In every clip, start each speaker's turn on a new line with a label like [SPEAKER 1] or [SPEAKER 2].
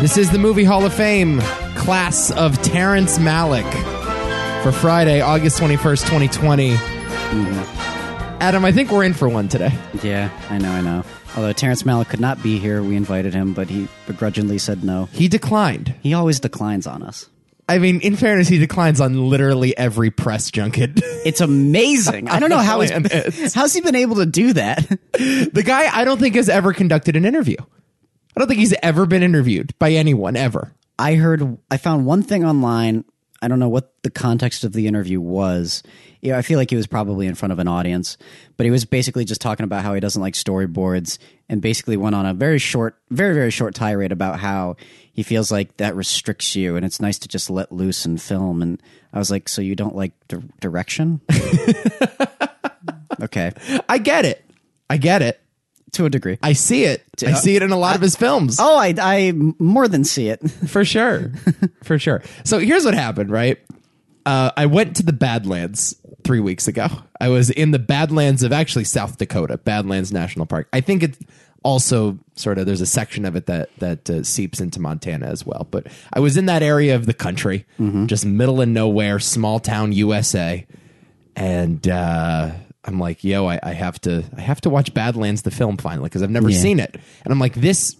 [SPEAKER 1] This is the Movie Hall of Fame class of Terrence Malick for Friday, August 21st, 2020. Adam, I think we're in for one today.
[SPEAKER 2] Yeah, I know, I know. Although Terrence Malick could not be here, we invited him, but he begrudgingly said no.
[SPEAKER 1] He declined.
[SPEAKER 2] He always declines on us.
[SPEAKER 1] I mean, in fairness, he declines on literally every press junket.
[SPEAKER 2] It's amazing. I don't know how he's
[SPEAKER 1] Man, it's-
[SPEAKER 2] how's he been able to do that.
[SPEAKER 1] the guy I don't think has ever conducted an interview. I don't think he's ever been interviewed by anyone ever.
[SPEAKER 2] I heard I found one thing online. I don't know what the context of the interview was. Yeah, I feel like he was probably in front of an audience, but he was basically just talking about how he doesn't like storyboards and basically went on a very short, very very short tirade about how he feels like that restricts you and it's nice to just let loose and film and I was like, "So you don't like di- direction?" okay.
[SPEAKER 1] I get it. I get it.
[SPEAKER 2] To a degree.
[SPEAKER 1] I see it. I see it in a lot of his films.
[SPEAKER 2] oh, I I more than see it.
[SPEAKER 1] For sure. For sure. So here's what happened, right? Uh, I went to the Badlands three weeks ago. I was in the Badlands of actually South Dakota, Badlands National Park. I think it also sort of there's a section of it that that uh, seeps into Montana as well. But I was in that area of the country, just middle of nowhere, small town USA, and uh, I'm like, yo, I, I have to I have to watch Badlands the film finally because I've never seen it, and I'm like, this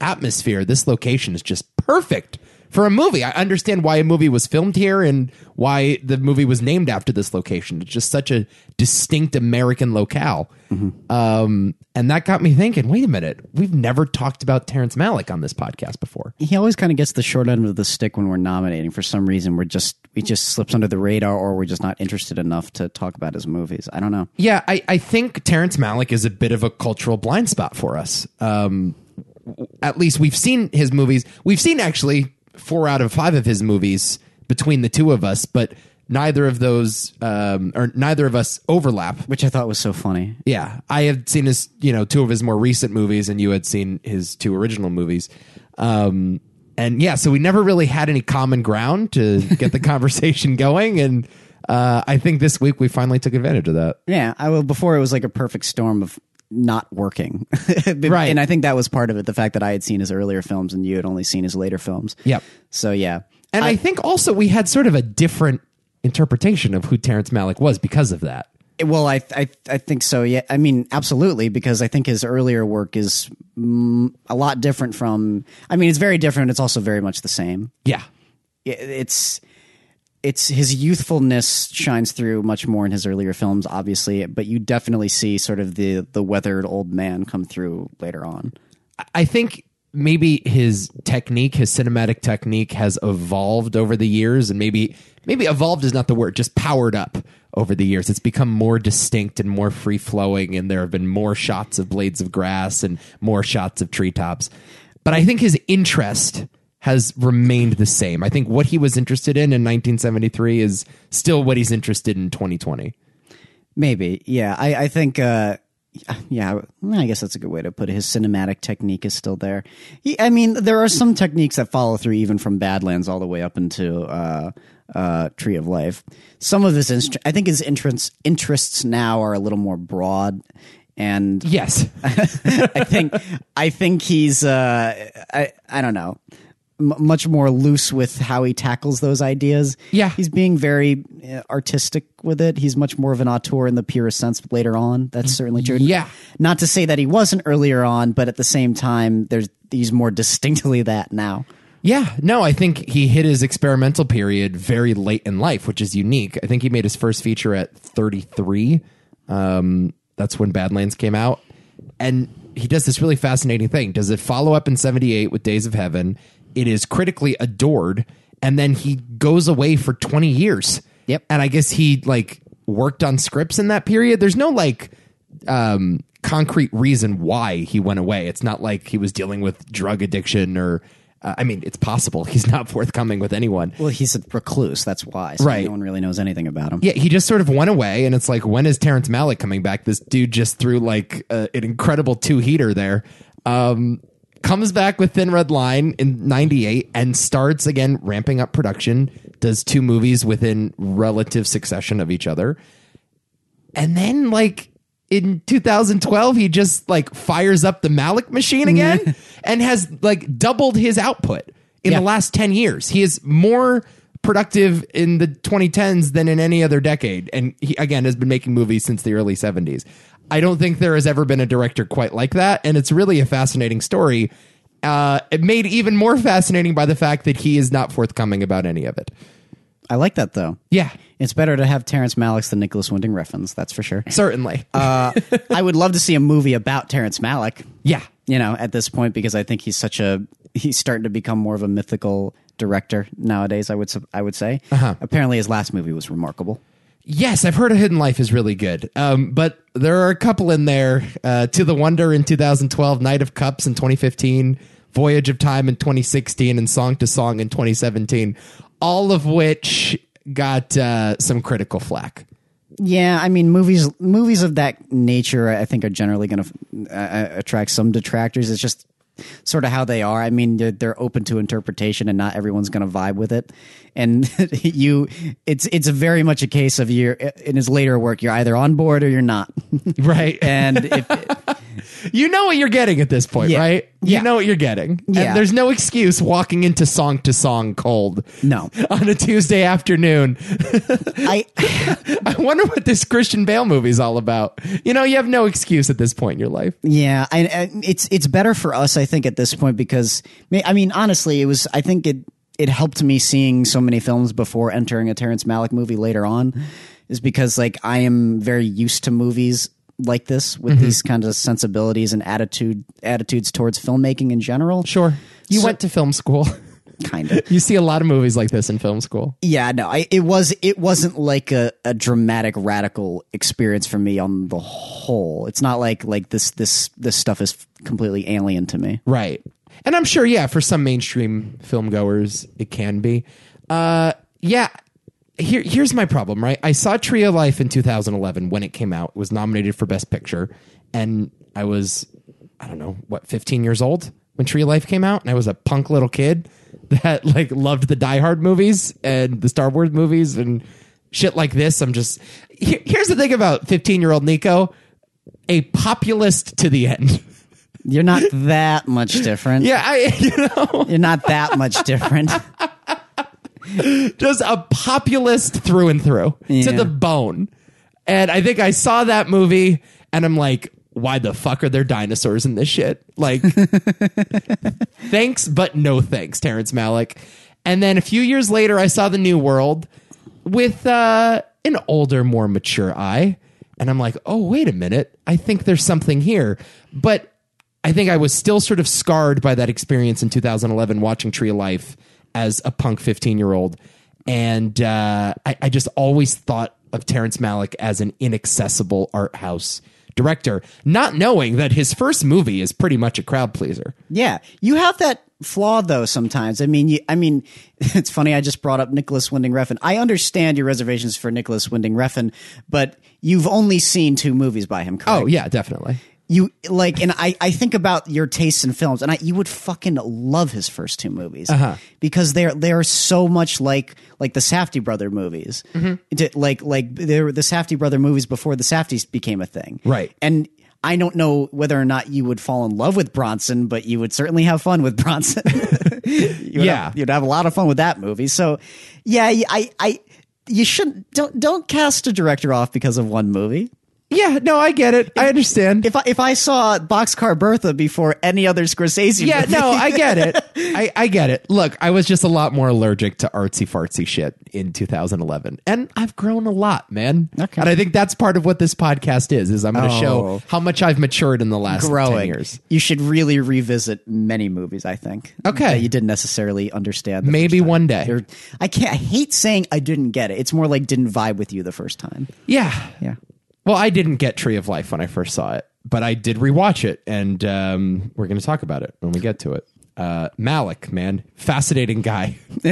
[SPEAKER 1] atmosphere, this location is just perfect for a movie. I understand why a movie was filmed here and why the movie was named after this location. It's just such a distinct American locale. Um, and that got me thinking wait a minute, we've never talked about Terrence Malick on this podcast before.
[SPEAKER 2] he always kind of gets the short end of the stick when we're nominating for some reason we're just we just slips under the radar or we're just not interested enough to talk about his movies i don't know
[SPEAKER 1] Yeah, I, I think Terrence Malick is a bit of a cultural blind spot for us. Um, w- at least we've seen his movies. We've seen actually four out of five of his movies between the two of us, but neither of those um, or neither of us overlap.
[SPEAKER 2] which i thought was so funny
[SPEAKER 1] Yeah, I had seen his, you know, two of his more recent movies, and you had seen his two original movies. Um, and yeah, so we never really had any common ground to get the conversation going, and uh, I think this week we finally took advantage of that.
[SPEAKER 2] yeah i well, before it was like a perfect storm of not working
[SPEAKER 1] Right.
[SPEAKER 2] and i think that was part of it the fact that i had seen his earlier films and you had only seen his later films
[SPEAKER 1] Yep.
[SPEAKER 2] so yeah
[SPEAKER 1] And I, think also we had sort of a different interpretation of who Terrence Malick was because of that.
[SPEAKER 2] Eh, Well, I, I I think so. Yeah, I mean, absolutely, because I think his earlier work is mm, a lot different from. I mean, it's very different. It's also very much the same.
[SPEAKER 1] Yeah.
[SPEAKER 2] it- it's it's his youthfulness shines through much more in his earlier films obviously but you definitely see sort of the the weathered old man come through later on
[SPEAKER 1] I think maybe his technique, his cinematic technique has evolved over the years and maybe maybe evolved is not the word, just powered up over the years. It's become more distinct and more free flowing and there have been more shots of blades of grass and more shots of treetops. But I think his interest has remained the same. I think what he was interested in in 1973 is still what he's interested in 2020.
[SPEAKER 2] maybe yeah i i think uh yeah, I guess that's a good way to put it. His cinematic technique is still there. He, I mean, there are some techniques that follow through even from Badlands all the way up into uh, uh, Tree of Life. Some of his, inst- I think, his interests interests now are a little more broad, and
[SPEAKER 1] Yes.
[SPEAKER 2] I think I think he's uh, I I don't know m- much more loose with how he tackles those ideas.
[SPEAKER 1] Yeah.
[SPEAKER 2] he's being very uh, artistic with it. He's much more of an auteur in the purest sense later on. That's certainly true.
[SPEAKER 1] Mm, Yeah.
[SPEAKER 2] not to say that he wasn't earlier on, but at the same time, there's he's more distinctly that now.
[SPEAKER 1] Yeah, no, I think he hit his experimental period very late in life, which is unique. I think he made his first feature at 33. Um, that's when Badlands came out. And he does this really fascinating thing. Does it follow up in 78 with Days of Heaven? It is critically adored. And then he goes away for 20 years.
[SPEAKER 2] Yep.
[SPEAKER 1] And I guess he like worked on scripts in that period. There's no like um, concrete reason why he went away. It's not like he was dealing with drug addiction or, uh, I mean, it's possible he's not forthcoming with anyone.
[SPEAKER 2] Well, he's a recluse. That's why. So
[SPEAKER 1] Right.
[SPEAKER 2] No one really knows anything about him.
[SPEAKER 1] Yeah, he just sort of went away, and it's like, when is Terrence Malick coming back? This dude just threw like uh, an incredible two heater there. Um, comes back with Thin Red Line in '98 and starts again ramping up production. Does two movies within relative succession of each other, and then like in 2012 he just like fires up the Malik machine again and has like doubled his output in
[SPEAKER 2] Yeah.
[SPEAKER 1] the last 10 years. He is more productive in the 2010s than in any other decade. And he, again, has been making movies since the early 70s. I don't think there has ever been a director quite like that. And it's really a fascinating story. Uh, it made even more fascinating by the fact that he is not forthcoming about any of it.
[SPEAKER 2] I like that though.
[SPEAKER 1] Yeah,
[SPEAKER 2] It's better to have Terrence Malick than Nicholas Winding Refn's, that's for sure.
[SPEAKER 1] certainly.
[SPEAKER 2] Uh, I would love to see a movie about Terrence Malick.
[SPEAKER 1] yeah.
[SPEAKER 2] You know, at this point, because I think he's such a he's starting to become more of a mythical director nowadays. I would s- I would say. Apparently, his last movie was remarkable.
[SPEAKER 1] Yes, I've heard A Hidden Life is really good. Um, but there are a couple in there uh, To the Wonder in 2012, Night of Cups in 2015, Voyage of Time in 2016, and Song to Song in 2017, all of which got uh, some critical flack.
[SPEAKER 2] Yeah, I mean, movies movies of that nature, I think, are generally going to uh, attract some detractors. It's just sort of how they are. I mean, they're, they're open to interpretation, and not everyone's going to vibe with it. And you, it's it's very much a case of you're in his later work, you're either on board or you're not.
[SPEAKER 1] Right.
[SPEAKER 2] and if,
[SPEAKER 1] you know what you're getting at this point,
[SPEAKER 2] Yeah.
[SPEAKER 1] right? You
[SPEAKER 2] Yeah.
[SPEAKER 1] know what you're getting. And
[SPEAKER 2] Yeah.
[SPEAKER 1] there's no excuse walking into Song to Song cold.
[SPEAKER 2] No.
[SPEAKER 1] On a Tuesday afternoon.
[SPEAKER 2] I
[SPEAKER 1] I wonder what this Christian Bale movie's all about. You know, you have no excuse at this point in your life.
[SPEAKER 2] Yeah, I, I, it's it's better for us, I think, at this point because ma- I mean, honestly, it was. I think it it helped me seeing so many films before entering a Terrence Malick movie later on, is because like I am very used to movies like this with these kinds of sensibilities and attitude attitudes towards filmmaking in general.
[SPEAKER 1] Sure. You
[SPEAKER 2] So-
[SPEAKER 1] went to film school.
[SPEAKER 2] kind of.
[SPEAKER 1] you see a lot of movies like this in film school.
[SPEAKER 2] Yeah, no, I, it was it wasn't like a, a dramatic radical experience for me on the whole. It's not like like this this this stuff is completely alien to me.
[SPEAKER 1] Right. And I'm sure, yeah, for some mainstream film goers, it can be. Uh, yeah. Here, here's my problem, right? I saw Tree of Life in 2011 when it came out. It was nominated for Best Picture. And I was, I don't know, what, 15 years old when Tree of Life came out? And I was a punk little kid that, like, loved the Die Hard movies and the Star Wars movies and shit like this. I'm just. Here, here's the thing about 15 year old Nico a populist to the end.
[SPEAKER 2] You're not that much different.
[SPEAKER 1] Yeah, I, you know.
[SPEAKER 2] You're not that much different.
[SPEAKER 1] just a populist through and through to
[SPEAKER 2] Yeah.
[SPEAKER 1] the bone. And I think I saw that movie and I'm like, why the fuck are there dinosaurs in this shit? Like, thanks, but no thanks, Terrence Malick. And then a few years later, I saw The New World with uh, an older, more mature eye. And I'm like, oh, wait a minute. I think there's something here. But I think I was still sort of scarred by that experience in 2011 watching Tree of Life as a punk 15 year old. And uh, I, I just always thought of Terrence Malick as an inaccessible art house director, not knowing that his first movie is pretty much a crowd pleaser.
[SPEAKER 2] Yeah, you have that flaw though. Sometimes, I mean, you, I mean, it's funny. I just brought up Nicholas Winding Refn. I understand your reservations for Nicholas Winding Refn, but you've only seen two movies by him. Correct?
[SPEAKER 1] Oh yeah, definitely.
[SPEAKER 2] you like, and I, I think about your tastes in films, and I, you would fucking love his first two movies
[SPEAKER 1] Uh-huh.
[SPEAKER 2] because they're they are so much like like the Safdie brother movies,
[SPEAKER 1] Mm-hmm.
[SPEAKER 2] D- like like they were the Safdie brother movies before the Safdies became a thing,
[SPEAKER 1] Right.
[SPEAKER 2] And I don't know whether or not you would fall in love with Bronson, but you would certainly have fun with Bronson. You would
[SPEAKER 1] Yeah.
[SPEAKER 2] have- you'd have a lot of fun with that movie. So, yeah, I I you shouldn't don't don't cast a director off because of one movie.
[SPEAKER 1] Yeah, no, I get it. I understand.
[SPEAKER 2] If I if I saw Boxcar Bertha before any other Scorsese,
[SPEAKER 1] yeah,
[SPEAKER 2] movie,
[SPEAKER 1] no, I get it. I, I get it. Look, I was just a lot more allergic to artsy fartsy shit in 2011, and I've grown a lot, man.
[SPEAKER 2] Okay.
[SPEAKER 1] And I think that's part of what this podcast is. Is I'm going to
[SPEAKER 2] Oh.
[SPEAKER 1] show how much I've matured in the last 10
[SPEAKER 2] growing.
[SPEAKER 1] years.
[SPEAKER 2] You should really revisit many movies. I think.
[SPEAKER 1] Okay.
[SPEAKER 2] that you didn't necessarily understand. the
[SPEAKER 1] Maybe
[SPEAKER 2] first time.
[SPEAKER 1] one day.
[SPEAKER 2] They're- I can't. I hate saying I didn't get it. It's more like didn't vibe with you the first time.
[SPEAKER 1] Yeah.
[SPEAKER 2] Yeah.
[SPEAKER 1] Well, I didn't get Tree of Life when I first saw it, but I did rewatch it, and um, we're going to talk about it when we get to it. Uh, Malik, man, fascinating guy.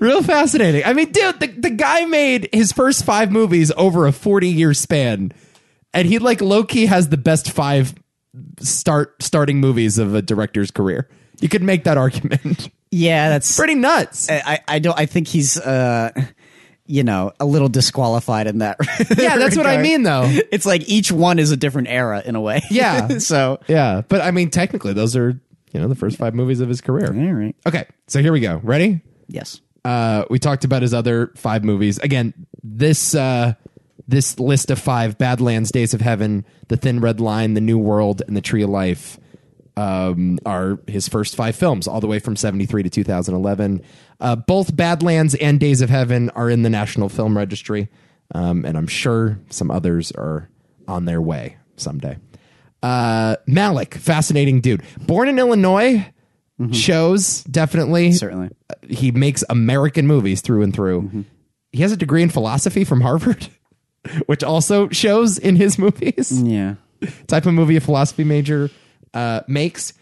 [SPEAKER 1] Real fascinating. I mean, dude, the, the guy made his first five movies over a 40 year span, and he, like, low key has the best five start starting movies of a director's career. You could make that argument.
[SPEAKER 2] Yeah, that's.
[SPEAKER 1] Pretty nuts.
[SPEAKER 2] I I don't. I think he's. uh you know, a little disqualified in that.
[SPEAKER 1] Yeah, that's what I
[SPEAKER 2] regard.
[SPEAKER 1] mean, though.
[SPEAKER 2] It's like each one is a different era in a way.
[SPEAKER 1] Yeah.
[SPEAKER 2] so
[SPEAKER 1] Yeah, but I mean, technically, those are you know, the first five movies of his career.
[SPEAKER 2] All right.
[SPEAKER 1] Okay, so here we go. Ready?
[SPEAKER 2] Yes.
[SPEAKER 1] Uh, we talked about his other five movies. Again, this uh, this list of five: Badlands, Days of Heaven, The Thin Red Line, The New World, and The Tree of Life. Um, are his first five films, all the way from seventy three to two thousand eleven. Uh, both Badlands and Days of Heaven are in the National Film Registry, um, and I'm sure some others are on their way someday. Uh, Malik, fascinating dude, born in Illinois, shows definitely
[SPEAKER 2] Certainly.
[SPEAKER 1] he makes American movies through and through. He has a degree in philosophy from Harvard, which also shows in his movies.
[SPEAKER 2] Yeah.
[SPEAKER 1] Type of movie a philosophy major uh, makes.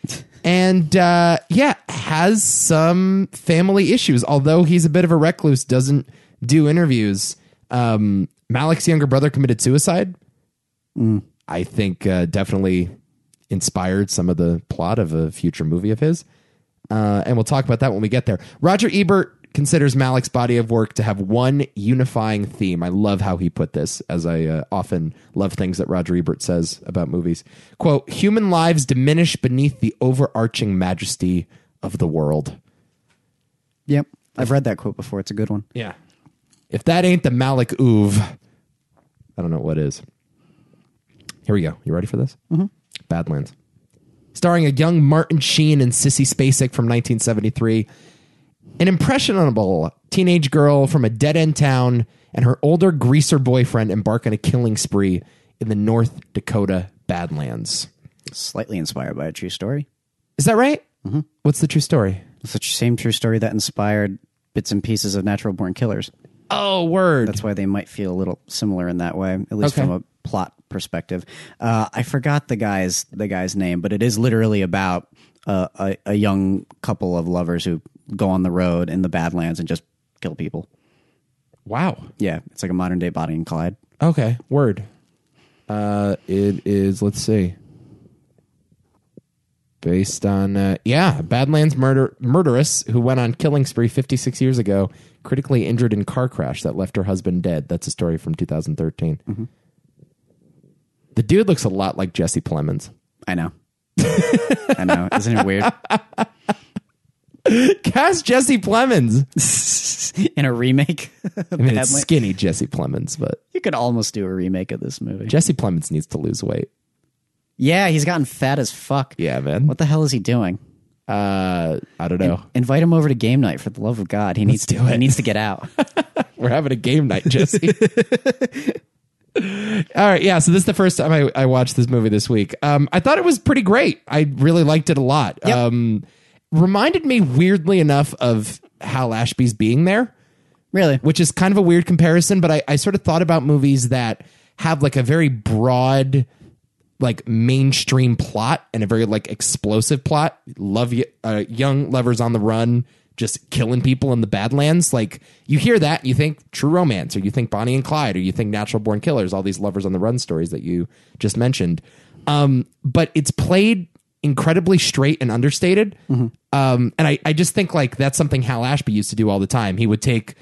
[SPEAKER 1] And uh, yeah, has some family issues. Although he's a bit of a recluse, doesn't do interviews. Um, Malik's younger brother committed suicide. I think uh, definitely inspired some of the plot of a future movie of his. Uh, and we'll talk about that when we get there. Roger Ebert considers Malik's body of work to have one unifying theme. I love how he put this, as I uh, often love things that Roger Ebert says about movies. Quote, human lives diminish beneath the overarching majesty of the world.
[SPEAKER 2] Yep. I've read that quote before. It's a good one.
[SPEAKER 1] Yeah. If that ain't the Malik Oov, I don't know what is. Here we go. You ready for this? Mm-hmm. Badlands. Starring a young Martin Sheen and Sissy Spacek from 1973. An impressionable teenage girl from a dead end town and her older greaser boyfriend embark on a killing spree in the North Dakota Badlands.
[SPEAKER 2] Slightly inspired by a true story.
[SPEAKER 1] Is that right? Mm-hmm. What's the true story?
[SPEAKER 2] Such same true story that inspired bits and pieces of Natural Born Killers.
[SPEAKER 1] Oh, word.
[SPEAKER 2] That's why they might feel a little similar in that way, at least
[SPEAKER 1] Okay.
[SPEAKER 2] from a plot perspective. Uh, I forgot the guy's the guy's name, but it is literally about uh, a, a young couple of lovers who go on the road in the Badlands and just kill people.
[SPEAKER 1] wow.
[SPEAKER 2] Yeah, it's like a modern day Bonnie and Clyde.
[SPEAKER 1] Okay, word. Uh, it is. Let's see. Based on uh, yeah, Badlands murder murderess who went on killing spree 56 years ago, critically injured in car crash that left her husband dead. That's a story from 2013. The dude looks a lot like Jesse Plemons.
[SPEAKER 2] I know. I know. Isn't it weird?
[SPEAKER 1] Cast Jesse Plemons.
[SPEAKER 2] in a remake,
[SPEAKER 1] I mean, it's
[SPEAKER 2] Badlands.
[SPEAKER 1] skinny Jesse Plemons, but
[SPEAKER 2] you could almost do a remake of this movie.
[SPEAKER 1] Jesse Plemons needs to lose weight.
[SPEAKER 2] Yeah, he's gotten fat as fuck.
[SPEAKER 1] Yeah, man.
[SPEAKER 2] What the hell is he doing?
[SPEAKER 1] Uh, I don't know.
[SPEAKER 2] Invite him over to game night for the love of God. He needs to. He needs to get out.
[SPEAKER 1] We're having a game night, Jesse. All right, yeah. So this is the first time I, I watched this movie this week. Um, I thought it was pretty great. I really liked it a lot. Um, reminded me weirdly enough of Hal Ashby's being there,
[SPEAKER 2] really?
[SPEAKER 1] which is kind of a weird comparison. But I, I sort of thought about movies that have like a very broad, like mainstream plot and a very like explosive plot. Love y- uh, young lovers on the run, just killing people in the Badlands. Like you hear that, you think True Romance, or you think Bonnie and Clyde, or you think Natural Born Killers. All these lovers on the run stories that you just mentioned. Um, but it's played incredibly straight and understated. Um, and I, I just think like that's something Hal Ashby used to do all the time. He would take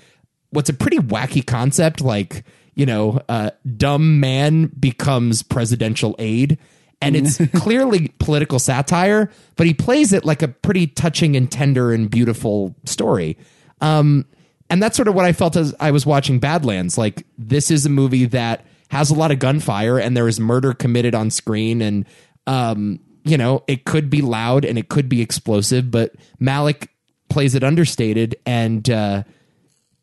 [SPEAKER 1] what's a pretty wacky concept like you know uh, dumb man becomes presidential aide and it's clearly political satire but he plays it like a pretty touching and tender and beautiful story um, and that's sort of what i felt as i was watching badlands like this is a movie that has a lot of gunfire and there is murder committed on screen and um, you know it could be loud and it could be explosive but malik plays it understated and uh,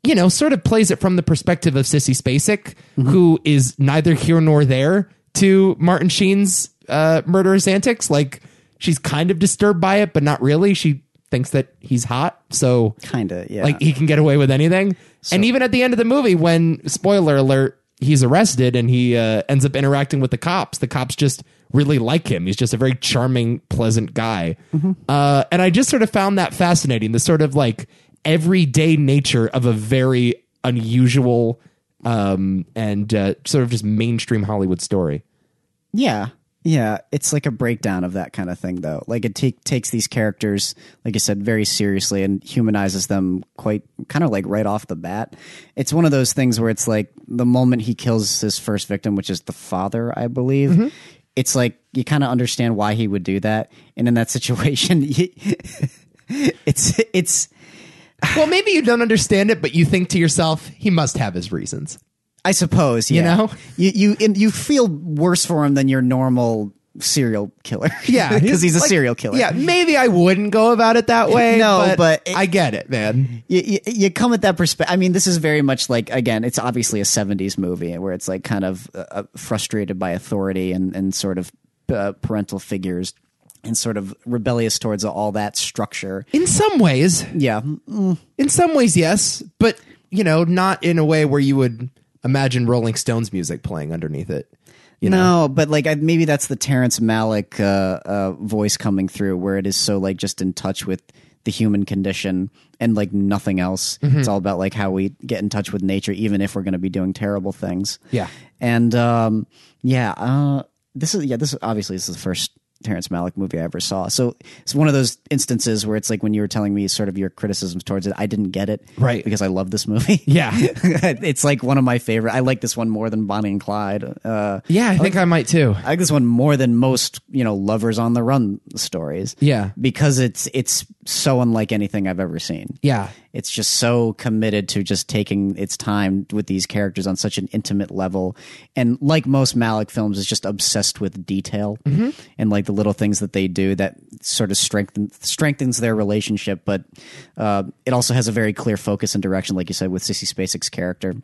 [SPEAKER 1] you know, sort of plays it from the perspective of Sissy Spacek, who is neither here nor there to Martin Sheen's uh, murderous antics. Like, she's kind of disturbed by it, but not really. She thinks that he's hot, so
[SPEAKER 2] Kinda. Yeah.
[SPEAKER 1] like he can get away with anything. and even at the end of the movie, when spoiler alert, he's arrested and he uh, ends up interacting with the cops. The cops just really like him. He's just a very charming, pleasant guy. Uh, and I just sort of found that fascinating. The sort of like everyday nature of a very unusual um, and uh, sort of just mainstream Hollywood story.
[SPEAKER 2] Yeah. Yeah. It's like a breakdown of that kind of thing, though. Like it take, takes these characters, like I said, very seriously and humanizes them quite kind of like right off the bat. It's one of those things where it's like the moment he kills his first victim, which is the father, I believe, it's like you kind of understand why he would do that. And in that situation, he- it's it's
[SPEAKER 1] Well, maybe you don't understand it, but you think to yourself, he must have his reasons.
[SPEAKER 2] I suppose yeah.
[SPEAKER 1] know?
[SPEAKER 2] you you and you feel worse for him than your normal serial killer. because he's a
[SPEAKER 1] like-
[SPEAKER 2] serial killer.
[SPEAKER 1] Yeah, maybe I wouldn't go about it that way.
[SPEAKER 2] No,
[SPEAKER 1] but,
[SPEAKER 2] but-
[SPEAKER 1] I get it, man.
[SPEAKER 2] you, you, you come at that perspective. I mean, this is very much like again, it's obviously a '70s movie where it's like kind of uh, uh, frustrated by authority and and sort of uh, parental figures and sort of rebellious towards all that structure.
[SPEAKER 1] In some ways,
[SPEAKER 2] Yeah,
[SPEAKER 1] in some ways, yes, but you know, not in a way where you would imagine Rolling Stones music playing underneath it. You know,
[SPEAKER 2] no, but like I, maybe that's the Terrence Malick uh, uh, voice coming through, where it is so like just in touch with the human condition and like nothing else.
[SPEAKER 1] Mm-hmm.
[SPEAKER 2] It's all about like how we get in touch with nature, even if we're going to be doing terrible things.
[SPEAKER 1] Yeah.
[SPEAKER 2] and um, yeah, uh, this is yeah, this is, obviously this is the first Terrence Malick movie I ever saw. So it's one of those instances where it's like when you were telling me sort of your criticisms towards it, I didn't get it,
[SPEAKER 1] Right.
[SPEAKER 2] Because I love this movie.
[SPEAKER 1] Yeah.
[SPEAKER 2] it's like one of my favorite. I like this one more than Bonnie and Clyde. Uh,
[SPEAKER 1] yeah, I think I might too.
[SPEAKER 2] I like this one more than most, you know, lovers on the run stories.
[SPEAKER 1] Yeah.
[SPEAKER 2] Because it's it's so unlike anything I've ever seen.
[SPEAKER 1] Yeah,
[SPEAKER 2] It's just so committed to just taking its time with these characters on such an intimate level. And like most Malick films, is just obsessed with detail and like the little things that they do that sort of strengthen, strengthens their relationship. But uh, it also has a very clear focus and direction, like you said, with Sissy Spacek's character.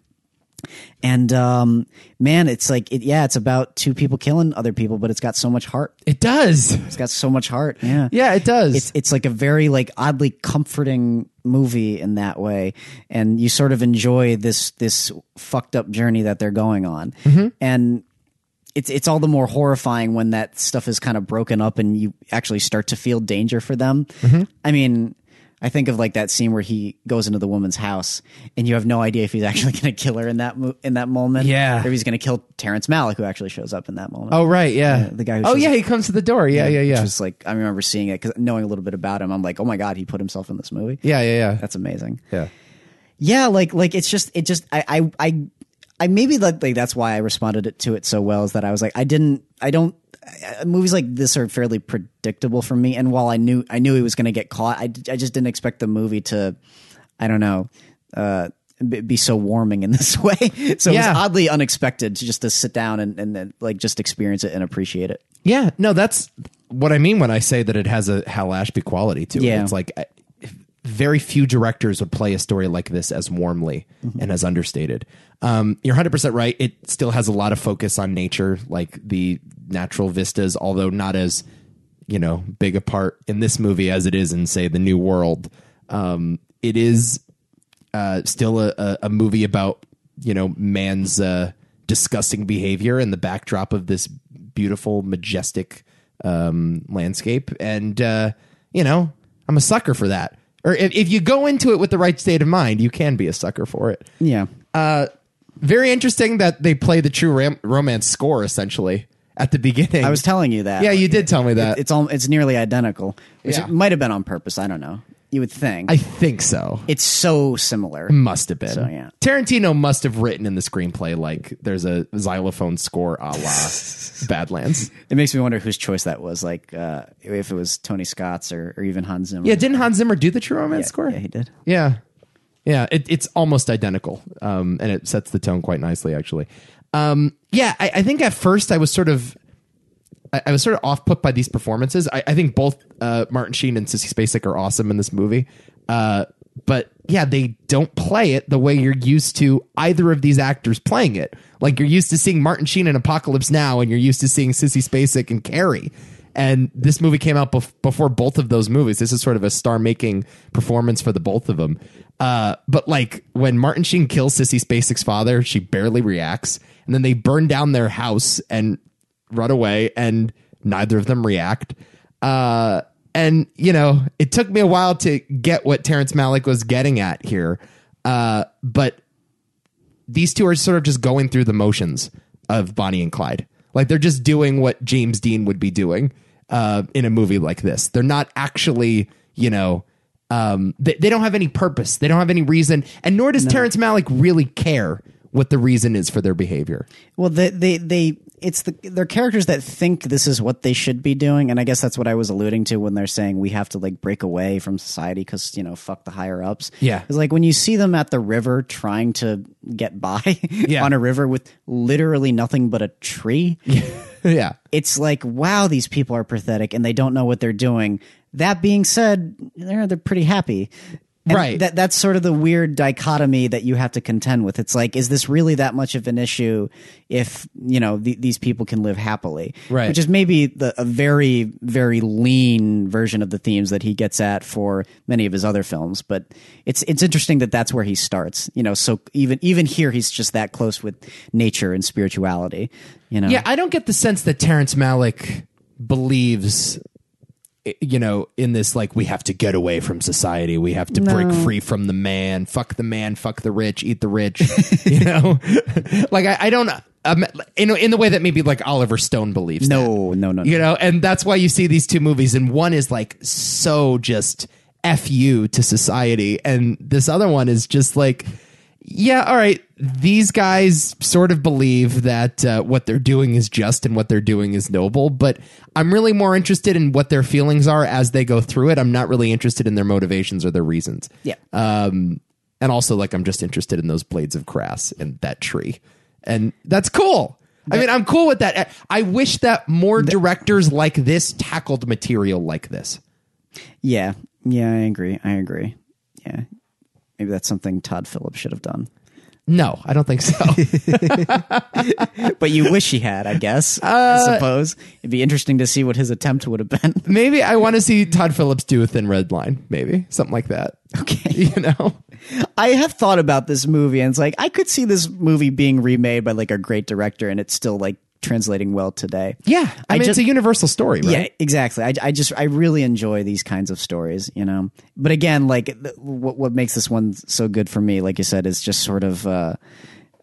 [SPEAKER 2] And um, man, it's like, it, yeah, it's about two people killing other people, but it's got so much heart.
[SPEAKER 1] it does.
[SPEAKER 2] It's got so much heart. Yeah.
[SPEAKER 1] Yeah, it does.
[SPEAKER 2] It's it's like a very like oddly comforting movie in that way, and you sort of enjoy this this fucked up journey that they're going on,
[SPEAKER 1] Mm-hmm.
[SPEAKER 2] and it's it's all the more horrifying when that stuff is kind of broken up and you actually start to feel danger for them.
[SPEAKER 1] Mm-hmm.
[SPEAKER 2] I mean. I think of like that scene where he goes into the woman's house, and you have no idea if he's actually going to kill her in that mo- in that moment,
[SPEAKER 1] Yeah.
[SPEAKER 2] or if he's going to kill Terrence Malick, who actually shows up in that moment.
[SPEAKER 1] oh right, yeah.
[SPEAKER 2] the guy who
[SPEAKER 1] oh
[SPEAKER 2] shows
[SPEAKER 1] yeah, he comes to the door. Yeah, yeah, yeah.
[SPEAKER 2] which was like I remember seeing it because knowing a little bit about him, I'm like, oh my god, he put himself in this movie.
[SPEAKER 1] yeah, yeah, yeah.
[SPEAKER 2] That's amazing.
[SPEAKER 1] yeah.
[SPEAKER 2] Yeah, like like it's just it just I I I, I maybe like, like that's why I responded it- to it so well is that I was like I didn't I don't I- I- movies like this are fairly predictable for me and while I knew I knew he was going to get caught I, d- I just didn't expect the movie to I don't know uh b- be so warming in this way so it
[SPEAKER 1] Yeah.
[SPEAKER 2] was oddly unexpected to just to sit down and, and then like just experience it and appreciate it
[SPEAKER 1] Yeah, no, that's what I mean when I say that it has a Hal Ashby quality to it.
[SPEAKER 2] Yeah.
[SPEAKER 1] It's like I, very few directors would play a story like this as warmly and as understated. Um, you're 100% right. It still has a lot of focus on nature, like the natural vistas, although not as, you know, big a part in this movie as it is in, say, The New World. Um, it is uh, still a, a, a movie about you know man's uh, disgusting behavior in the backdrop of this beautiful majestic um, landscape and uh, you know i'm a sucker for that or if, if you go into it with the right state of mind you can be a sucker for it
[SPEAKER 2] yeah
[SPEAKER 1] very interesting that they play the true ram- romance score essentially at the beginning
[SPEAKER 2] I was telling you that
[SPEAKER 1] yeah you did tell me that
[SPEAKER 2] it's all it's nearly identical which
[SPEAKER 1] Yeah.
[SPEAKER 2] might have been on purpose i don't know you would think
[SPEAKER 1] i Hmm. think so
[SPEAKER 2] it's so similar
[SPEAKER 1] must have been.
[SPEAKER 2] So, yeah.
[SPEAKER 1] Tarantino must have written in the screenplay like there's a xylophone score a la Badlands.
[SPEAKER 2] it makes me wonder whose choice that was like uh, if it was tony scott's or, or even hans zimmer
[SPEAKER 1] Yeah, didn't Hans Zimmer do the True Romance score?
[SPEAKER 2] yeah he did
[SPEAKER 1] Yeah, yeah. It, it's almost identical, um, and it sets the tone quite nicely, actually. Um, yeah, I, I think at first I was sort of, I, I was sort of off put by these performances. I, I think both uh, Martin Sheen and Sissy Spacek are awesome in this movie, uh, but yeah, they don't play it the way you're used to either of these actors playing it. Like you're used to seeing Martin Sheen in Apocalypse Now, and you're used to seeing Sissy Spacek and Carrie. And this movie came out bef- before both of those movies. This is sort of a star-making performance for the both of them. Uh, but like when Martin Sheen kills Sissy Spacek's father, she barely reacts, and then they burn down their house and run away, and neither of them react. Uh, and you know, it took me a while to get what Terrence Malick was getting at here. Uh, but these two are sort of just going through the motions of Bonnie and Clyde. Like they're just doing what James Dean would be doing uh, in a movie like this. They're not actually, you know, um, they, they don't have any purpose. They don't have any reason, and nor does Terrence Malick really care what the reason is for their behavior.
[SPEAKER 2] well they they, they it's the they're characters that think this is what they should be doing, and I guess that's what I was alluding to when they're saying we have to like break away from society because you know fuck the higher ups.
[SPEAKER 1] Yeah.
[SPEAKER 2] it's like when you see them at the river trying to get by on a river with literally nothing but a tree.
[SPEAKER 1] yeah.
[SPEAKER 2] It's like wow, these people are pathetic and they don't know what they're doing. That being said, they're they're pretty happy. And
[SPEAKER 1] Right.
[SPEAKER 2] That that's sort of the weird dichotomy that you have to contend with. It's like, is this really that much of an issue if you know the, these people can live happily?
[SPEAKER 1] Right.
[SPEAKER 2] Which is maybe the, a very very lean version of the themes that he gets at for many of his other films. But it's it's interesting that that's where he starts. You know, so even even here he's just that close with nature and spirituality. You know.
[SPEAKER 1] Yeah, I don't get the sense that Terrence Malick believes i- you know in this like we have to get away from society we have to break free from the man fuck the man fuck the rich eat the rich you know like i, I don't um, in, in the way that maybe like oliver stone believes that.
[SPEAKER 2] No, no, no, no.
[SPEAKER 1] you know and that's why you see these two movies and one is like so just f you to society and this other one is just like yeah all right these guys sort of believe that uh, what they're doing is just and what they're doing is noble but i'm really more interested in what their feelings are as they go through it i'm not really interested in their motivations or their reasons
[SPEAKER 2] Yeah.
[SPEAKER 1] um and also like i'm just interested in those blades of grass and that tree and that's cool i mean i'm cool with that i wish that more directors like this tackled material like this
[SPEAKER 2] Yeah. Yeah, I agree. I agree. Yeah. Maybe that's something Todd Phillips should have done.
[SPEAKER 1] no i don't think so
[SPEAKER 2] But you wish he had, I guess. I suppose. It'd be interesting to see what his attempt would have been.
[SPEAKER 1] maybe i want to see todd phillips do a thin red line maybe something like that
[SPEAKER 2] Okay.
[SPEAKER 1] you know
[SPEAKER 2] I have thought about this movie and it's like I could see this movie being remade by like a great director and it's still like translating well today.
[SPEAKER 1] yeah i, mean
[SPEAKER 2] just-
[SPEAKER 1] it's a universal story right
[SPEAKER 2] Yeah, exactly. I, I just I really enjoy these kinds of stories, you know. But again, like th- what what makes this one so good for me, like you said, is just sort of uh,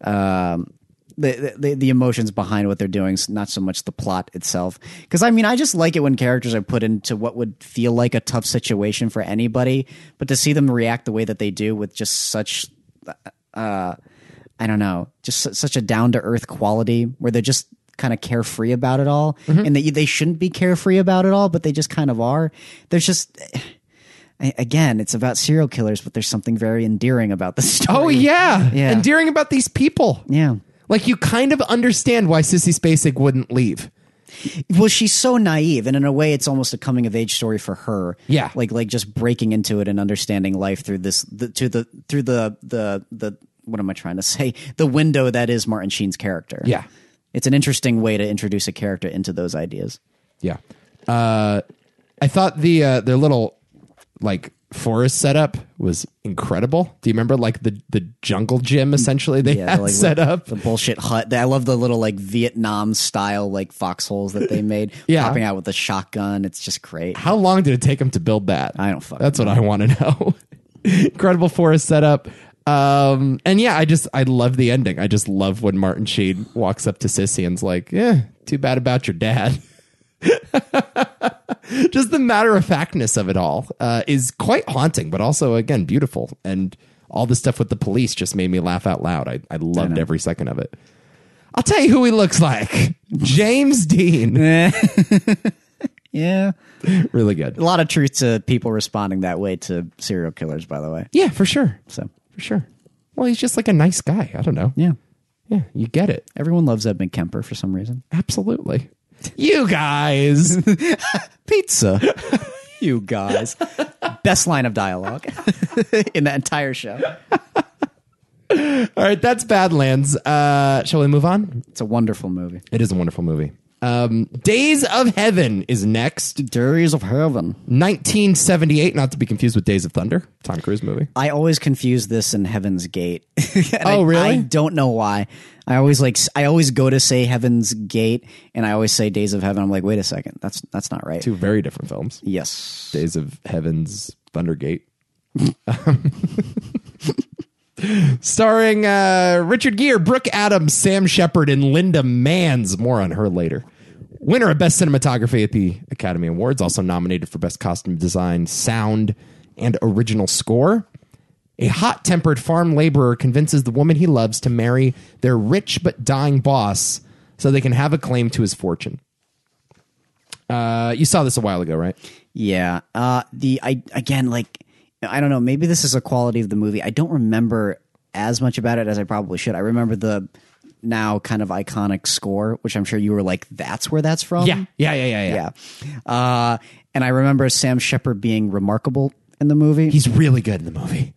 [SPEAKER 2] um, the, the the emotions behind what they're doing, s- not so much the plot itself. Because I mean, I just like it when characters are put into what would feel like a tough situation for anybody, but to see them react the way that they do with just such uh, I don't know, just su- such a down to earth quality where they're just kind of carefree about it all,
[SPEAKER 1] Mm-hmm.
[SPEAKER 2] and that you, they shouldn't be carefree about it all, but they just kind of are. There's just. I- Again, it's about serial killers, but there's something very endearing about the story.
[SPEAKER 1] oh yeah.
[SPEAKER 2] Yeah.
[SPEAKER 1] endearing about these people
[SPEAKER 2] yeah.
[SPEAKER 1] like you kind of understand why sissy spacek wouldn't leave
[SPEAKER 2] Well, she's so naive, and in a way, it's almost a coming of age story for her.
[SPEAKER 1] Yeah.
[SPEAKER 2] like like just breaking into it and understanding life through this the, to the through the the the what am I trying to say? The window that is Martin Sheen's character.
[SPEAKER 1] Yeah.
[SPEAKER 2] it's an interesting way to introduce a character into those ideas.
[SPEAKER 1] Yeah. Uh, I thought the uh, their little like forest setup was incredible. Do you remember like the the jungle gym essentially they
[SPEAKER 2] Yeah,
[SPEAKER 1] had
[SPEAKER 2] like
[SPEAKER 1] set
[SPEAKER 2] with
[SPEAKER 1] up?
[SPEAKER 2] the bullshit hut. I love the little like Vietnam style like foxholes that they made.
[SPEAKER 1] Yeah.
[SPEAKER 2] popping out with a shotgun. It's just great.
[SPEAKER 1] How long did it take them to build that?
[SPEAKER 2] I don't fucking
[SPEAKER 1] That's what I want to know. incredible forest setup. Um, and yeah, I just I love the ending. I just love when Martin Sheen walks up to Sissy and's like, "Yeah, too bad about your dad." just the matter of factness of it all uh, is quite haunting, but also again beautiful. And all the stuff with the police just made me laugh out loud. I, I loved every second of it. I'll tell you who he looks like: James Dean.
[SPEAKER 2] Yeah,
[SPEAKER 1] really good.
[SPEAKER 2] a lot of truth to people responding that way to serial killers. By the way,
[SPEAKER 1] Yeah, for sure.
[SPEAKER 2] so
[SPEAKER 1] For sure. Well, he's just like a nice guy. I don't know.
[SPEAKER 2] yeah.
[SPEAKER 1] Yeah, you get it.
[SPEAKER 2] Everyone loves Edmund Kemper for some reason.
[SPEAKER 1] Absolutely. You guys.
[SPEAKER 2] Pizza. you guys. Best line of dialogue in the entire show.
[SPEAKER 1] All right, that's Badlands. Uh, shall we move on?
[SPEAKER 2] It's a wonderful movie.
[SPEAKER 1] It is a wonderful movie. Um, Days of Heaven is next.
[SPEAKER 2] Dairies of Heaven.
[SPEAKER 1] 1978, not to be confused with Days of Thunder, Tom Cruise movie.
[SPEAKER 2] I always confuse this and Heaven's Gate. And
[SPEAKER 1] Oh,
[SPEAKER 2] I-
[SPEAKER 1] really?
[SPEAKER 2] I don't know why. I always like s- I always go to say Heaven's Gate and I always say Days of Heaven. I'm like, wait a second, that's that's not right.
[SPEAKER 1] Two very different films.
[SPEAKER 2] Yes.
[SPEAKER 1] Days of Heaven's Thundergate. Starring uh, Richard Gere, Brooke Adams, Sam Shepard, and Linda Manns. More on her later. Winner of Best Cinematography at the Academy Awards, also nominated for Best Costume Design, Sound, and Original Score. A hot tempered farm laborer convinces the woman he loves to marry their rich but dying boss so they can have a claim to his fortune. Uh, you saw this a while ago, right?
[SPEAKER 2] Yeah. Uh, the I again like I don't know. Maybe this is a quality of the movie. I don't remember as much about it as I probably should. I remember the now kind of iconic score, which I'm sure you were like, "That's where that's from."
[SPEAKER 1] yeah, yeah, yeah, yeah.
[SPEAKER 2] yeah. Uh, and I remember Sam Shepard being remarkable in the movie.
[SPEAKER 1] He's really good in the movie.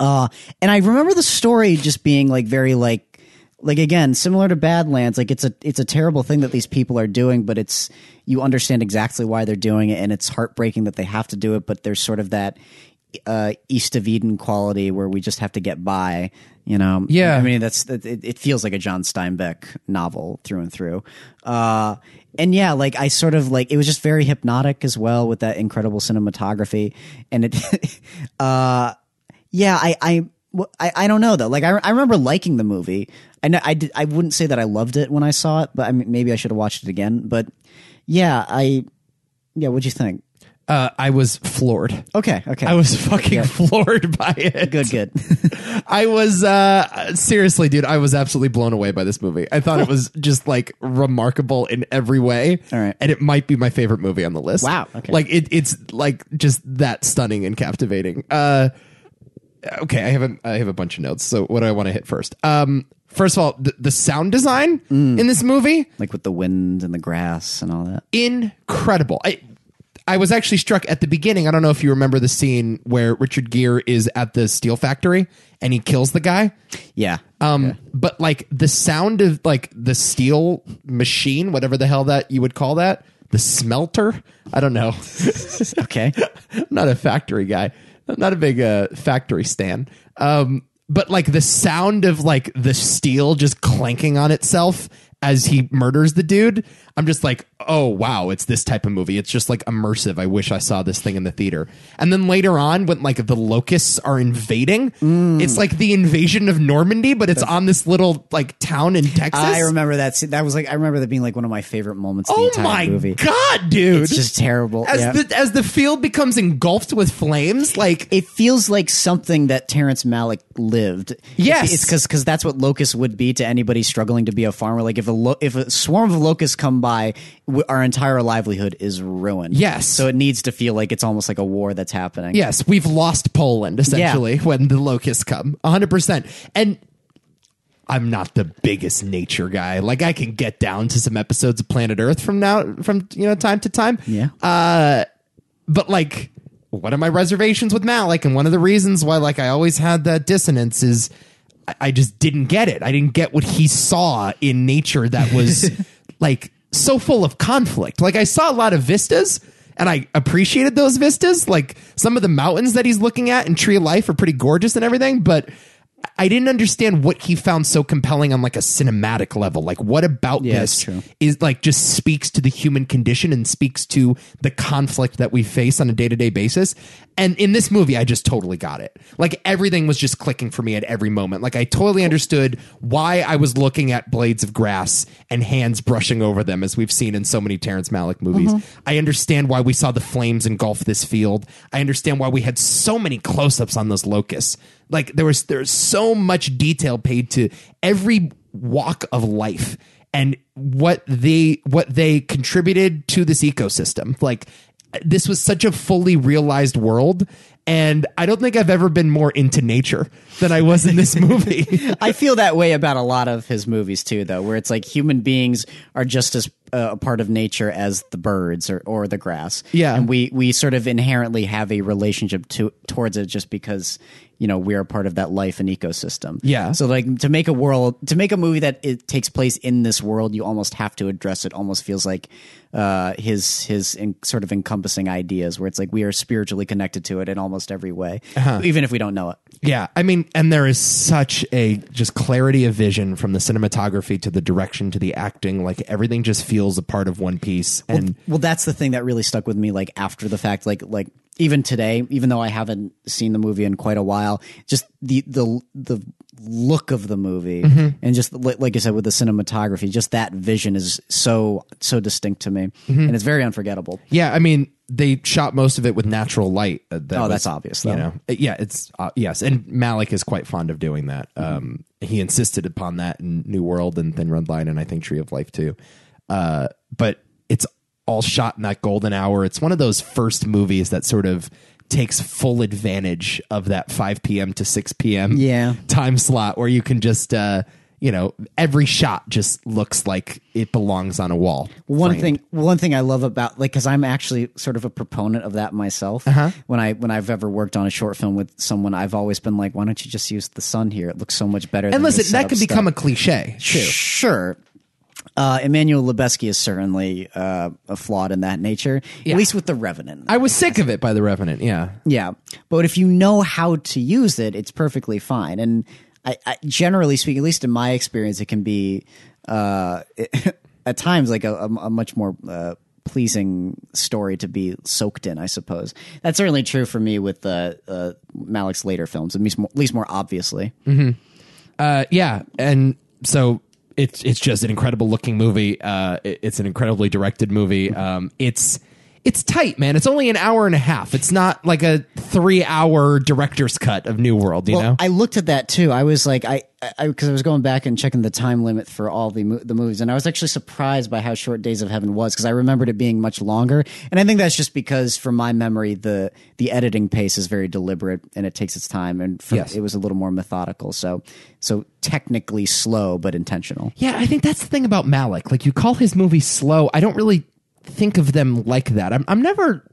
[SPEAKER 2] Uh, and I remember the story just being like very like like again similar to Badlands. Like it's a it's a terrible thing that these people are doing, but it's you understand exactly why they're doing it, and it's heartbreaking that they have to do it. But there's sort of that uh, East of Eden quality where we just have to get by. You know,
[SPEAKER 1] Yeah.
[SPEAKER 2] I mean, that's that. It, it feels like a John Steinbeck novel through and through. Uh, and yeah, like I sort of like it was just very hypnotic as well with that incredible cinematography, and it. uh, yeah, I, I, wh- I, I don't know though. Like I, I remember liking the movie. I know I, did, I wouldn't say that I loved it when I saw it, but I mean, maybe I should have watched it again. But yeah, I, yeah. What'd you think?
[SPEAKER 1] Uh, I was floored.
[SPEAKER 2] Okay, okay.
[SPEAKER 1] I was fucking floored by it.
[SPEAKER 2] good, good.
[SPEAKER 1] I was uh, seriously, dude. I was absolutely blown away by this movie. I thought it was just like remarkable in every way.
[SPEAKER 2] All right.
[SPEAKER 1] and it might be my favorite movie on the list.
[SPEAKER 2] Wow, okay.
[SPEAKER 1] Like it, it's like just that stunning and captivating. Uh, okay, I have a, I have a bunch of notes. So what do I want to hit first? Um, first of all, the, the sound design
[SPEAKER 2] Mm.
[SPEAKER 1] in this movie
[SPEAKER 2] like with the wind and the grass and all that.
[SPEAKER 1] incredible. I I was actually struck at the beginning. I don't know if you remember the scene where Richard Gere is at the steel factory and he kills the guy.
[SPEAKER 2] Yeah.
[SPEAKER 1] Um, but like the sound of like the steel machine, whatever the hell that you would call that, the smelter. I don't know.
[SPEAKER 2] Okay.
[SPEAKER 1] I'm not a factory guy. I'm not a big uh, factory stan. Um, but like the sound of like the steel just clanking on itself as he murders the dude, I'm just like, oh wow, it's this type of movie. It's just like immersive. I wish I saw this thing in the theater. And then later on, when like the locusts are invading,
[SPEAKER 2] Mm.
[SPEAKER 1] it's like the invasion of Normandy, but it's on this little like town in Texas.
[SPEAKER 2] I remember that. scene. That was like I remember that being like one of my favorite moments. Of the
[SPEAKER 1] oh
[SPEAKER 2] entire
[SPEAKER 1] my
[SPEAKER 2] movie.
[SPEAKER 1] god, dude!
[SPEAKER 2] It's just terrible.
[SPEAKER 1] as
[SPEAKER 2] Yeah.
[SPEAKER 1] the as the field becomes engulfed with flames, like
[SPEAKER 2] it feels like something that Terrence Malick lived.
[SPEAKER 1] Yes.
[SPEAKER 2] it's because that's what locusts would be to anybody struggling to be a farmer. Like if a lo- if a swarm of locusts come by, w- our entire livelihood is ruined.
[SPEAKER 1] Yes.
[SPEAKER 2] so it needs to feel like it's almost like a war that's happening.
[SPEAKER 1] Yes, we've lost Poland essentially when the locusts come. 100%. And I'm not the biggest nature guy. Like I can get down to some episodes of Planet Earth from now from you know time to time.
[SPEAKER 2] yeah.
[SPEAKER 1] But like one of my reservations with Malik and one of the reasons why like I always had that dissonance is I- I just didn't get it. I didn't get what he saw in nature that was like so full of conflict. Like I saw a lot of vistas and I appreciated those vistas. Like some of the mountains that he's looking at in Tree of Life are pretty gorgeous and everything, but I didn't understand what he found so compelling on like a cinematic level. Like what about
[SPEAKER 2] Yeah,
[SPEAKER 1] this
[SPEAKER 2] it's true.
[SPEAKER 1] is like just speaks to the human condition and speaks to the conflict that we face on a day-to-day basis. And in this movie I just totally got it. Like everything was just clicking for me at every moment. Like I totally understood why I was looking at blades of grass and hands brushing over them as we've seen in so many Terrence Malick movies. I understand why we saw the flames engulf this field. I understand why we had so many close-ups on those locusts. Like there was there's so much detail paid to every walk of life and what they what they contributed to this ecosystem like this was such a fully realized world and i don't think i've ever been more into nature than i was in this movie
[SPEAKER 2] I feel that way about a lot of his movies too, though, where it's like human beings are just as uh, a part of nature as the birds or, or the grass.
[SPEAKER 1] Yeah.
[SPEAKER 2] and we we sort of inherently have a relationship to towards it just because you know we are part of that life and ecosystem.
[SPEAKER 1] Yeah.
[SPEAKER 2] So like to make a world to make a movie that it takes place in this world, you almost have to address it. Almost feels like uh, his his en- sort of encompassing ideas, where it's like we are spiritually connected to it in almost every way,
[SPEAKER 1] Uh-huh.
[SPEAKER 2] even if we don't know it.
[SPEAKER 1] yeah i mean and there is such a just clarity of vision from the cinematography to the direction to the acting like everything just feels a part of one piece and
[SPEAKER 2] well that's the thing that really stuck with me like after the fact like like even today even though i haven't seen the movie in quite a while just the the the look of the movie
[SPEAKER 1] Mm-hmm.
[SPEAKER 2] and just li- like I said with the cinematography, just that vision is so so distinct to me,
[SPEAKER 1] Mm-hmm.
[SPEAKER 2] and it's very unforgettable.
[SPEAKER 1] Yeah, I mean, they shot most of it with natural light. Uh, that
[SPEAKER 2] Oh,
[SPEAKER 1] was-
[SPEAKER 2] that's obvious, though.
[SPEAKER 1] You know, Uh, yeah, it's uh, yes, and Malik is quite fond of doing that. Um, he insisted upon that in New World and Thin Red Line, and I think Tree of Life too. Uh, but it's all shot in that golden hour. It's one of those first movies that sort of takes full advantage of that 5 p.m. to 6 p.m.
[SPEAKER 2] Yeah.
[SPEAKER 1] time slot where you can just uh, you know every shot just looks like it belongs on a wall.
[SPEAKER 2] One
[SPEAKER 1] framed.
[SPEAKER 2] thing, one thing I love about like because I'm actually sort of a proponent of that myself.
[SPEAKER 1] Uh-huh.
[SPEAKER 2] When I when I've ever worked on a short film with someone, I've always been like, why don't you just use the sun here? It looks so much better.
[SPEAKER 1] And listen, that could become
[SPEAKER 2] a
[SPEAKER 1] a cliche too.
[SPEAKER 2] Sure. Uh, Emmanuel Lubezki is certainly uh, a flawed in that nature, at least with The Revenant.
[SPEAKER 1] I was sick of it by The Revenant. Yeah.
[SPEAKER 2] yeah. But if you know how to use it, it's perfectly fine. And I, I, generally speaking, at least in my experience, it can be uh, at times like a, a, a much more uh, pleasing story to be soaked in, I suppose. That's certainly true for me with uh, uh, Malik's later films, at least more, at least more obviously.
[SPEAKER 1] Uh, yeah, and so it's it's just an incredible looking movie. Uh, it- it's an incredibly directed movie. Um, it's it's tight, man. It's only an hour and a half. It's not like a three hour director's cut of New World. You know,
[SPEAKER 2] I looked at that too. I was like, I, I, because I, was going back and checking the time limit for all the mo- the movies, and I was actually surprised by how short Days of Heaven was because I remembered it being much longer. And I think that's just because, from my memory, the the editing pace is very deliberate and it takes its time, and for,
[SPEAKER 1] Yes.
[SPEAKER 2] it was a little more methodical. So, so technically slow but intentional.
[SPEAKER 1] Yeah, I think that's the thing about Malik. Like you call his movies slow. I don't really think of them like that. I'm I'm never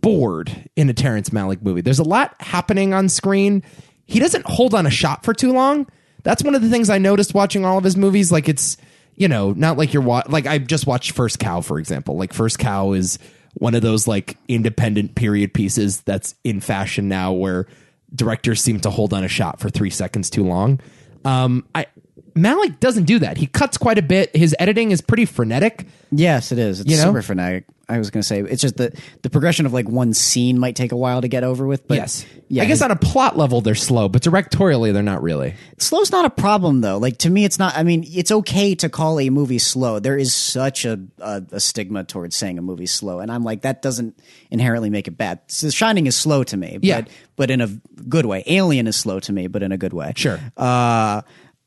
[SPEAKER 1] bored in a Terrence Malick movie. There's a lot happening on screen. He doesn't hold on a shot for too long. That's one of the things I noticed watching all of his movies. Like it's you know not like you're wa- like I just watched First Cow for example. Like First Cow is one of those like independent period pieces that's in fashion now where directors seem to hold on a shot for three seconds too long. Um, I Malik doesn't do that. He cuts quite a bit. His editing is pretty frenetic.
[SPEAKER 2] Yes, it is. It's
[SPEAKER 1] You know?
[SPEAKER 2] super frenetic. I was going to say it's just the the progression of like one scene might take a while to get over with, but yeah,
[SPEAKER 1] I guess on a plot level they're slow, but directorially they're not really.
[SPEAKER 2] slow's not a problem though like to me it's not i mean it's okay to call a movie slow there is such a, a, a stigma towards saying a movie's slow and i'm like that doesn't inherently make it bad so The shining is slow to me but
[SPEAKER 1] Yeah.
[SPEAKER 2] but in a good way alien is slow to me but in a good way
[SPEAKER 1] Sure.
[SPEAKER 2] uh i-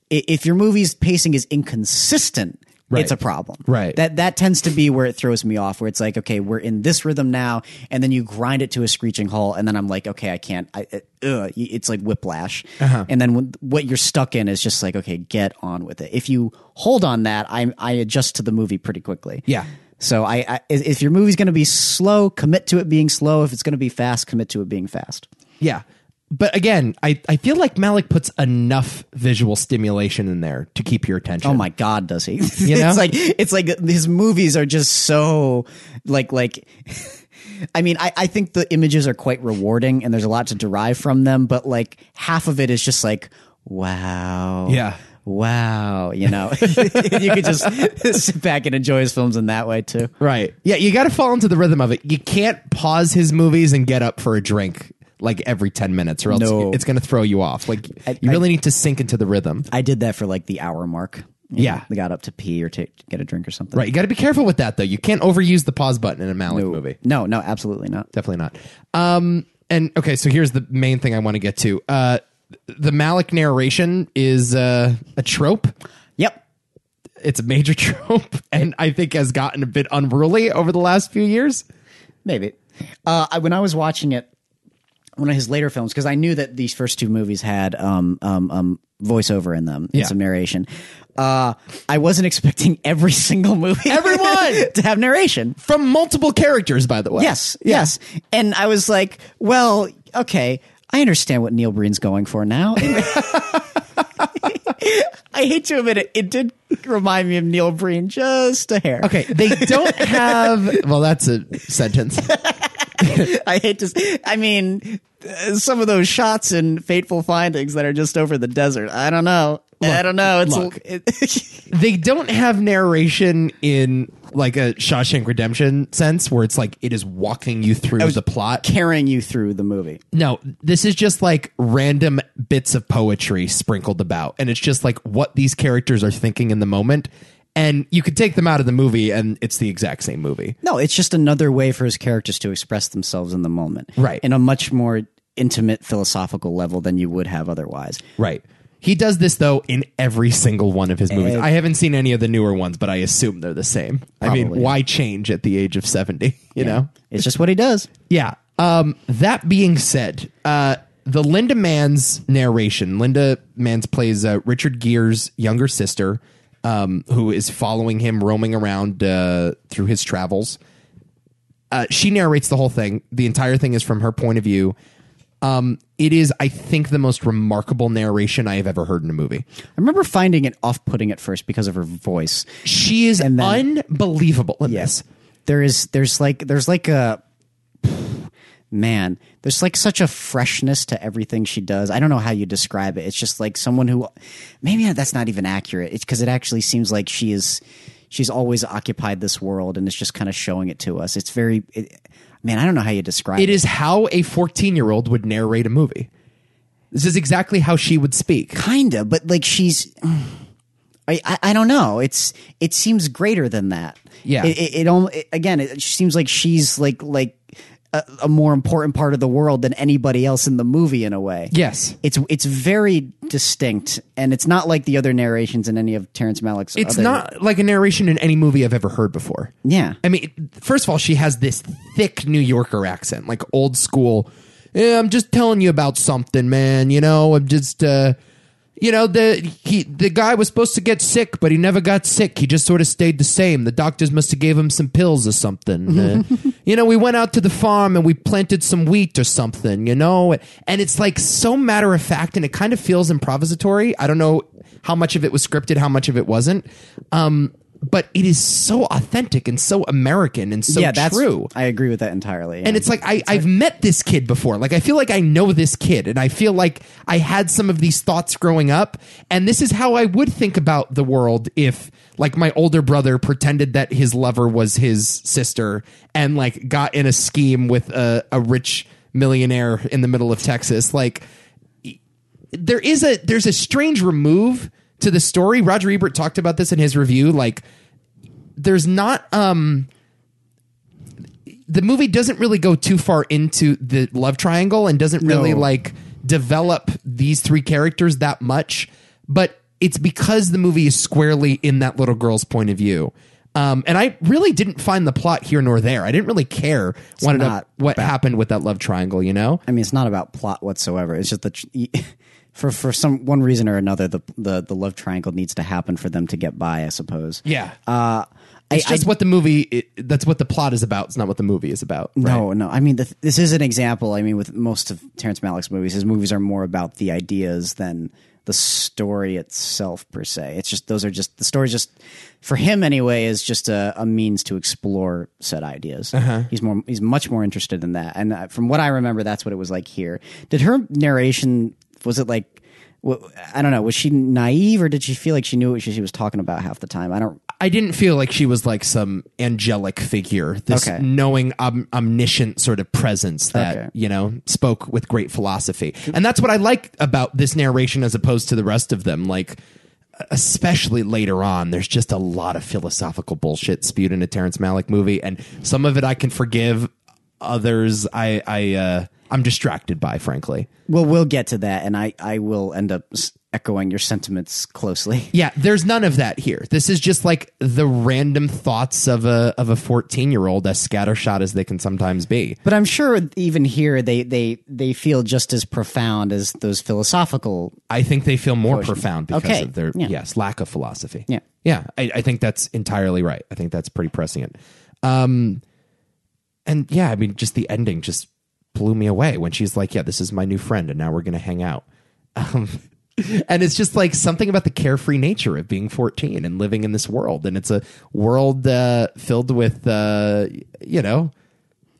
[SPEAKER 2] if your movie's pacing is inconsistent It's a problem,
[SPEAKER 1] Right.
[SPEAKER 2] That that tends to be where it throws me off. Where it's like, okay, we're in this rhythm now, and then you grind it to a screeching halt, and then I'm like, okay, I can't. I, it, ugh, it's like whiplash.
[SPEAKER 1] Uh-huh.
[SPEAKER 2] And then when, what you're stuck in is just like, okay, get on with it. If you hold on that, I I adjust to the movie pretty quickly.
[SPEAKER 1] Yeah.
[SPEAKER 2] So I, I if if your movie's going to be slow, commit to it being slow. If it's going to be fast, commit to it being fast.
[SPEAKER 1] Yeah. But again, I, I feel like Malik puts enough visual stimulation in there to keep your attention.
[SPEAKER 2] Oh my god, does he?
[SPEAKER 1] know?
[SPEAKER 2] it's like it's like his movies are just so like like I mean, I, I think the images are quite rewarding and there's a lot to derive from them, but like half of it is just like, wow.
[SPEAKER 1] Yeah.
[SPEAKER 2] Wow. You know. you could just sit back and enjoy his films in that way too.
[SPEAKER 1] Right. Yeah, you got to fall into the rhythm of it. You can't pause his movies and get up for a drink like every 10 minutes or else
[SPEAKER 2] No.
[SPEAKER 1] it's going to throw you off. Like you really need to sink into the rhythm.
[SPEAKER 2] I did that for like the hour mark.
[SPEAKER 1] Yeah.
[SPEAKER 2] I got up to pee or to get a drink or something.
[SPEAKER 1] Right. You got to be careful with that though. You can't overuse the pause button in a Malik movie.
[SPEAKER 2] No, no, absolutely not.
[SPEAKER 1] definitely not. Um, and okay, so here's the main thing I want to get to. Uh, the Malik narration is uh, a trope.
[SPEAKER 2] Yep.
[SPEAKER 1] It's a major trope, and I think has gotten a bit unruly over the last few years.
[SPEAKER 2] Maybe. Uh, I, when I was watching it, one of his later films, because I knew that these first two movies had um, um, um, voiceover in them and
[SPEAKER 1] Yeah.
[SPEAKER 2] some narration. Uh, I wasn't expecting every single movie,
[SPEAKER 1] Everyone!
[SPEAKER 2] to have narration.
[SPEAKER 1] From multiple characters, by the way.
[SPEAKER 2] Yes, yes. And I was like, well, okay, I understand what Neil Breen's going for now. I hate to admit it, it did remind me of Neil Breen just a hair.
[SPEAKER 1] Okay, they don't have. Well, that's a sentence.
[SPEAKER 2] I hate to. s- I mean, uh, some of those shots in Fateful Findings that are just over the desert. I don't know. I don't know. It's
[SPEAKER 1] look.
[SPEAKER 2] it-
[SPEAKER 1] They don't have narration in like a Shawshank Redemption sense, where it's like it is walking you through the plot.
[SPEAKER 2] carrying you through the movie.
[SPEAKER 1] Oh, No, this is just like random bits of poetry sprinkled about. And it's just like what these characters are thinking in the moment. And you could take them out of the movie and it's the exact same movie.
[SPEAKER 2] No, it's just another way for his characters to express themselves in the moment.
[SPEAKER 1] Right.
[SPEAKER 2] In a much more intimate philosophical level than you would have otherwise.
[SPEAKER 1] Right. He does this though in every single one of his movies. I haven't seen any of the newer ones, but I assume they're the same. I mean,
[SPEAKER 2] Probably.
[SPEAKER 1] why change at the age of 70, you know?
[SPEAKER 2] It's just what he does.
[SPEAKER 1] Yeah. Um, that being said, uh, the Linda Mann's narration, Linda Mann's plays uh, Richard Gere's younger sister, um, who is following him roaming around uh, through his travels. Uh, she narrates the whole thing. The entire thing is from her point of view. Um, it is, I think, the most remarkable narration I have ever heard in a movie.
[SPEAKER 2] I remember finding it off putting at first because of her voice.
[SPEAKER 1] She is
[SPEAKER 2] then-
[SPEAKER 1] unbelievable in this.
[SPEAKER 2] There is there's like there's like a man, there's like such a freshness to everything she does. I don't know how you describe it. It's just like someone who maybe that's not even accurate. It's cuz it actually seems like she is she's always occupied this world and it's just kind of showing it to us. It's very it, man, I don't know how you describe
[SPEAKER 1] It is how a 14 year old would narrate a movie. This is exactly how she would speak.
[SPEAKER 2] kinda but like she's I, I i don't know it's it seems greater than that
[SPEAKER 1] Yeah.
[SPEAKER 2] it it, it, al- it again it seems like she's like like a, a more important part of the world than anybody else in the movie in a way
[SPEAKER 1] Yes.
[SPEAKER 2] it's it's very distinct and it's not like the other narrations in any of terrence malick's
[SPEAKER 1] It's
[SPEAKER 2] other-
[SPEAKER 1] not like a narration in any movie I've ever heard before.
[SPEAKER 2] yeah
[SPEAKER 1] I mean, first of all, she has this thick New Yorker accent, like old school. "Eh, I'm just telling you about something, man. You know, I'm just, uh, you know, the he the guy was supposed to get sick, but he never got sick. He just sort of stayed the same. The doctors must have gave him some pills or something. Uh, you know, we went out to the farm and we planted some wheat or something. You know, and it's like so matter of fact, and it kind of feels improvisatory. I don't know how much of it was scripted, how much of it wasn't. Um, but it is so authentic and so American and so
[SPEAKER 2] yeah that's
[SPEAKER 1] true.
[SPEAKER 2] i agree with that entirely yeah.
[SPEAKER 1] And it's like I, I've met this kid before. Like I feel like I know this kid, and I feel like I had some of these thoughts growing up. And this is how I would think about the world if, like, my older brother pretended that his lover was his sister, and like got in a scheme with a, a rich millionaire in the middle of Texas. Like there is a there's a strange remove to the story. Roger Ebert talked about this in his review. Like there's not um the movie doesn't really go too far into the love triangle and doesn't really
[SPEAKER 2] No.
[SPEAKER 1] like develop these three characters that much but it's because the movie is squarely in that little girl's point of view um, and I really didn't find the plot here nor there. I didn't really care what, it-
[SPEAKER 2] not
[SPEAKER 1] what happened with that love triangle, you know?
[SPEAKER 2] I mean, it's not about plot whatsoever. It's just that for for some one reason or another, the the the love triangle needs to happen for them to get by. I suppose.
[SPEAKER 1] Yeah.
[SPEAKER 2] Uh, I,
[SPEAKER 1] It's just what the movie. It, that's what the plot is about. It's not what the movie is about.
[SPEAKER 2] I-
[SPEAKER 1] right?
[SPEAKER 2] no, no. I mean, the, this is an example. I mean, with most of Terrence Malick's movies, his movies are more about the ideas than the story itself per se. It's just those are just the story. Just for him anyway is just a, a means to explore said ideas. He's more he's much more interested in that. And uh, from what I remember, that's what it was like here. Did her narration was it like? wa- I don't know. Was she naive, or did she feel like she knew what she she was talking about half the time? I don't.
[SPEAKER 1] I didn't feel like she was like some angelic figure, this
[SPEAKER 2] Okay.
[SPEAKER 1] knowing, om- omniscient sort of presence that
[SPEAKER 2] Okay.
[SPEAKER 1] you know spoke with great philosophy, and that's what I like about this narration as opposed to the rest of them. Like, especially later on, there's just a lot of philosophical bullshit spewed in a Terrence Malick movie, and some of it I can forgive, others I I uh, I'm distracted by, frankly.
[SPEAKER 2] Well, we'll get to that, and I, I will end up s- echoing your sentiments closely.
[SPEAKER 1] Yeah, there's none of that here. This is just like the random thoughts of a of a 14 year old, as scattershot as they can sometimes be.
[SPEAKER 2] But I'm sure even here they, they, they feel just as profound as those philosophical.
[SPEAKER 1] I think they feel more profound because
[SPEAKER 2] Okay,
[SPEAKER 1] of their
[SPEAKER 2] yeah.
[SPEAKER 1] yes lack of philosophy.
[SPEAKER 2] Yeah.
[SPEAKER 1] yeah. I, I think that's entirely right. I think that's pretty prescient. Um, and yeah, I mean, just the ending just blew me away when she's like, "Yeah, this is my new friend, and now we're gonna hang out." Um, and it's just like something about the carefree nature of being 14 and living in this world, and it's a world uh, filled with uh, you know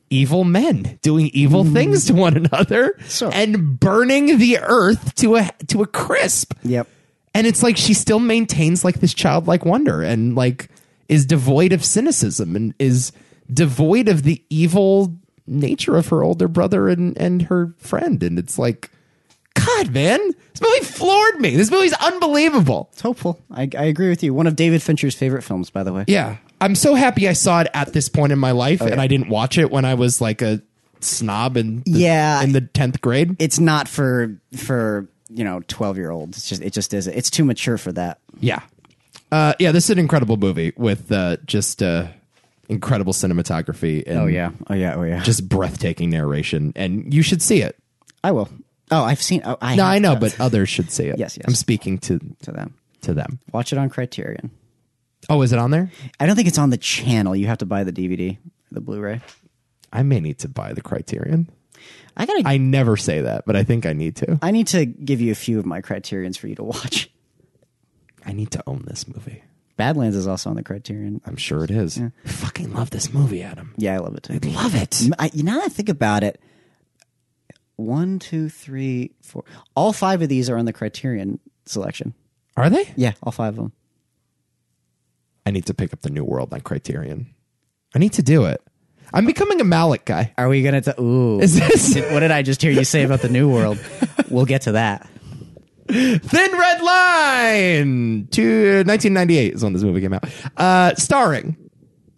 [SPEAKER 1] evil men doing evil things to one another
[SPEAKER 2] Sure.
[SPEAKER 1] and burning the earth to a to a crisp.
[SPEAKER 2] Yep.
[SPEAKER 1] And it's like she still maintains like this childlike wonder and like is devoid of cynicism and is devoid of the evil nature of her older brother and and her friend. And it's like, God, man, this movie floored me. This movie's unbelievable.
[SPEAKER 2] It's hopeful. I, I agree with you. One of David Fincher's favorite films, by the way.
[SPEAKER 1] Yeah. I'm so happy I saw it at this point in my life
[SPEAKER 2] Oh,
[SPEAKER 1] and I didn't watch it when I was like a snob in the,
[SPEAKER 2] Yeah.
[SPEAKER 1] in the 10th grade.
[SPEAKER 2] It's not for for you know twelve year olds. It's just it just isn't. It's too mature for that.
[SPEAKER 1] Yeah. Uh, yeah, this is an incredible movie with uh, just uh, incredible cinematography and
[SPEAKER 2] Oh yeah. Oh yeah. Oh yeah.
[SPEAKER 1] just breathtaking narration. And you should see it.
[SPEAKER 2] I will. Oh, I've seen. Oh, I
[SPEAKER 1] No,
[SPEAKER 2] have
[SPEAKER 1] I know, but others should see it.
[SPEAKER 2] Yes, yes.
[SPEAKER 1] I'm speaking to
[SPEAKER 2] to them.
[SPEAKER 1] to them.
[SPEAKER 2] Watch it on Criterion.
[SPEAKER 1] Oh, is it on there?
[SPEAKER 2] I don't think it's on the channel. You have to buy the DVD, the Blu-ray.
[SPEAKER 1] I may need to buy the Criterion.
[SPEAKER 2] I gotta. I,
[SPEAKER 1] I never say that, but I think I need to.
[SPEAKER 2] need to give you a few of my Criterion's for you to watch.
[SPEAKER 1] I need to own this movie.
[SPEAKER 2] Badlands is also on the Criterion.
[SPEAKER 1] I'm sure it is. I fucking love this movie, Adam.
[SPEAKER 2] Yeah, I love it too.
[SPEAKER 1] Love it.
[SPEAKER 2] M- I, you know, now that I think about it, one, two, three, four. All five of these are on the Criterion selection.
[SPEAKER 1] Are they?
[SPEAKER 2] Yeah, all five of them.
[SPEAKER 1] I need to pick up the New World on Criterion. I need to do it. I'm becoming a Malik guy.
[SPEAKER 2] Are we gonna? T- Ooh,
[SPEAKER 1] Is this
[SPEAKER 2] what did I just hear you say about the New World? we'll get to that.
[SPEAKER 1] Thin Red Line? To 1998 is when this movie came out. Uh, starring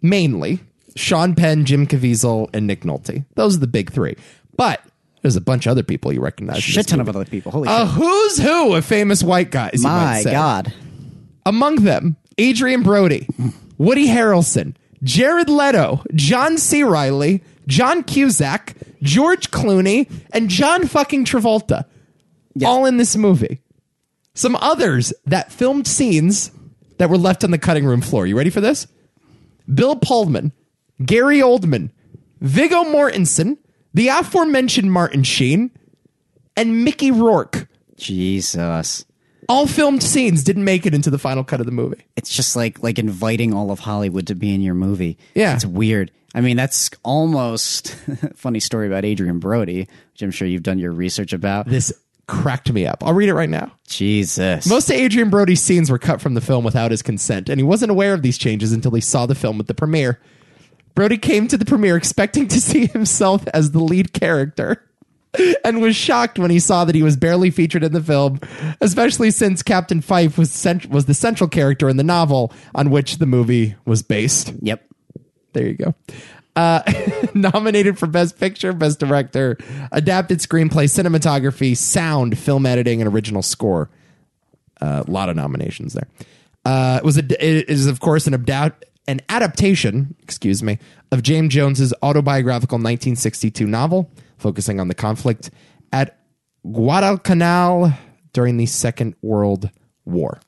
[SPEAKER 1] mainly Sean Penn, Jim Caviezel, and Nick Nolte. Those are the big three. But there's a bunch of other people you recognize. in
[SPEAKER 2] Shit
[SPEAKER 1] this
[SPEAKER 2] ton
[SPEAKER 1] movie.
[SPEAKER 2] of other people. Holy
[SPEAKER 1] A
[SPEAKER 2] shit!
[SPEAKER 1] who's who of famous white guys. you might
[SPEAKER 2] Oh My
[SPEAKER 1] say.
[SPEAKER 2] God,
[SPEAKER 1] Among them, Adrian Brody, Woody Harrelson, Jared Leto, John C. Riley, John Cusack, George Clooney, and John fucking Travolta. All in this movie. Some others that filmed scenes that were left on the cutting room floor. You ready for this? Bill Pullman, Gary Oldman, Viggo Mortensen, the aforementioned Martin Sheen, and Mickey Rourke.
[SPEAKER 2] Jesus!
[SPEAKER 1] All filmed scenes didn't make it into the final cut of the movie.
[SPEAKER 2] It's just like like inviting all of Hollywood to be in your movie.
[SPEAKER 1] Yeah.
[SPEAKER 2] it's weird. I mean, that's almost funny story about Adrian Brody, which I'm sure you've done your research about.
[SPEAKER 1] This cracked me up. I'll read it right now.
[SPEAKER 2] Jesus.
[SPEAKER 1] Most of Adrian Brody's scenes were cut from the film without his consent, and he wasn't aware of these changes until he saw the film at the premiere. Brody came to the premiere expecting to see himself as the lead character and was shocked when he saw that he was barely featured in the film, especially since Captain Fife was, cent- was the central character in the novel on which the movie was based.
[SPEAKER 2] yep.
[SPEAKER 1] There you go. Uh, nominated for Best Picture, Best Director, Adapted Screenplay, Cinematography, Sound, Film Editing, and Original Score. A lot of nominations there. Uh, it was a, it is of course an adapt an adaptation, excuse me, of James Jones's autobiographical 1962 novel, focusing on the conflict at Guadalcanal during the Second World War.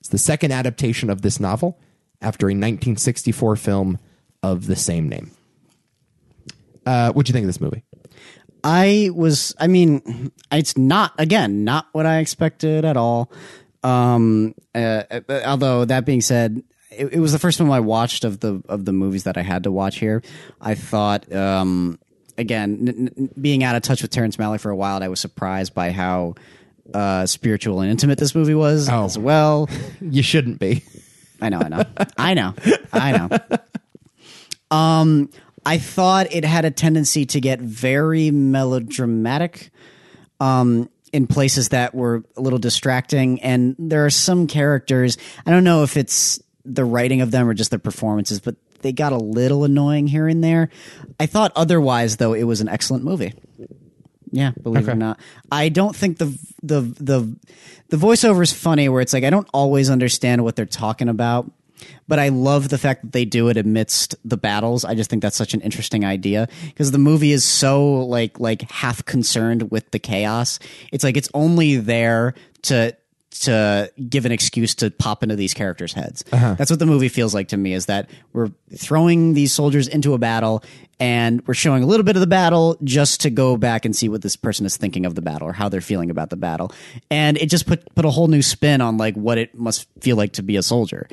[SPEAKER 1] It's the second adaptation of this novel after a 1964 film of the same name. Uh, what do you think of this movie?
[SPEAKER 2] I was, I mean, it's not, again, not what I expected at all. Um, uh, uh, although that being said, it, it was the first film I watched of the, of the movies that I had to watch here. I thought, um, again, n- n- being out of touch with Terrence Malick for a while, I was surprised by how, uh, spiritual and intimate this movie was
[SPEAKER 1] Oh.
[SPEAKER 2] as well.
[SPEAKER 1] You shouldn't be.
[SPEAKER 2] I know, I know, I know, I know. Um, I thought it had a tendency to get very melodramatic, um, in places that were a little distracting, and there are some characters. I don't know if it's the writing of them or just their performances, but they got a little annoying here and there. I thought otherwise, though, it was an excellent movie. Yeah, believe it or not, I don't think the the the the voiceover is funny. Where it's like I don't always understand what they're talking about, but I love the fact that they do it amidst the battles. I just think that's such an interesting idea because the movie is so like like half concerned with the chaos. It's like it's only there to to give an excuse to pop into these characters' heads. That's what the movie feels like to me is that we're throwing these soldiers into a battle and we're showing a little bit of the battle just to go back and see what this person is thinking of the battle or how they're feeling about the battle. And it just put put a whole new spin on like what it must feel like to be a soldier.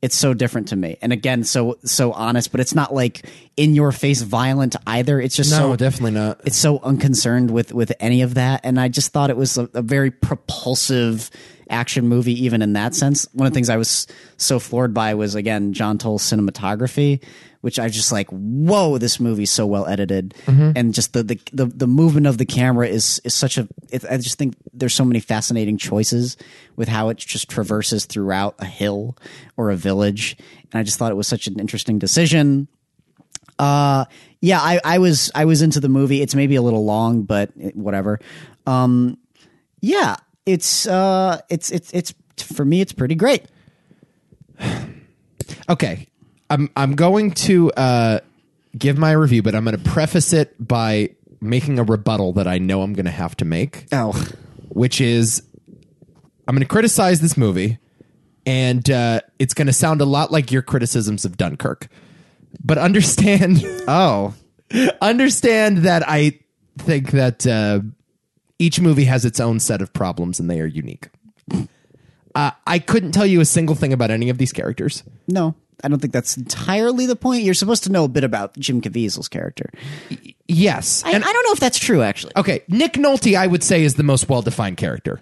[SPEAKER 2] It's so different to me. And again, so so honest, but it's not like in your face violent either. It's just uh, so
[SPEAKER 1] definitely not.
[SPEAKER 2] it's so unconcerned with with any of that and i just thought it was a, a very propulsive action movie, even in that sense. One of the things I was so floored by was again John Toll's cinematography, which I just like, whoa, this movie's so well edited, and just the, the the the movement of the camera is is such a. It, I just think there's so many fascinating choices with how it just traverses throughout a hill or a village, and I just thought it was such an interesting decision. Uh, yeah, I, I was I was into the movie. It's maybe a little long, but it- whatever. Um, yeah, it's uh, it's it's it's for me, it's pretty great.
[SPEAKER 1] Okay. I'm I'm going to uh, give my review, but I'm going to preface it by making a rebuttal that I know I'm going to have to make,
[SPEAKER 2] Oh,
[SPEAKER 1] which is I'm going to criticize this movie, and uh, it's going to sound a lot like your criticisms of Dunkirk. But understand,
[SPEAKER 2] oh,
[SPEAKER 1] understand that I think that uh, each movie has its own set of problems, and they are unique. Uh, I couldn't tell you a single thing about any of these characters.
[SPEAKER 2] no, I don't think that's entirely the point. You're supposed to know a bit about Jim Caviezel's character. Oh,
[SPEAKER 1] Yes,
[SPEAKER 2] I, I don't know if that's true, actually.
[SPEAKER 1] Okay, Nick Nolte, I would say, is the most well defined character.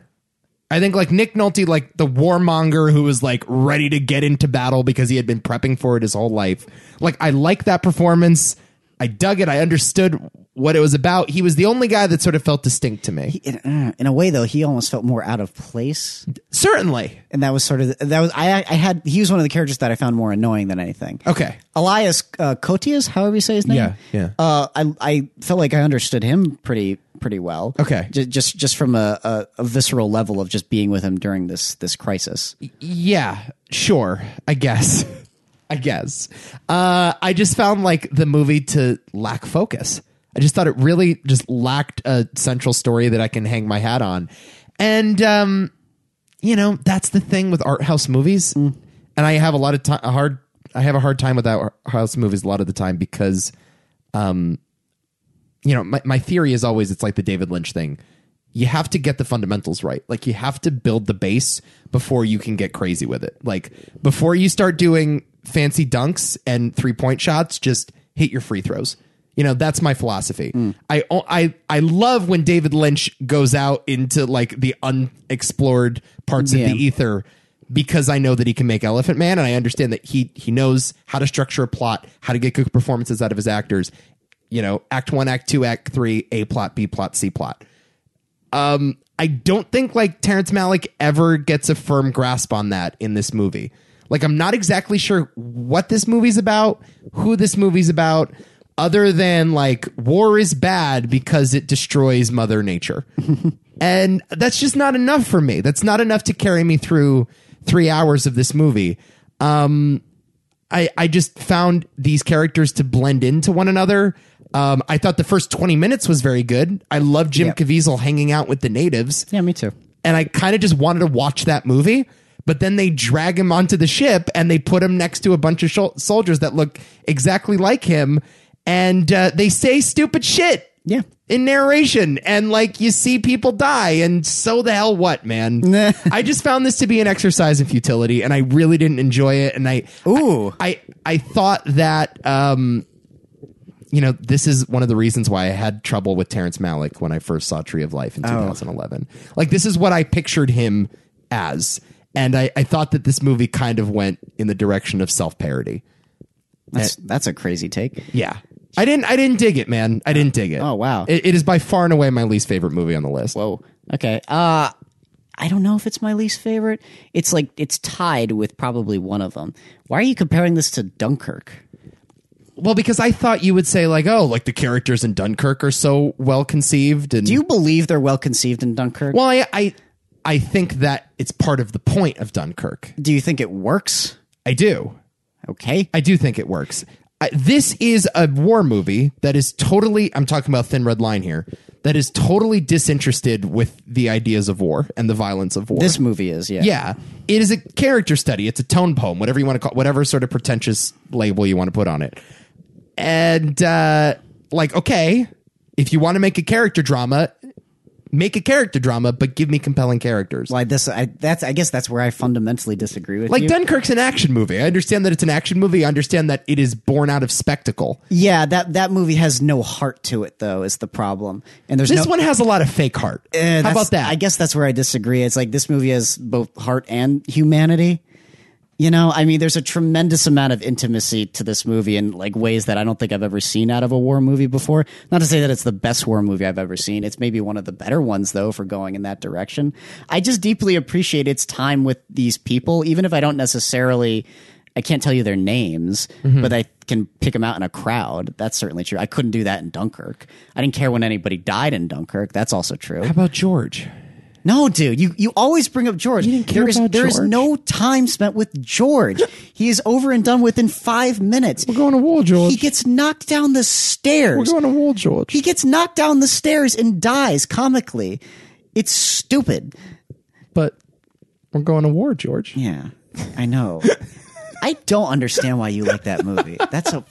[SPEAKER 1] I think like Nick Nolte, like the warmonger who was like ready to get into battle because he had been prepping for it his whole life. Like I like that performance. I dug it. I understood what it was about. He was the only guy that sort of felt distinct to me.
[SPEAKER 2] In, uh, in a way, though, he almost felt more out of place,
[SPEAKER 1] Certainly.
[SPEAKER 2] and that was sort of that was I. I had he was one of the characters that I found more annoying than anything.
[SPEAKER 1] Okay.
[SPEAKER 2] Elias uh, Koteas, however you say his name.
[SPEAKER 1] Yeah, yeah.
[SPEAKER 2] Uh, I I felt like I understood him pretty pretty well.
[SPEAKER 1] Okay.
[SPEAKER 2] Ju- just just from a, a, a visceral level of just being with him during this this crisis.
[SPEAKER 1] Yeah, sure. I guess. I guess. Uh, I just found like the movie to lack focus. I just thought it really just lacked a central story that I can hang my hat on. And, um, you know, that's the thing with art house movies. And I have a lot of time, a hard, I have a hard time with art house movies a lot of the time because, um, you know, my, my theory is always it's like the David Lynch thing. You have to get the fundamentals right. Like you have to build the base before you can get crazy with it. Like before you start doing fancy dunks and three point shots, just hit your free throws. You know, that's my philosophy. I, I I love when David Lynch goes out into like the unexplored parts of
[SPEAKER 2] Yeah.
[SPEAKER 1] the ether because I know that he can make Elephant Man and I understand that he he knows how to structure a plot, how to get good performances out of his actors. You know, act 1, act 2, act 3, A plot, B plot, C plot. Um I don't think like Terrence Malick ever gets a firm grasp on that in this movie. Like I'm not exactly sure what this movie's about, who this movie's about other than like war is bad because it destroys mother nature. and that's just not enough for me. That's not enough to carry me through three hours of this movie. Um, I I just found these characters to blend into one another. Um, I thought the first twenty minutes was very good. I love Jim
[SPEAKER 2] Yep.
[SPEAKER 1] Caviezel hanging out with the natives,
[SPEAKER 2] Yeah, me too.
[SPEAKER 1] and I kind of just wanted to watch that movie. But then they drag him onto the ship and they put him next to a bunch of shol- soldiers that look exactly like him, and uh, they say stupid shit
[SPEAKER 2] Yeah.
[SPEAKER 1] in narration and like you see people die and so the hell what man i just found this to be an exercise in futility and i really didn't enjoy it and i
[SPEAKER 2] Ooh.
[SPEAKER 1] i i thought that um you know this is one of the reasons why i had trouble with terrence malick when i first saw tree of life in
[SPEAKER 2] Oh.
[SPEAKER 1] 2011 like this is what i pictured him as and I, I thought that this movie kind of went in the direction of self-parody
[SPEAKER 2] That's that's a crazy take.
[SPEAKER 1] yeah. I didn't I didn't dig it, man. I didn't dig it.
[SPEAKER 2] Oh, wow.
[SPEAKER 1] It, it is by far and away my least favorite movie on the list. Whoa.
[SPEAKER 2] Oh, Okay. Uh I don't know if it's my least favorite. It's like it's tied with probably one of them. Why are you comparing this to Dunkirk?
[SPEAKER 1] Well, because I thought you would say like, oh, like the characters in Dunkirk are so well conceived and
[SPEAKER 2] Do you believe they're well conceived in Dunkirk?
[SPEAKER 1] Well, I, I I think that it's part of the point of Dunkirk.
[SPEAKER 2] Do you think it works?
[SPEAKER 1] I do.
[SPEAKER 2] Okay.
[SPEAKER 1] I do think it works. I, this is a war movie that is totally, I'm talking about Thin Red Line here, that is totally disinterested with the ideas of war and the violence of war.
[SPEAKER 2] This movie is, yeah.
[SPEAKER 1] Yeah, it is a character study. It's a tone poem, whatever you want to call, whatever sort of pretentious label you want to put on it. And uh, like, okay, if you want to make a character drama, make a character drama, but give me compelling characters.
[SPEAKER 2] Like this, I, that's I guess that's where I fundamentally disagree with
[SPEAKER 1] Like
[SPEAKER 2] you.
[SPEAKER 1] Dunkirk's an action movie. I understand that it's an action movie. I understand that it is born out of spectacle.
[SPEAKER 2] yeah, that that movie has no heart to it, though, is the problem. And there's
[SPEAKER 1] This
[SPEAKER 2] no,
[SPEAKER 1] one has a lot of fake heart.
[SPEAKER 2] Eh,
[SPEAKER 1] How
[SPEAKER 2] that's-
[SPEAKER 1] about that?
[SPEAKER 2] I guess that's where I disagree. It's like this movie has both heart and humanity. You know, I mean, there's a tremendous amount of intimacy to this movie in like ways that I don't think I've ever seen out of a war movie before. Not to say that it's the best war movie I've ever seen. It's maybe one of the better ones though for going in that direction. I just deeply appreciate its time with these people, even if I don't necessarily. I can't tell you their names,
[SPEAKER 1] Mm-hmm.
[SPEAKER 2] but I can pick them out in a crowd. That's certainly true. I couldn't do that in Dunkirk. I didn't care when anybody died in Dunkirk. That's also true.
[SPEAKER 1] How about George?
[SPEAKER 2] No, dude, you, you always bring up George.
[SPEAKER 1] didn't care
[SPEAKER 2] There is-
[SPEAKER 1] about
[SPEAKER 2] there is
[SPEAKER 1] George?
[SPEAKER 2] no time spent with George. he is over and done with in five minutes.
[SPEAKER 1] We're going to war, George.
[SPEAKER 2] He gets knocked down the stairs.
[SPEAKER 1] We're going to war, George.
[SPEAKER 2] he gets knocked down the stairs and dies comically. It's stupid.
[SPEAKER 1] but we're going to war, George.
[SPEAKER 2] Yeah, I know. I don't understand why you like that movie. That's a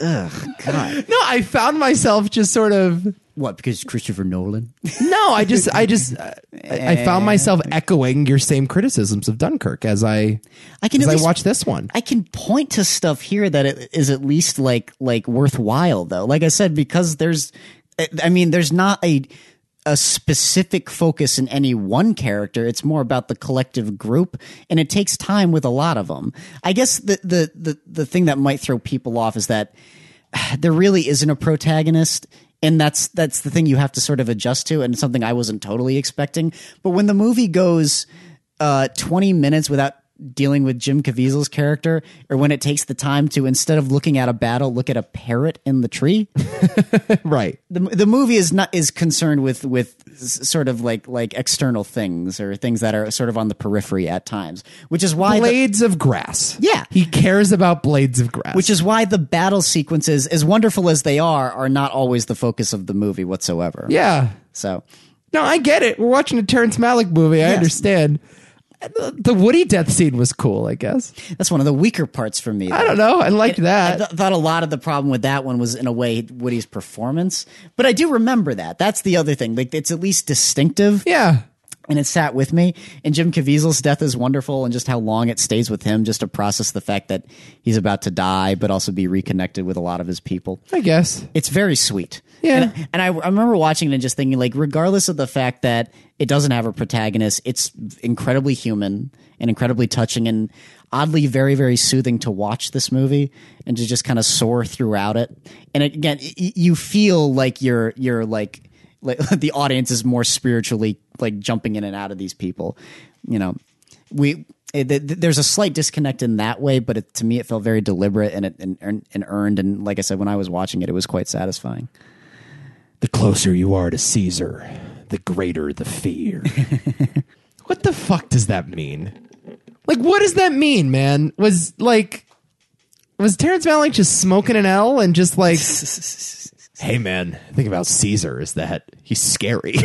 [SPEAKER 2] ugh, God.
[SPEAKER 1] No, I found myself just sort of.
[SPEAKER 2] What? Because Christopher Nolan?
[SPEAKER 1] No, I just, I just, I, I
[SPEAKER 2] Eh.
[SPEAKER 1] found myself echoing your same criticisms of Dunkirk as I,
[SPEAKER 2] I can
[SPEAKER 1] as
[SPEAKER 2] at
[SPEAKER 1] I
[SPEAKER 2] least
[SPEAKER 1] watched this one.
[SPEAKER 2] I can point to stuff here that it is at least like like worthwhile though. Like I said, because there's, I mean, there's not a a specific focus in any one character. It's more about the collective group, and it takes time with a lot of them. I guess the the the, the thing that might throw people off is that there really isn't a protagonist and that's that's the thing you have to sort of adjust to and something i wasn't totally expecting but when the movie goes uh 20 minutes without dealing with jim caviezel's character or when it takes the time to instead of looking at a battle look at a parrot in the tree
[SPEAKER 1] Right.
[SPEAKER 2] the, the movie is not is concerned with with s- sort of like like external things or things that are sort of on the periphery at times which is why the-
[SPEAKER 1] Blades of Grass.
[SPEAKER 2] Yeah.
[SPEAKER 1] He cares about Blades of Grass.
[SPEAKER 2] which is why the battle sequences as wonderful as they are are not always the focus of the movie whatsoever
[SPEAKER 1] yeah.
[SPEAKER 2] So
[SPEAKER 1] No, I get it. We're watching a Terrence Malick movie. I understand. The, the Woody death scene was cool, I guess.
[SPEAKER 2] that's one of the weaker parts for me.
[SPEAKER 1] I don't know. I liked
[SPEAKER 2] I
[SPEAKER 1] that.
[SPEAKER 2] th- thought a lot of the problem with that one was in a way Woody's performance, but I do remember that. That's the other thing. Like it's at least distinctive,
[SPEAKER 1] yeah.
[SPEAKER 2] and it sat with me. And Jim Caviezel's death is wonderful, and just how long it stays with him, just to process the fact that he's about to die, but also be reconnected with a lot of his people.
[SPEAKER 1] I guess.
[SPEAKER 2] It's very sweet.
[SPEAKER 1] Yeah.
[SPEAKER 2] And, and I, I remember watching it and just thinking, like, regardless of the fact that it doesn't have a protagonist, it's incredibly human and incredibly touching and oddly very, very soothing to watch this movie and to just kind of soar throughout it. And again, y- y- you feel like you're, you're like, like the audience is more spiritually like jumping in and out of these people, you know, we it, th- th- there's a slight disconnect in that way, but it, to me it felt very deliberate and it and, earn- and earned. And like I said, when I was watching it, it was quite satisfying.
[SPEAKER 3] The closer you are to Caesar, the greater the fear.
[SPEAKER 1] What the fuck does that mean? Like, what does that mean, man? Was like, was Terrence Malick just smoking an L and just like, hey, man, think about Caesar is that he's scary.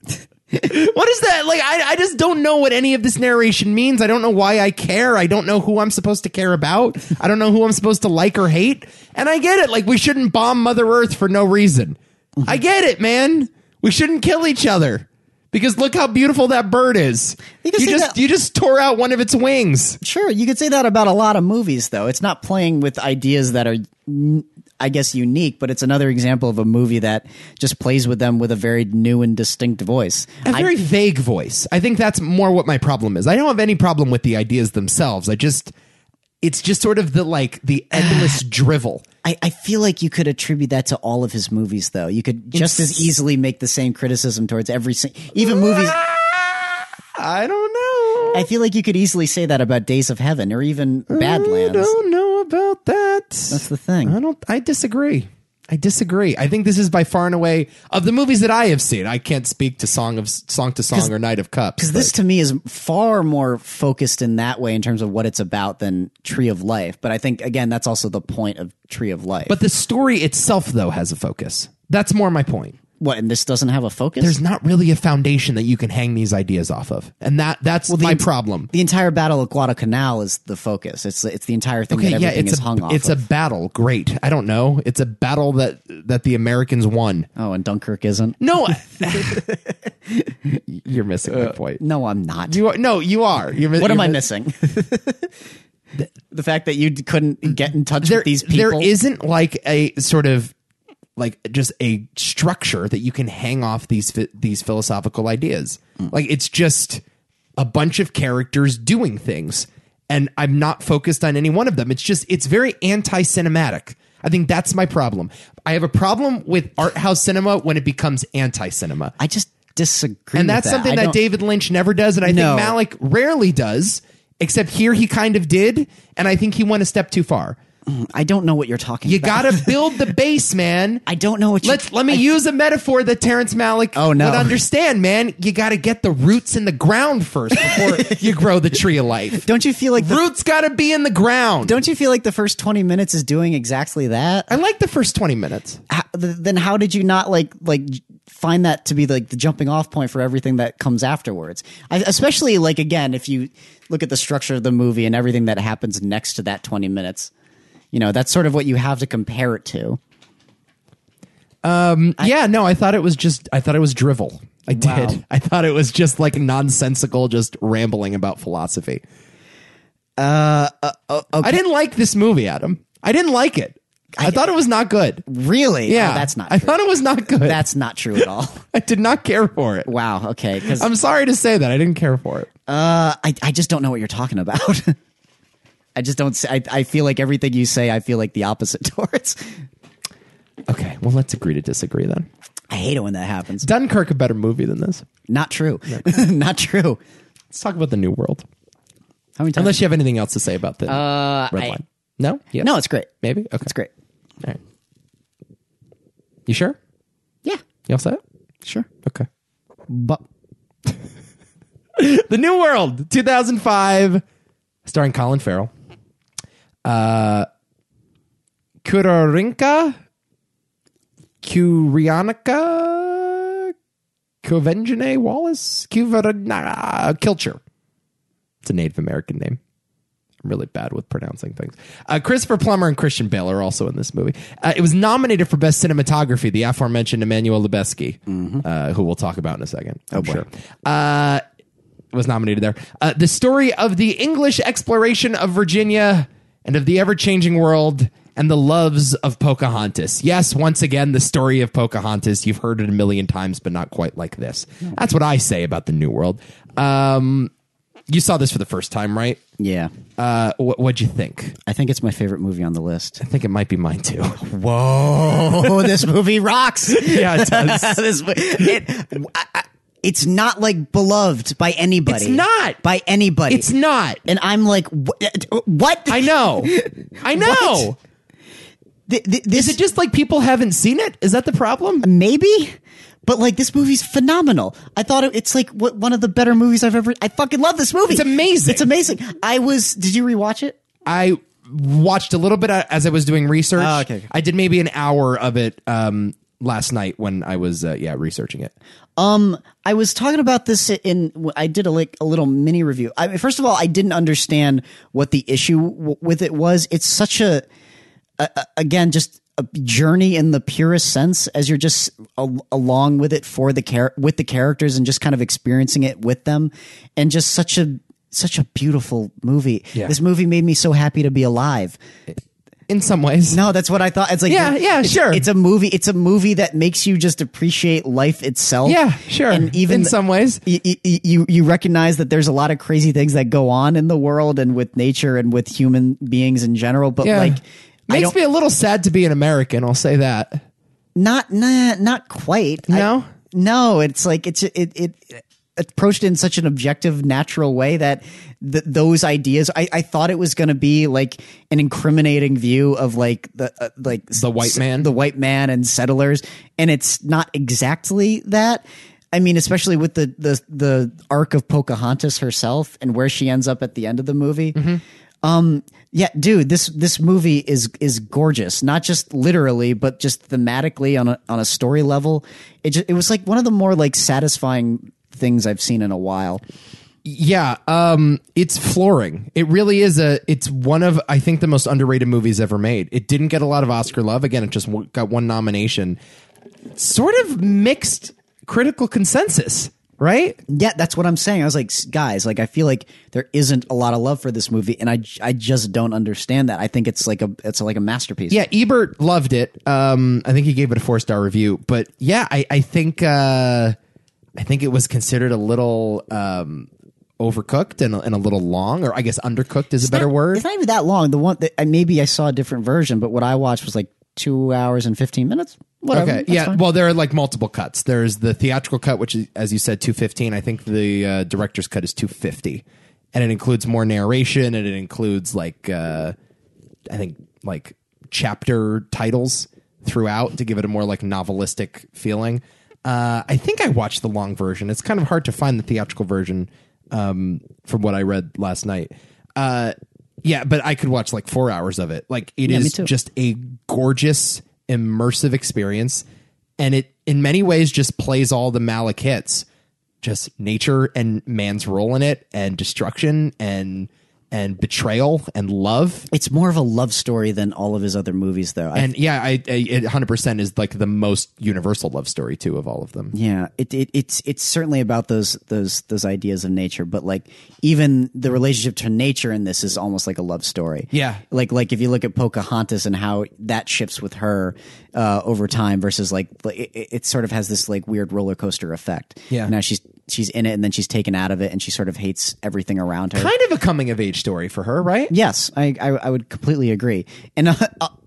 [SPEAKER 1] what is that? Like, I, I just don't know what any of this narration means. I don't know why I care. I don't know who I'm supposed to care about. I don't know who I'm supposed to like or hate. And I get it. Like, we shouldn't bomb Mother Earth for no reason. I get it, man. We shouldn't kill each other. Because look how beautiful that bird is. You,
[SPEAKER 2] You can say
[SPEAKER 1] just
[SPEAKER 2] that-
[SPEAKER 1] you just tore out one of its wings.
[SPEAKER 2] Sure, you could say that about a lot of movies, though. It's not playing with ideas that are, mm, I guess, unique, but it's another example of a movie that just plays with them with a very new and distinct voice.
[SPEAKER 1] A very vague voice. I think that's more what my problem is. I don't have any problem with the ideas themselves. I just it's just sort of the like the endless drivel.
[SPEAKER 2] I, I feel like you could attribute that to all of his movies, though. You could just as easily make the same criticism towards every, si- even movies.
[SPEAKER 1] I don't know.
[SPEAKER 2] I feel like you could easily say that about Days of Heaven or even
[SPEAKER 1] I
[SPEAKER 2] Badlands.
[SPEAKER 1] don't know about that.
[SPEAKER 2] That's the thing.
[SPEAKER 1] I don't I disagree. I disagree. I think this is by far and away of the movies that I have seen. I can't speak to song of song to song or night of cups.
[SPEAKER 2] Because this to me is far more focused in that way in terms of what it's about than Tree of Life. But I think, again, that's also the point of Tree of Life.
[SPEAKER 1] But the story itself, though, has a focus. That's more my point.
[SPEAKER 2] what, and this doesn't have a focus?
[SPEAKER 1] There's not really a foundation that you can hang these ideas off of, and that that's my problem.
[SPEAKER 2] the entire Battle of Guadalcanal is the focus. It's it's the entire thing that everything
[SPEAKER 1] it's
[SPEAKER 2] is
[SPEAKER 1] a
[SPEAKER 2] hung off
[SPEAKER 1] it's
[SPEAKER 2] of.
[SPEAKER 1] a battle. Great, I don't know. It's a battle that that the Americans won.
[SPEAKER 2] oh, and Dunkirk isn't.
[SPEAKER 1] No, You're missing my point.
[SPEAKER 2] No, I'm not.
[SPEAKER 1] Uh, You are, no, you are. You're, mi-
[SPEAKER 2] what am
[SPEAKER 1] you're
[SPEAKER 2] I
[SPEAKER 1] mi-
[SPEAKER 2] missing? the fact that you d- couldn't get in touch with these people.
[SPEAKER 1] There isn't like a sort of like just a structure that you can hang off these phi- these philosophical ideas. Like it's just a bunch of characters doing things, and I'm not focused on any one of them. It's just it's very anti cinematic. I think that's my problem. I have a problem with art house cinema when it becomes anti cinema.
[SPEAKER 2] I just disagree.
[SPEAKER 1] And
[SPEAKER 2] with
[SPEAKER 1] that's
[SPEAKER 2] that.
[SPEAKER 1] something
[SPEAKER 2] I
[SPEAKER 1] that
[SPEAKER 2] don't-
[SPEAKER 1] David Lynch never does, and I
[SPEAKER 2] No.
[SPEAKER 1] think Malik rarely does. Except here, he kind of did, and I think he went a step too far.
[SPEAKER 2] I don't know what you're talking.
[SPEAKER 1] You
[SPEAKER 2] about.
[SPEAKER 1] gotta build the base, man.
[SPEAKER 2] I don't know what. you-
[SPEAKER 1] Let's let me use a metaphor that Terrence Malick
[SPEAKER 2] Oh, no.
[SPEAKER 1] would understand, man. You gotta get the roots in the ground first before you grow the tree of life.
[SPEAKER 2] Don't you feel like the,
[SPEAKER 1] Roots gotta be in the ground.
[SPEAKER 2] Don't you feel like the first twenty minutes is doing exactly that?
[SPEAKER 1] I like the first twenty minutes.
[SPEAKER 2] How, th- then how did you not like like j- find that to be like the jumping off point for everything that comes afterwards? I, especially like again, if you look at the structure of the movie and everything that happens next to that twenty minutes, you know that's sort of what you have to compare it to.
[SPEAKER 1] yeah, no, I thought it was just I thought it was drivel. I did. I thought it was just like nonsensical, just rambling about philosophy. Uh, I didn't like this movie, Adam. I didn't like it. I, thought it was not good.
[SPEAKER 2] Really?
[SPEAKER 1] Yeah,
[SPEAKER 2] Oh, that's not.
[SPEAKER 1] I
[SPEAKER 2] True.
[SPEAKER 1] thought it was not good.
[SPEAKER 2] That's not true at all.
[SPEAKER 1] I did not care for it.
[SPEAKER 2] wow. Okay. Because
[SPEAKER 1] I'm sorry to say that I didn't care for it.
[SPEAKER 2] Uh, I, I just don't know what you're talking about. I just don't. s- I, I feel like everything you say, I feel like the opposite towards.
[SPEAKER 1] Okay, well let's agree to disagree then.
[SPEAKER 2] I hate it when that happens.
[SPEAKER 1] Dunkirk a better movie than this.
[SPEAKER 2] Not true. Not true.
[SPEAKER 1] Let's talk about the New World.
[SPEAKER 2] How many times?
[SPEAKER 1] Unless you have anything else to say about the uh, red
[SPEAKER 2] I-
[SPEAKER 1] line. No. Yes?
[SPEAKER 2] no, it's great.
[SPEAKER 1] maybe. Okay,
[SPEAKER 2] It's great.
[SPEAKER 1] All right. You sure?
[SPEAKER 2] Yeah,
[SPEAKER 1] You all set?
[SPEAKER 2] sure.
[SPEAKER 1] Okay.
[SPEAKER 2] But
[SPEAKER 1] The New World, 2005, starring Colin Farrell. Uh, Kurarinka, Kurianica, Covenjane Wallace, Kuvarana, Kilcher. It's a Native American name. I'm really bad with pronouncing things. Uh, Christopher Plummer and Christian Bale are also in this movie. Uh, it was nominated for Best Cinematography, the aforementioned Emmanuel Lubezki, uh, who we'll talk about in a second. I'm sure. Uh, was nominated there. Uh, the story of the English exploration of Virginia and of the ever changing world and the loves of Pocahontas. Yes, once again, the story of Pocahontas. You've heard it a million times, but not quite like this. That's what I say about the New World. Um, you saw this for the first time, right?
[SPEAKER 2] yeah,
[SPEAKER 1] Uh, wh- what'd you think?
[SPEAKER 2] I think it's my favorite movie on the list.
[SPEAKER 1] I think it might be mine too.
[SPEAKER 2] Whoa, this movie rocks.
[SPEAKER 1] yeah, it does.
[SPEAKER 2] This mo- it- I- I- it's not like beloved by anybody.
[SPEAKER 1] It's not.
[SPEAKER 2] by anybody.
[SPEAKER 1] it's not.
[SPEAKER 2] and I'm like, wh- what?
[SPEAKER 1] I know. I know.
[SPEAKER 2] Th- th- this
[SPEAKER 1] Is it just like people haven't seen it? Is that the problem?
[SPEAKER 2] maybe but like this movie's phenomenal i thought it, it's like what, one of the better movies i've ever i fucking love this movie
[SPEAKER 1] It's amazing.
[SPEAKER 2] it's amazing i was did you rewatch it
[SPEAKER 1] I watched a little bit uh, as I was doing research.
[SPEAKER 2] Oh, okay.
[SPEAKER 1] I did maybe an hour of it um, last night when I was uh, yeah researching it.
[SPEAKER 2] I was talking about this in. I did a like a little mini review. I, first of all, I didn't understand what the issue w- with it was. It's such a, a, a- again just a journey in the purest sense as you're just a, along with it for the char- with the characters and just kind of experiencing it with them, and just such a such a beautiful movie. This movie made me so happy to be alive.
[SPEAKER 1] In some ways,
[SPEAKER 2] No, that's what I thought. It's like
[SPEAKER 1] Yeah, yeah,
[SPEAKER 2] it's-
[SPEAKER 1] sure.
[SPEAKER 2] It's a movie. It's a movie that makes you just appreciate life itself.
[SPEAKER 1] Yeah, sure.
[SPEAKER 2] And even
[SPEAKER 1] In some ways.
[SPEAKER 2] y- y- y- you you recognize that there's a lot of crazy things that go on in the world and with nature and with human beings in general. But
[SPEAKER 1] yeah.
[SPEAKER 2] like, I
[SPEAKER 1] makes
[SPEAKER 2] don't
[SPEAKER 1] me a little sad to be an American. I'll say that.
[SPEAKER 2] not nah, not quite. I-
[SPEAKER 1] No?
[SPEAKER 2] no. It's like it's it it. it approached in such an objective natural way that th- those ideas I, I thought it was going to be like an incriminating view of like the uh, like
[SPEAKER 1] The white man?
[SPEAKER 2] the white man and settlers and it's not exactly that i mean especially with the the the arc of pocahontas herself and where she ends up at the end of the movie
[SPEAKER 1] Mm-hmm.
[SPEAKER 2] um yeah dude this this movie is is gorgeous not just literally but just thematically on a on a story level it just, it was like one of the more like satisfying things i've seen in a while
[SPEAKER 1] Yeah, um, it's flooring. It really is a. It's one of I think the most underrated movies ever made. It didn't get a lot of Oscar love. Again, it just w- got one nomination. Sort of mixed critical consensus. right?
[SPEAKER 2] Yeah, that's what I'm saying. I was like, "S- guys, like I feel like there isn't a lot of love for this movie, and I, j- I just don't understand that. I think it's like a it's like a masterpiece.
[SPEAKER 1] Yeah, Ebert loved it. Um, I think he gave it a four star review. But yeah, I, I think uh, I think it was considered a little um, overcooked and, and a little long, or I guess undercooked is a better word.
[SPEAKER 2] It's not even that long. The one that I- maybe I saw a different version, but what I watched was like two hours and fifteen minutes. Whatever.
[SPEAKER 1] Okay.
[SPEAKER 2] That's
[SPEAKER 1] Yeah.
[SPEAKER 2] fine.
[SPEAKER 1] Well, there are like multiple cuts. There's the theatrical cut, which is, as you said, 215. I think the uh, director's cut is 250. And it includes more narration and it includes like, uh, I think, like chapter titles throughout to give it a more like novelistic feeling. Uh, I think I watched the long version. It's kind of hard to find the theatrical version um, from what I read last night. Uh, yeah, but I could watch like four hours of it. Like it is
[SPEAKER 2] me too.
[SPEAKER 1] just just a gorgeous immersive experience and it in many ways just plays all the malik hits just nature and man's role in it and destruction and and betrayal and love
[SPEAKER 2] It's more of a love story than all of his other movies, though. I,
[SPEAKER 1] and yeah i, I it 100% is like the most universal love story too of all of them
[SPEAKER 2] yeah, it, it it's it's certainly about those those those ideas of nature, but like even the relationship to nature in this is almost like a love story.
[SPEAKER 1] Yeah.
[SPEAKER 2] like like if you look at Pocahontas and how that shifts with her uh, over time versus like like, it, it it sort of has this like weird roller coaster effect.
[SPEAKER 1] Yeah.
[SPEAKER 2] now she's she's in it and then she's taken out of it and she sort of hates everything around her.
[SPEAKER 1] kind of a coming of age story for her right
[SPEAKER 2] Yes, I, I I would completely agree. And uh,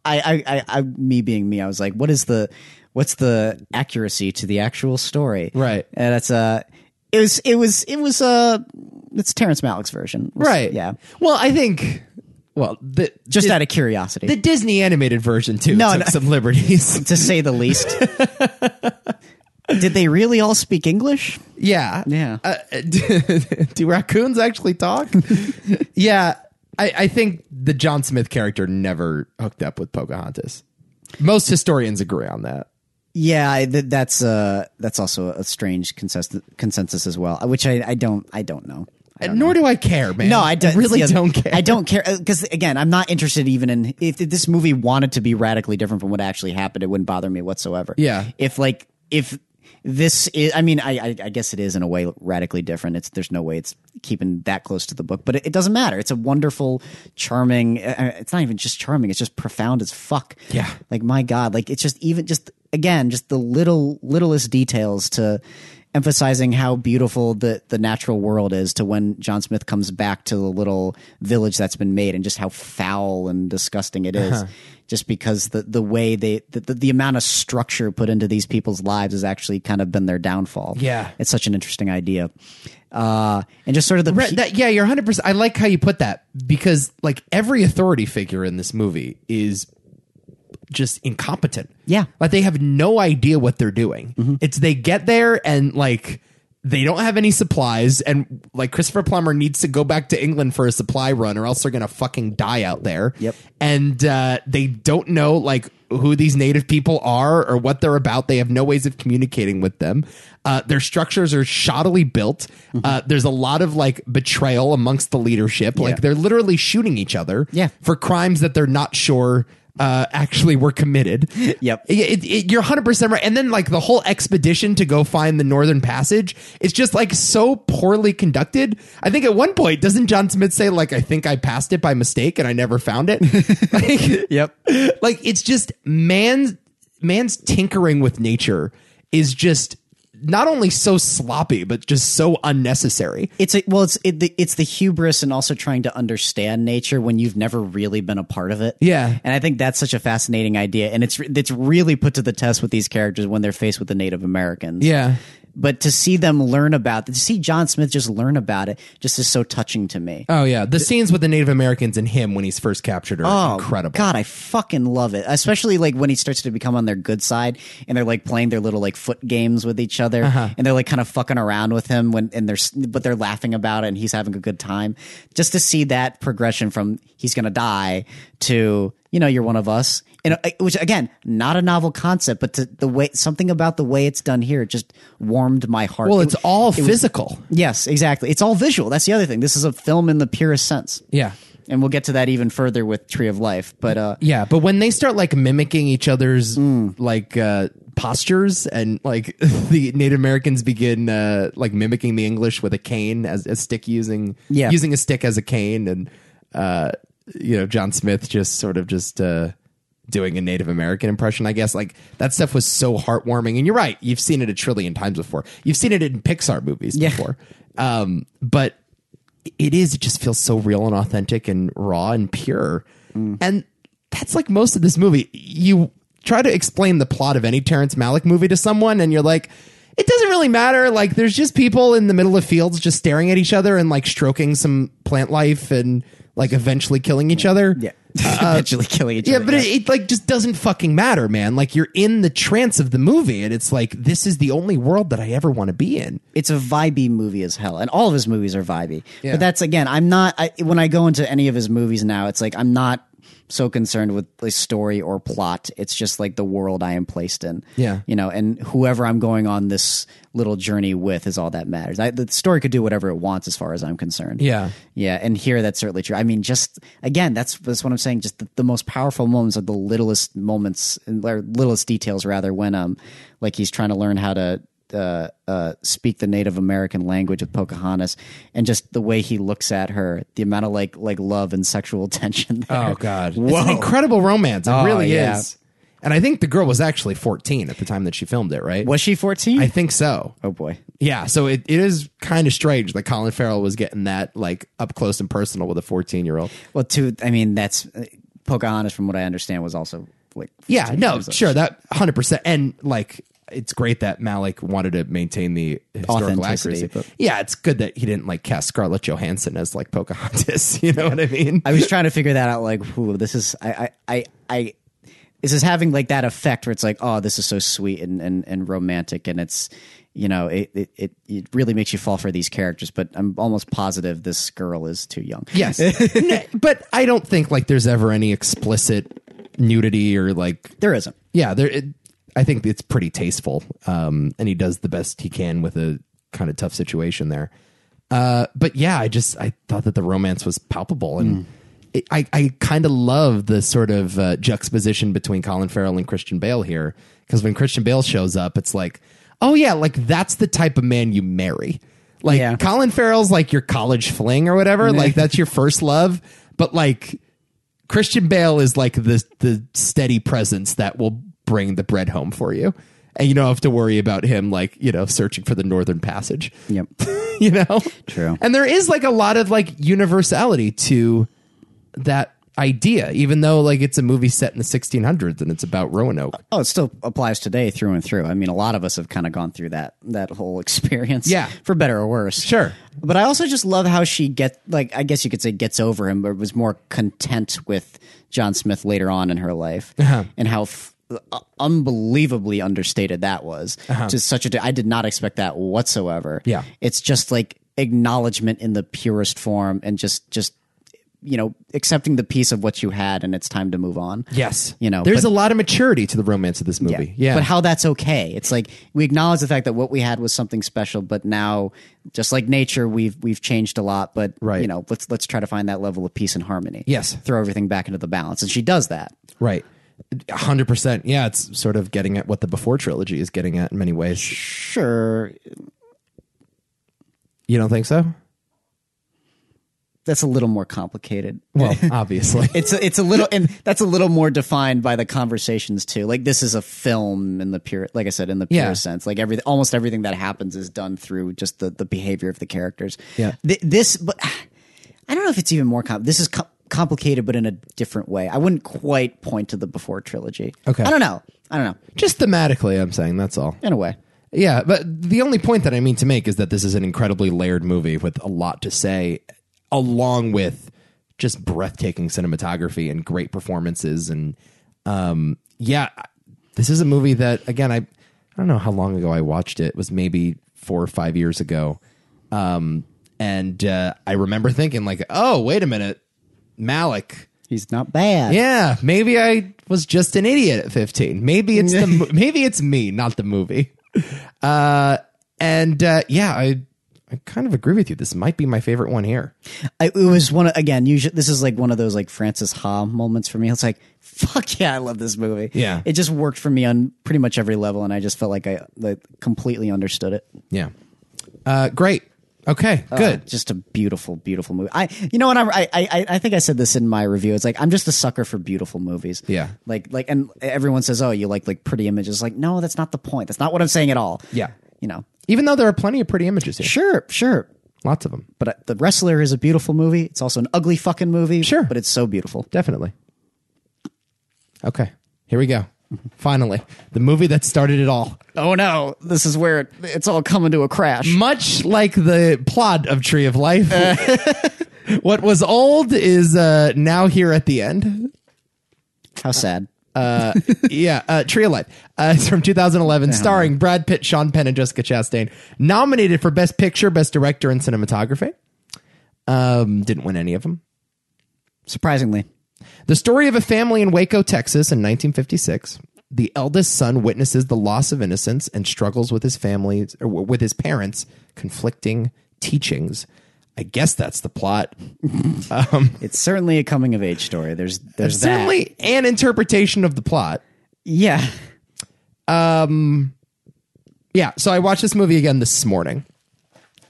[SPEAKER 2] I, I I I me being me, I was like, what is the what's the accuracy to the actual story?
[SPEAKER 1] Right.
[SPEAKER 2] And that's uh it was it was it was uh it's Terrence Malick's version. It was-
[SPEAKER 1] right
[SPEAKER 2] Yeah.
[SPEAKER 1] well i think well the
[SPEAKER 2] Just
[SPEAKER 1] the,
[SPEAKER 2] out of curiosity.
[SPEAKER 1] the disney animated version too
[SPEAKER 2] No,
[SPEAKER 1] took
[SPEAKER 2] no.
[SPEAKER 1] some liberties
[SPEAKER 2] to say the least. Did they really all speak English?
[SPEAKER 1] Yeah.
[SPEAKER 2] Yeah.
[SPEAKER 1] Uh, do, do raccoons actually talk? yeah. I, I think the John Smith character never hooked up with Pocahontas. Most historians agree on that.
[SPEAKER 2] Yeah, I- th- that's uh that's also a strange consensus, consensus as well, which I, I don't I don't know.
[SPEAKER 1] And nor do I care, man.
[SPEAKER 2] No, I, don't,
[SPEAKER 1] really
[SPEAKER 2] yeah,
[SPEAKER 1] don't care.
[SPEAKER 2] I don't care because again, I'm not interested even in if this movie wanted to be radically different from what actually happened. It wouldn't bother me whatsoever.
[SPEAKER 1] Yeah.
[SPEAKER 2] If like if this is, I mean, I I, I guess it is in a way radically different. It's there's no way it's keeping that close to the book, but it, it doesn't matter. It's a wonderful, charming. uh, It's not even just charming. It's just profound as fuck.
[SPEAKER 1] Yeah.
[SPEAKER 2] Like my god. Like it's just even just again just the little littlest details to emphasizing how beautiful the the natural world is to when John Smith comes back to the little village that's been made and just how foul and disgusting it
[SPEAKER 1] Uh-huh.
[SPEAKER 2] is. Just because the the way they the, the, the amount of structure put into these people's lives has actually kind of been their downfall.
[SPEAKER 1] Yeah.
[SPEAKER 2] it's such an interesting idea, uh, and just sort of the
[SPEAKER 1] Right, that, yeah, you're 100%. I like how you put that because, like, every authority figure in this movie is just incompetent.
[SPEAKER 2] Yeah. Mm-hmm.
[SPEAKER 1] Like, they have no idea what they're doing. It's they get there and, like, they don't have any supplies. And, like, Christopher Plummer needs to go back to England for a supply run or else they're going to fucking die out there.
[SPEAKER 2] Yep.
[SPEAKER 1] And uh, they don't know, like, who these native people are or what they're about. They have no ways of communicating with them. Uh, their structures are shoddily built. Uh, there's a lot of like betrayal amongst the leadership. Like they're literally shooting each other
[SPEAKER 2] Yeah.
[SPEAKER 1] for crimes that they're not sure uh, actually were committed.
[SPEAKER 2] Yep.
[SPEAKER 1] Yeah, it, it, you're 100% right. And then, like, the whole expedition to go find the Northern Passage is just, like, so poorly conducted. I think at one point, doesn't John Smith say, like, I think I passed it by mistake and I never found it? like,
[SPEAKER 2] Yep.
[SPEAKER 1] Like, it's just man's, man's tinkering with nature is just not only so sloppy, but just so unnecessary.
[SPEAKER 2] It's a, well, it's it, the, it's the hubris and also trying to understand nature when you've never really been a part of it.
[SPEAKER 1] Yeah.
[SPEAKER 2] and I think that's such a fascinating idea, and it's re- it's really put to the test with these characters when they're faced with the Native Americans.
[SPEAKER 1] Yeah.
[SPEAKER 2] but to see them learn about to see John Smith just learn about it just is so touching to me.
[SPEAKER 1] Oh, yeah. The scenes with the Native Americans and him when he's first captured are
[SPEAKER 2] Oh,
[SPEAKER 1] incredible.
[SPEAKER 2] God, I fucking love it. Especially like when he starts to become on their good side and they're like playing their little like foot games with each other
[SPEAKER 1] Uh-huh.
[SPEAKER 2] and they're like kind of fucking around with him when and they're s- but they're laughing about it and he's having a good time. Just to see that progression from he's going to die to you know you're one of us. And uh, which again, not a novel concept, but to the way something about the way it's done here just warmed my heart.
[SPEAKER 1] Well,
[SPEAKER 2] It-
[SPEAKER 1] it's all physical.
[SPEAKER 2] yes, exactly. It's all visual. That's the other thing. This is a film in the purest sense.
[SPEAKER 1] Yeah.
[SPEAKER 2] and we'll get to that even further with Tree of Life. But uh, Hmm.
[SPEAKER 1] Yeah, but when they start like mimicking each other's like uh, postures and like the Native Americans begin uh, like mimicking the English with a cane as a stick using
[SPEAKER 2] Yeah.
[SPEAKER 1] using a stick as a cane and uh, you know John Smith just sort of just uh, doing a Native American impression I guess like that stuff was so heartwarming and you're right you've seen it a trillion times before you've seen it in Pixar movies before um, but it is it just feels so real and authentic and raw and pure
[SPEAKER 2] Mm.
[SPEAKER 1] and that's like most of this movie you try to explain the plot of any terrence malick movie to someone and you're like it doesn't really matter like there's just people in the middle of fields just staring at each other and like stroking some plant life and like eventually killing each other
[SPEAKER 2] yeah, eventually killing each
[SPEAKER 1] yeah,
[SPEAKER 2] other.
[SPEAKER 1] but it, it like just doesn't fucking matter, man. Like you're in the trance of the movie, and it's like this is the only world that I ever want to be in.
[SPEAKER 2] it's a vibey movie as hell, and all of his movies are vibey.
[SPEAKER 1] Yeah.
[SPEAKER 2] But that's again, I'm not. I, when I go into any of his movies now, it's like I'm not so concerned with the story or plot. It's just like the world I am placed in.
[SPEAKER 1] Yeah.
[SPEAKER 2] you know, and whoever I'm going on this little journey with is all that matters. I, the story could do whatever it wants, as far as I'm concerned.
[SPEAKER 1] Yeah.
[SPEAKER 2] yeah, and here that's certainly true. I mean, just again, that's that's what I'm saying. Just the, the most powerful moments are the littlest moments, or littlest details rather, when um, like he's trying to learn how to uh, uh, speak the Native American language with Pocahontas, and just the way he looks at her, the amount of like like love and sexual tension.
[SPEAKER 1] Uh, Oh,
[SPEAKER 2] There.
[SPEAKER 1] It's an incredible romance. It really
[SPEAKER 2] yeah.
[SPEAKER 1] is. And I think the girl was actually 14 at the time that she filmed it, right?
[SPEAKER 2] was she 14?
[SPEAKER 1] I think so.
[SPEAKER 2] oh boy,
[SPEAKER 1] Yeah, so it, it is kind of strange that Colin Farrell was getting that like up close and personal with a 14 year old.
[SPEAKER 2] well, two. I mean, that's uh, Pocahontas, from what I understand, was also like
[SPEAKER 1] Yeah,
[SPEAKER 2] 14
[SPEAKER 1] no,
[SPEAKER 2] years old.
[SPEAKER 1] sure, that 100%. And like, it's great that Malik wanted to maintain the historical
[SPEAKER 2] Authenticity,
[SPEAKER 1] accuracy.
[SPEAKER 2] but-
[SPEAKER 1] Yeah, it's good that he didn't like cast Scarlett Johansson as like Pocahontas. You know what I mean?
[SPEAKER 2] I was trying to figure that out. Like, who this is? I, I, I, I this is having like that effect where it's like, oh, this is so sweet and and, and romantic, and it's you know, it, it it it really makes you fall for these characters. But I'm almost positive this girl is too young.
[SPEAKER 1] Yes. N- but I don't think like there's ever any explicit nudity or like
[SPEAKER 2] there isn't.
[SPEAKER 1] yeah, there. It, I think it's pretty tasteful, um, and he does the best he can with a kind of tough situation there. Uh, but yeah, I just I thought that the romance was palpable, and it, I I kind of love the sort of uh, juxtaposition between Colin Farrell and Christian Bale here, because when Christian Bale shows up, it's like, oh yeah, like that's the type of man you marry. Like
[SPEAKER 2] Yeah.
[SPEAKER 1] Colin Farrell's like your college fling or whatever, like that's your first love, but like Christian Bale is like the the steady presence that will bring the bread home for you, and you don't have to worry about him like you know searching for the Northern Passage.
[SPEAKER 2] Yep.
[SPEAKER 1] you know,
[SPEAKER 2] True.
[SPEAKER 1] And there is like a lot of like universality to that idea, even though like it's a movie set in the 1600s and it's about Roanoke.
[SPEAKER 2] Oh, it still applies today through and through. I mean, a lot of us have kind of gone through that that whole experience.
[SPEAKER 1] Yeah.
[SPEAKER 2] for better or worse.
[SPEAKER 1] Sure.
[SPEAKER 2] But I also just love how she get like I guess you could say gets over him, but was more content with John Smith later on in her life,
[SPEAKER 1] Uh-huh.
[SPEAKER 2] and how f- uh, unbelievably understated that was. To such a de- I did not expect that whatsoever.
[SPEAKER 1] Uh-huh. Yeah.
[SPEAKER 2] it's just like acknowledgement in the purest form, and just just you know accepting the piece of what you had, and it's time to move on.
[SPEAKER 1] Yes,
[SPEAKER 2] you know
[SPEAKER 1] there's
[SPEAKER 2] but-
[SPEAKER 1] a lot of maturity to the romance of this movie. Yeah,
[SPEAKER 2] but how that's okay. It's like we acknowledge the fact that what we had was something special, but now, just like nature, we've we've changed a lot. But
[SPEAKER 1] Right.
[SPEAKER 2] you know, let's let's try to find that level of peace and harmony.
[SPEAKER 1] Yes.
[SPEAKER 2] throw everything back into the balance, and she does that.
[SPEAKER 1] Right. 100%. Yeah, it's sort of getting at what the before trilogy is getting at in many ways.
[SPEAKER 2] Sure,
[SPEAKER 1] You don't think so?
[SPEAKER 2] that's a little more complicated.
[SPEAKER 1] Well, obviously.
[SPEAKER 2] It's a, it's a little and that's a little more defined by the conversations too. Like this is a film in the pure, like I said, in the pure
[SPEAKER 1] Yeah.
[SPEAKER 2] sense. Like every almost everything that happens is done through just the the behavior of the characters.
[SPEAKER 1] Yeah.
[SPEAKER 2] Th- this, but I don't know if it's even more. Com- this is com- complicated, but in a different way. I wouldn't quite point to the before trilogy.
[SPEAKER 1] Okay.
[SPEAKER 2] I don't know. I don't know.
[SPEAKER 1] Just thematically, I'm saying that's all.
[SPEAKER 2] In a way,
[SPEAKER 1] Yeah, but the only point that I mean to make is that this is an incredibly layered movie with a lot to say, along with just breathtaking cinematography and great performances. And um, yeah, I- this is a movie that, again, I, I don't know how long ago I watched it. It was maybe four or five years ago. Um, and uh, I remember thinking, like, oh, wait a minute, Malik.
[SPEAKER 2] he's not bad.
[SPEAKER 1] Yeah, maybe I was just an idiot at 15. Maybe it's the mo- maybe it's me, not the movie. Uh and uh yeah, I I kind of agree with you. This might be my favorite one here.
[SPEAKER 2] I, it was one of, again. Usually, this is like one of those like Francis Ha moments for me. It's like, fuck yeah, I love this movie.
[SPEAKER 1] Yeah.
[SPEAKER 2] it just worked for me on pretty much every level, and I just felt like I like, completely understood it.
[SPEAKER 1] Yeah. Uh, great. Okay.
[SPEAKER 2] Uh,
[SPEAKER 1] good.
[SPEAKER 2] just a beautiful, beautiful movie. I, you know what? I'm, I, I, I think I said this in my review. It's like I'm just a sucker for beautiful movies.
[SPEAKER 1] Yeah.
[SPEAKER 2] like, like, and everyone says, "Oh, you like like pretty images." Like, no, that's not the point. That's not what I'm saying at all.
[SPEAKER 1] Yeah.
[SPEAKER 2] you know,
[SPEAKER 1] Even though there are plenty of pretty images here,
[SPEAKER 2] sure, sure.
[SPEAKER 1] lots of them.
[SPEAKER 2] But uh, the wrestler is a beautiful movie. It's also an ugly fucking movie.
[SPEAKER 1] Sure.
[SPEAKER 2] but it's so beautiful.
[SPEAKER 1] Definitely. Okay. Here we go. Finally, the movie that started it all.
[SPEAKER 2] Oh no, this is where it, it's all coming to a crash.
[SPEAKER 1] Much like the plot of Tree of Life, what was old is uh, now here at the end.
[SPEAKER 2] How sad.
[SPEAKER 1] yeah, uh, Tree of Life. Uh, it's from 2011, starring Brad Pitt, Sean Penn, and Jessica Chastain. Nominated for Best Picture, Best Director, and Cinematography. Um, didn't win any of them.
[SPEAKER 2] Surprisingly,
[SPEAKER 1] The story of a family in Waco, Texas in 1956. The eldest son witnesses the loss of innocence and struggles with his family or with his parents conflicting teachings. I guess that's the plot.
[SPEAKER 2] it's certainly a coming of age story. There's, there's that.
[SPEAKER 1] Certainly an interpretation of the plot.
[SPEAKER 2] yeah.
[SPEAKER 1] Yeah, so I watched this movie again this morning.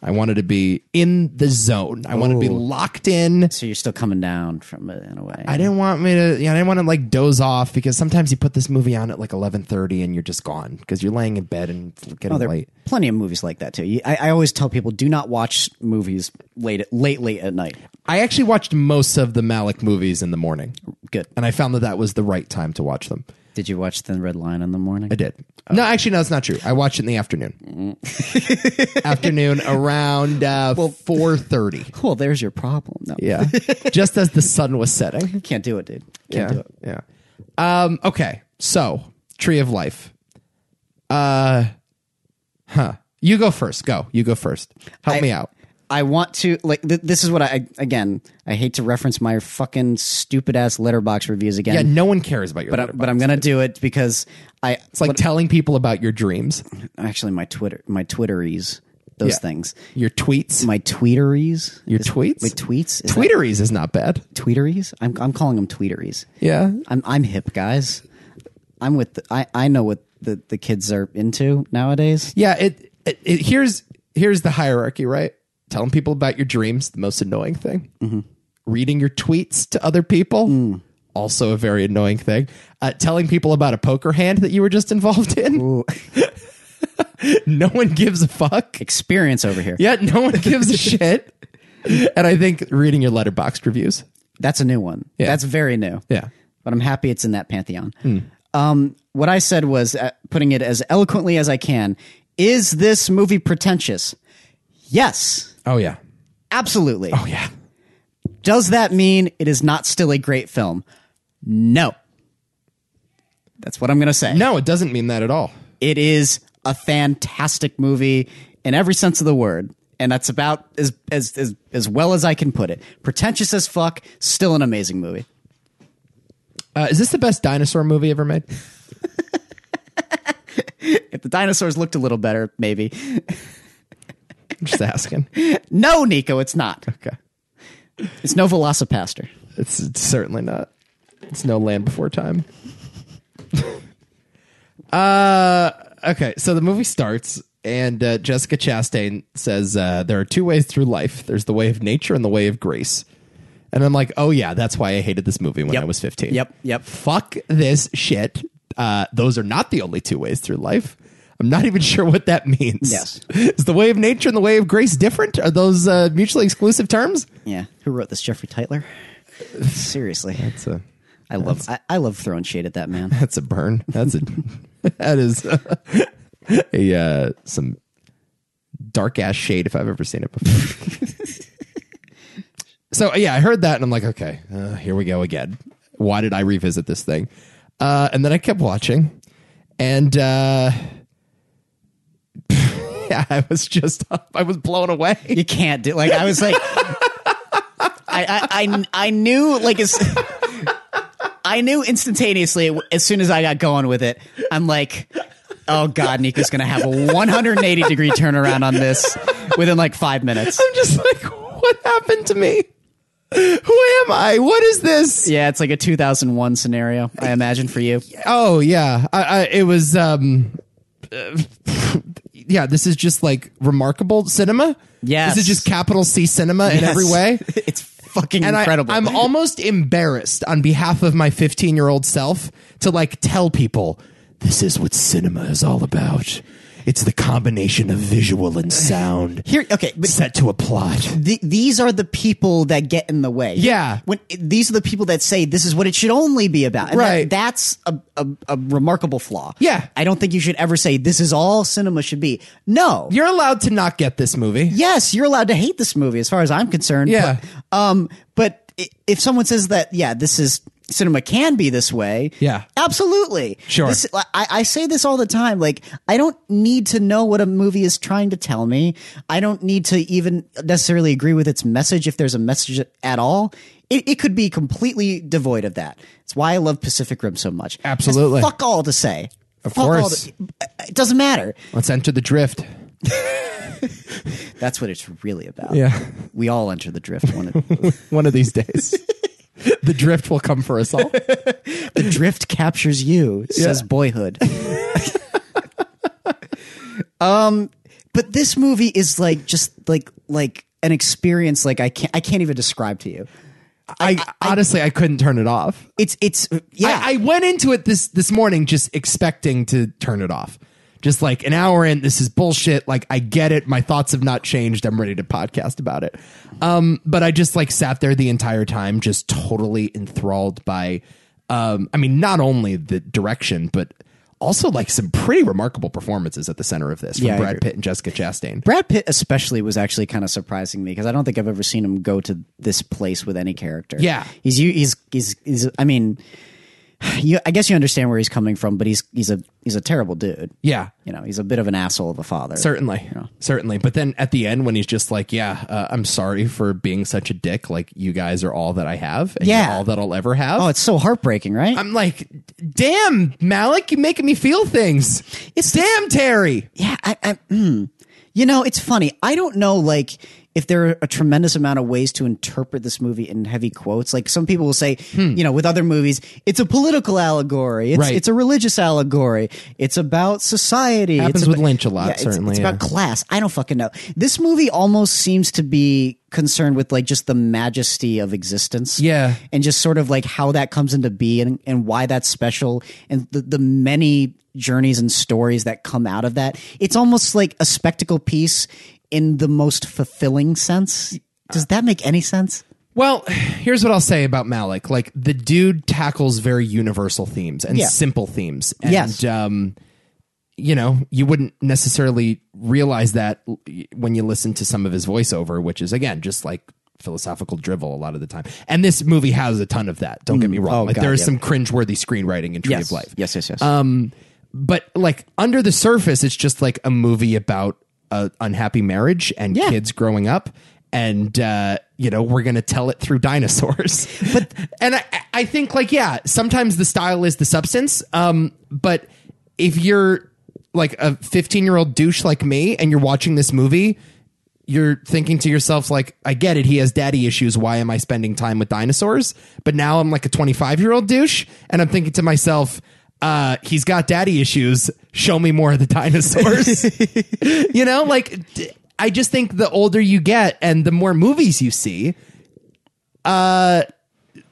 [SPEAKER 1] I wanted to be in the zone. I wanted to be locked in.
[SPEAKER 2] So you're still coming down from it in a way.
[SPEAKER 1] I didn't want me to. You know, I didn't want to like doze off because sometimes you put this movie on at like eleven thirty and you're just gone because you're laying in bed and it's getting
[SPEAKER 2] Oh, there are
[SPEAKER 1] late.
[SPEAKER 2] plenty of movies like that too. You- I, I always tell people do not watch movies late, at- late, late at night.
[SPEAKER 1] I actually watched most of the Malik movies in the morning,
[SPEAKER 2] Good.
[SPEAKER 1] and I found that that was the right time to watch them.
[SPEAKER 2] Did you watch Thin Red Line in the morning?
[SPEAKER 1] I did. No, actually, no, it's not true. I watched it in the afternoon. afternoon around uh, four thirty.
[SPEAKER 2] Well, there's your problem. No,
[SPEAKER 1] Yeah, just as the sun was setting.
[SPEAKER 2] can't do it, dude. Can't do it.
[SPEAKER 1] Yeah. Yeah. Um, okay. So, Tree of Life. Uh huh. You go first. Go. You go first. Help me out.
[SPEAKER 2] I want to like th- this is what I- I again. I hate to reference my fucking stupid ass letterbox reviews again.
[SPEAKER 1] Yeah, no one cares about your
[SPEAKER 2] but I, but I'm gonna do it because I
[SPEAKER 1] it's like telling people about your dreams,
[SPEAKER 2] actually my Twitter my Twitteries those
[SPEAKER 1] Yeah.
[SPEAKER 2] things
[SPEAKER 1] your tweets.
[SPEAKER 2] my tweeteries
[SPEAKER 1] Your tweets?
[SPEAKER 2] my tweets is that
[SPEAKER 1] Tweeteries is not bad.
[SPEAKER 2] tweeteries I'm I'm calling them tweeteries
[SPEAKER 1] Yeah.
[SPEAKER 2] I'm I'm hip guys I'm with the, I I know what the the kids are into nowadays
[SPEAKER 1] Yeah, it, it, it here's here's the hierarchy, right? Telling people about your dreams, the most annoying thing. Reading your tweets to other people, also a very annoying thing. Uh, telling people about a poker hand that you were just involved in. no one gives a fuck.
[SPEAKER 2] experience over here
[SPEAKER 1] Yeah, no one gives a shit. And I think reading your letterboxed reviews.
[SPEAKER 2] that's a new one that's very new
[SPEAKER 1] Yeah. Hmm.
[SPEAKER 2] but I'm happy it's in that pantheon. Um, what I said was, uh, putting it as eloquently as I can, is this movie pretentious? Yes,
[SPEAKER 1] Oh yeah.
[SPEAKER 2] absolutely.
[SPEAKER 1] Oh yeah.
[SPEAKER 2] Does that mean it is not still a great film? No. That's what I'm going to say.
[SPEAKER 1] No, it doesn't mean that at all.
[SPEAKER 2] It is a fantastic movie in every sense of the word. And that's about as, as, as, as well as I can put it. Pretentious as fuck, still an amazing movie.
[SPEAKER 1] Uh, is this the best dinosaur movie ever made?
[SPEAKER 2] If the dinosaurs looked a little better, maybe.
[SPEAKER 1] I'm just asking.
[SPEAKER 2] No, Nico, it's not.
[SPEAKER 1] Okay.
[SPEAKER 2] It's no Velocipaster.
[SPEAKER 1] It's, it's certainly not. It's no land before time. uh, okay. So the movie starts, and uh, Jessica Chastain says uh, there are two ways through life. There's the way of nature and the way of grace. And I'm like, oh yeah, that's why I hated this movie when
[SPEAKER 2] Yep.
[SPEAKER 1] I was 15.
[SPEAKER 2] Yep, yep.
[SPEAKER 1] Fuck this shit. Uh, those are not the only two ways through life. I'm not even sure what that means.
[SPEAKER 2] Yes.
[SPEAKER 1] Is the way of nature and the way of grace different? Are those uh, mutually exclusive terms?
[SPEAKER 2] Yeah. Who wrote this? Jeffrey Titler? Seriously.
[SPEAKER 1] It's a
[SPEAKER 2] I love I, I love throwing shade at that man.
[SPEAKER 1] That's a burn. That's a that is a uh, some dark ass shade if I've ever seen it before. so yeah, I heard that and I'm like, okay, uh, here we go again. Why did I revisit this thing? Uh, and then I kept watching, and uh, yeah, I was just I was blown away.
[SPEAKER 2] You can't do like I was like I, I I I knew like as I knew instantaneously as soon as I got going with it. I'm like oh God, Nika's going to have a 180 degree turnaround on this within like five minutes.
[SPEAKER 1] I'm just like, what happened to me? Who am I? What is this?
[SPEAKER 2] Yeah, it's like a 2001 scenario, I imagine, for you.
[SPEAKER 1] Oh yeah, I, I, it was. um uh, Yeah, this is just like remarkable cinema.
[SPEAKER 2] Yes.
[SPEAKER 1] this is just capital C cinema in every
[SPEAKER 2] Yes.
[SPEAKER 1] way.
[SPEAKER 2] It's fucking
[SPEAKER 1] And
[SPEAKER 2] incredible.
[SPEAKER 1] I, I'm almost embarrassed on behalf of my 15 year old self to like tell people this is what cinema is all about. It's the combination of visual and sound
[SPEAKER 2] Here, okay, but
[SPEAKER 1] set to a plot.
[SPEAKER 2] th- these are the people that get in the way.
[SPEAKER 1] Yeah.
[SPEAKER 2] When these are the people that say this is what it should only be about. And that-
[SPEAKER 1] Right.
[SPEAKER 2] that's a, a, a remarkable flaw.
[SPEAKER 1] Yeah.
[SPEAKER 2] I don't think you should ever say this is all cinema should be. No.
[SPEAKER 1] You're allowed to not get this movie.
[SPEAKER 2] yes, you're allowed to hate this movie as far as I'm concerned.
[SPEAKER 1] Yeah.
[SPEAKER 2] But, um, but i- if someone says that, yeah, this is cinema can be this way.
[SPEAKER 1] Yeah.
[SPEAKER 2] Absolutely.
[SPEAKER 1] Sure.
[SPEAKER 2] This, I, I say this all the time. Like, I don't need to know what a movie is trying to tell me. I don't need to even necessarily agree with its message if there's a message at all. It, it could be completely devoid of that. It's why I love Pacific Rim so much.
[SPEAKER 1] Absolutely.
[SPEAKER 2] It's fuck all to say. Of
[SPEAKER 1] course.
[SPEAKER 2] it doesn't matter.
[SPEAKER 1] Let's enter the drift.
[SPEAKER 2] That's what it's really about.
[SPEAKER 1] Yeah.
[SPEAKER 2] We all enter the drift. One of-
[SPEAKER 1] One of these days. the drift will come for us all.
[SPEAKER 2] the drift captures you, says
[SPEAKER 1] Yeah.
[SPEAKER 2] boyhood. um, but this movie is like just like like an experience like I can't I can't even describe to you.
[SPEAKER 1] I, honestly I couldn't turn it off.
[SPEAKER 2] It's it's uh, yeah.
[SPEAKER 1] I, I went into it this this morning just expecting to turn it off. Just like an hour in, this is bullshit. Like I get it. My thoughts have not changed. I'm ready to podcast about it. Um, but I just like sat there the entire time, just totally enthralled by um, I mean, not only the direction, but also like some pretty remarkable performances at the center of this from
[SPEAKER 2] Yeah, I
[SPEAKER 1] Brad
[SPEAKER 2] agree.
[SPEAKER 1] Pitt and Jessica Chastain.
[SPEAKER 2] Brad Pitt especially was actually kind of surprising me because I don't think I've ever seen him go to this place with any character.
[SPEAKER 1] Yeah.
[SPEAKER 2] he's you he's he's, he's I mean, you, I guess you understand where he's coming from, but he's he's a he's a terrible dude.
[SPEAKER 1] Yeah.
[SPEAKER 2] you know, he's a bit of an asshole of a father.
[SPEAKER 1] Certainly, certainly. But then at the end, when he's just like, "Yeah, uh, I'm sorry for being such a dick. Like you guys are all that I have, and
[SPEAKER 2] Yeah.
[SPEAKER 1] you're all that I'll ever have."
[SPEAKER 2] Oh, it's so heartbreaking, right?
[SPEAKER 1] I'm like, "Damn, Malik, you're making me feel things." It's damn Terry.
[SPEAKER 2] yeah, I, I mm. you know, it's funny. I don't know, like, if there are a tremendous amount of ways to interpret this movie in heavy quotes. Like, some people will say, you know, with other movies, it's a political allegory, it's
[SPEAKER 1] Hmm. Right.
[SPEAKER 2] it's a religious allegory, it's about society.
[SPEAKER 1] Happens
[SPEAKER 2] it's
[SPEAKER 1] with
[SPEAKER 2] about-
[SPEAKER 1] Lynch a lot,
[SPEAKER 2] Yeah, it's-
[SPEAKER 1] certainly,
[SPEAKER 2] It's
[SPEAKER 1] yeah.
[SPEAKER 2] about class. I don't fucking know. This movie almost seems to be concerned with like just the majesty of existence.
[SPEAKER 1] Yeah.
[SPEAKER 2] And just sort of like how that comes into being and, and why that's special and the, the many journeys and stories that come out of that. It's almost like a spectacle piece in the most fulfilling sense. Does that make any sense?
[SPEAKER 1] Well, here's what I'll say about Malik. Like the dude tackles very universal themes and
[SPEAKER 2] Yeah.
[SPEAKER 1] simple themes. And
[SPEAKER 2] Yes.
[SPEAKER 1] um you know, you wouldn't necessarily realize that l- when you listen to some of his voiceover, which is again just like philosophical drivel a lot of the time. And this movie has a ton of that. Don't get me wrong.
[SPEAKER 2] Oh,
[SPEAKER 1] like
[SPEAKER 2] God,
[SPEAKER 1] there is
[SPEAKER 2] yeah.
[SPEAKER 1] some cringeworthy screenwriting in Tree of Life.
[SPEAKER 2] Yes, yes, yes.
[SPEAKER 1] But like under the surface, it's just like a movie about a unhappy marriage and
[SPEAKER 2] Yeah.
[SPEAKER 1] kids growing up. And uh, you know we're gonna tell it through dinosaurs, but and I, I think like yeah, sometimes the style is the substance. Um, but if you're like a 15 year old douche like me and you're watching this movie, you're thinking to yourself like i get it he has daddy issues why am i spending time with dinosaurs but now i'm like a 25 year old douche and i'm thinking to myself uh, he's got daddy issues show me more of the dinosaurs you know like d- i just think the older you get and the more movies you see uh,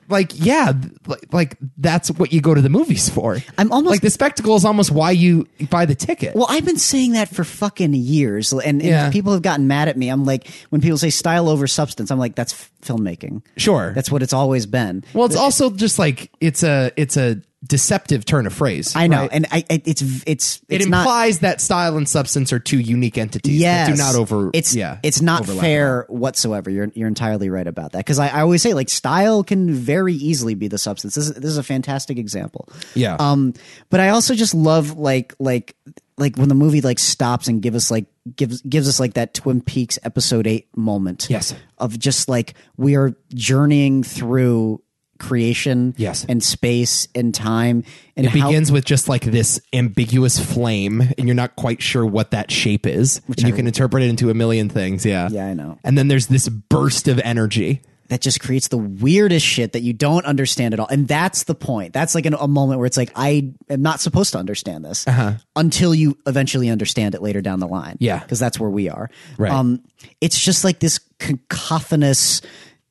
[SPEAKER 1] like yeah th- like, like that's what you go to the movies for
[SPEAKER 2] I'm almost-
[SPEAKER 1] like the spectacle is almost why you buy the ticket
[SPEAKER 2] Well, I've been saying that for fucking years, and, and
[SPEAKER 1] Yeah.
[SPEAKER 2] people have gotten mad at me. I'm like, when people say style over substance, I'm like, that's f- filmmaking.
[SPEAKER 1] Sure.
[SPEAKER 2] that's what it's always been.
[SPEAKER 1] well it's also just like it's a it's a deceptive turn of phrase
[SPEAKER 2] I know,
[SPEAKER 1] right?
[SPEAKER 2] and I, I it's v- it's
[SPEAKER 1] it
[SPEAKER 2] it's not.
[SPEAKER 1] implies that style and substance are two unique entities
[SPEAKER 2] Yes,
[SPEAKER 1] that do not over.
[SPEAKER 2] It's
[SPEAKER 1] yeah,
[SPEAKER 2] it's not
[SPEAKER 1] overlap.
[SPEAKER 2] fair whatsoever. You're you're entirely right about that because I, I always say like style can very easily be the substance. This is, this is a fantastic example.
[SPEAKER 1] Yeah.
[SPEAKER 2] Um. But I also just love like like like when the movie like stops and give us like gives gives us like that Twin Peaks episode eight moment.
[SPEAKER 1] Yes.
[SPEAKER 2] Of just like we are journeying through creation
[SPEAKER 3] Yes.
[SPEAKER 2] and space and time and
[SPEAKER 1] It begins with just like this ambiguous flame, and you're not quite sure what that shape is. and you can interpret it into a million things. Yeah.
[SPEAKER 2] Yeah, I know.
[SPEAKER 1] And then there's this burst of energy.
[SPEAKER 2] that just creates the weirdest shit that you don't understand at all. And that's the point. That's like an, a moment where it's like, I am not supposed to understand this until you eventually understand it later down the line.
[SPEAKER 1] Uh-huh. Yeah.
[SPEAKER 2] Because that's where we are.
[SPEAKER 1] Right.
[SPEAKER 2] Um, it's just like this cacophonous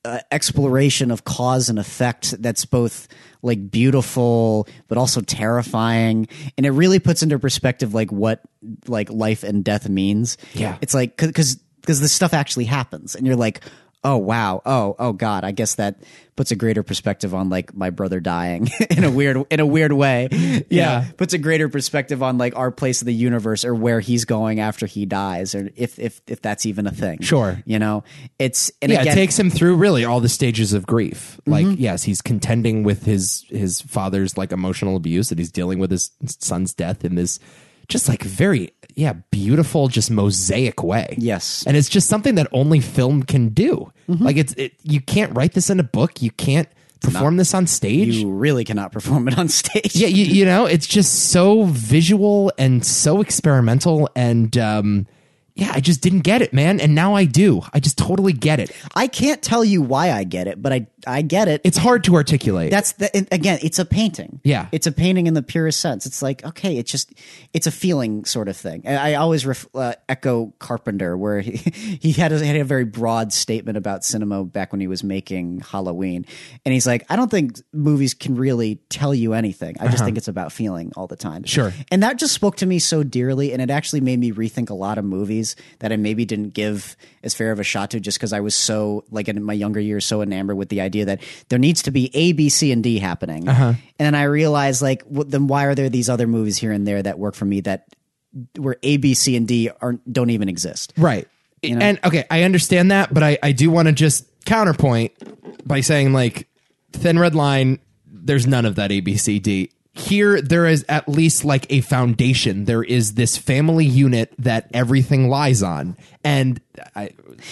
[SPEAKER 2] uh, exploration of cause and effect that's both like beautiful but also terrifying and it really puts into perspective like what like life and death means
[SPEAKER 1] Yeah.
[SPEAKER 2] it's like because because this stuff actually happens and you're like oh wow oh oh god i guess that puts a greater perspective on like my brother dying in a weird in a weird way You
[SPEAKER 1] Yeah.
[SPEAKER 2] know, puts a greater perspective on like our place in the universe or where he's going after he dies or if if if that's even a thing
[SPEAKER 1] Sure.
[SPEAKER 2] you know it's and
[SPEAKER 1] yeah,
[SPEAKER 2] again, Mm-hmm.
[SPEAKER 1] it takes him through really all the stages of grief. Like, yes, he's contending with his his father's like emotional abuse, and he's dealing with his son's death in this just like very yeah beautiful, just mosaic way.
[SPEAKER 2] Yes. Mm-hmm.
[SPEAKER 1] and it's just something that only film can do. Like, it's it, you can't write this in a book. You can't perform this on stage.
[SPEAKER 2] you really cannot perform it on stage
[SPEAKER 1] yeah, you, you know, it's just so visual and so experimental and. um yeah, I just didn't get it, man, and now I do. I just totally get it.
[SPEAKER 2] i can't tell you why i get it but i i get it
[SPEAKER 1] It's hard to articulate.
[SPEAKER 2] that's the and again it's a painting
[SPEAKER 1] Yeah.
[SPEAKER 2] it's a painting in the purest sense it's like okay it's just it's a feeling sort of thing and i always ref, uh, echo carpenter where he, he had, a, had a very broad statement about cinema back when he was making halloween and he's like i don't think movies can really tell you anything i just think it's about feeling all the time
[SPEAKER 1] Uh-huh. Sure.
[SPEAKER 2] and that just spoke to me so dearly and it actually made me rethink a lot of movies that i maybe didn't give as fair of a shot to just because i was so like in my younger years so enamored with the idea that there needs to be a b c and d happening and then i realized like what, then why are there these other movies here and there that work for me that where a b c and d aren't don't even exist
[SPEAKER 1] Right. And okay, I understand that, but I, I do want to just counterpoint by saying like thin red line, there's none of that ABCD. Here there is at least like a foundation. There is this family unit that everything lies on. And I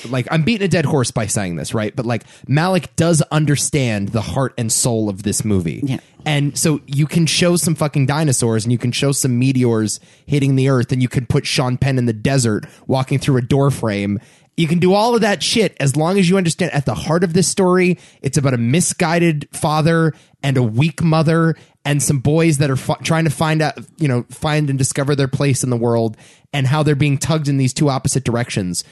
[SPEAKER 1] like I'm beating a dead horse by saying this, right? But like Malik does understand the heart and soul of this movie.
[SPEAKER 2] Yeah.
[SPEAKER 1] And so you can show some fucking dinosaurs and you can show some meteors hitting the earth and you can put Sean Penn in the desert walking through a door frame. You can do all of that shit as long as you understand at the heart of this story, it's about a misguided father and a weak mother and some boys that are f- trying to find out, you know, find and discover their place in the world and how they're being tugged in these two opposite directions.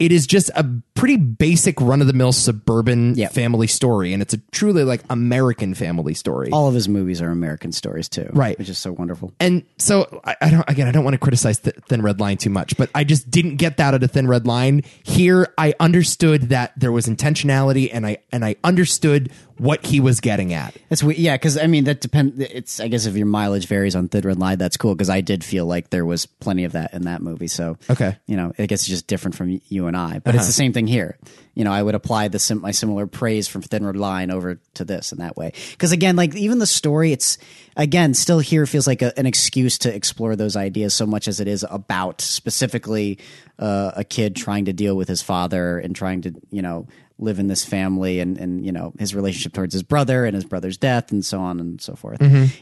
[SPEAKER 1] It is just a pretty basic run of the mill suburban
[SPEAKER 2] Yeah.
[SPEAKER 1] family story and it's a truly like American family story.
[SPEAKER 2] all of his movies are american stories too
[SPEAKER 1] Right.
[SPEAKER 2] which is so wonderful
[SPEAKER 1] and so I, I don't again i don't want to criticize th- thin red line too much but i just didn't get that out of thin red line here i understood that there was intentionality and i and i understood what he was getting at
[SPEAKER 2] It's we yeah, because I mean that depend. It's I guess if your mileage varies on Thin Red Line, that's cool. Because I did feel like there was plenty of that in that movie. So
[SPEAKER 1] Okay.
[SPEAKER 2] you know, I guess it's just different from you and I, but it's the same thing here. You know, I would apply the sim- my similar praise from Thin Red Line over to this in that way. Because again, like even the story, it's again still here feels like a, an excuse to explore those ideas so much as it is about specifically uh, a kid trying to deal with his father and trying to you know live in this family and and you know his relationship towards his brother and his brother's death and so on and so forth.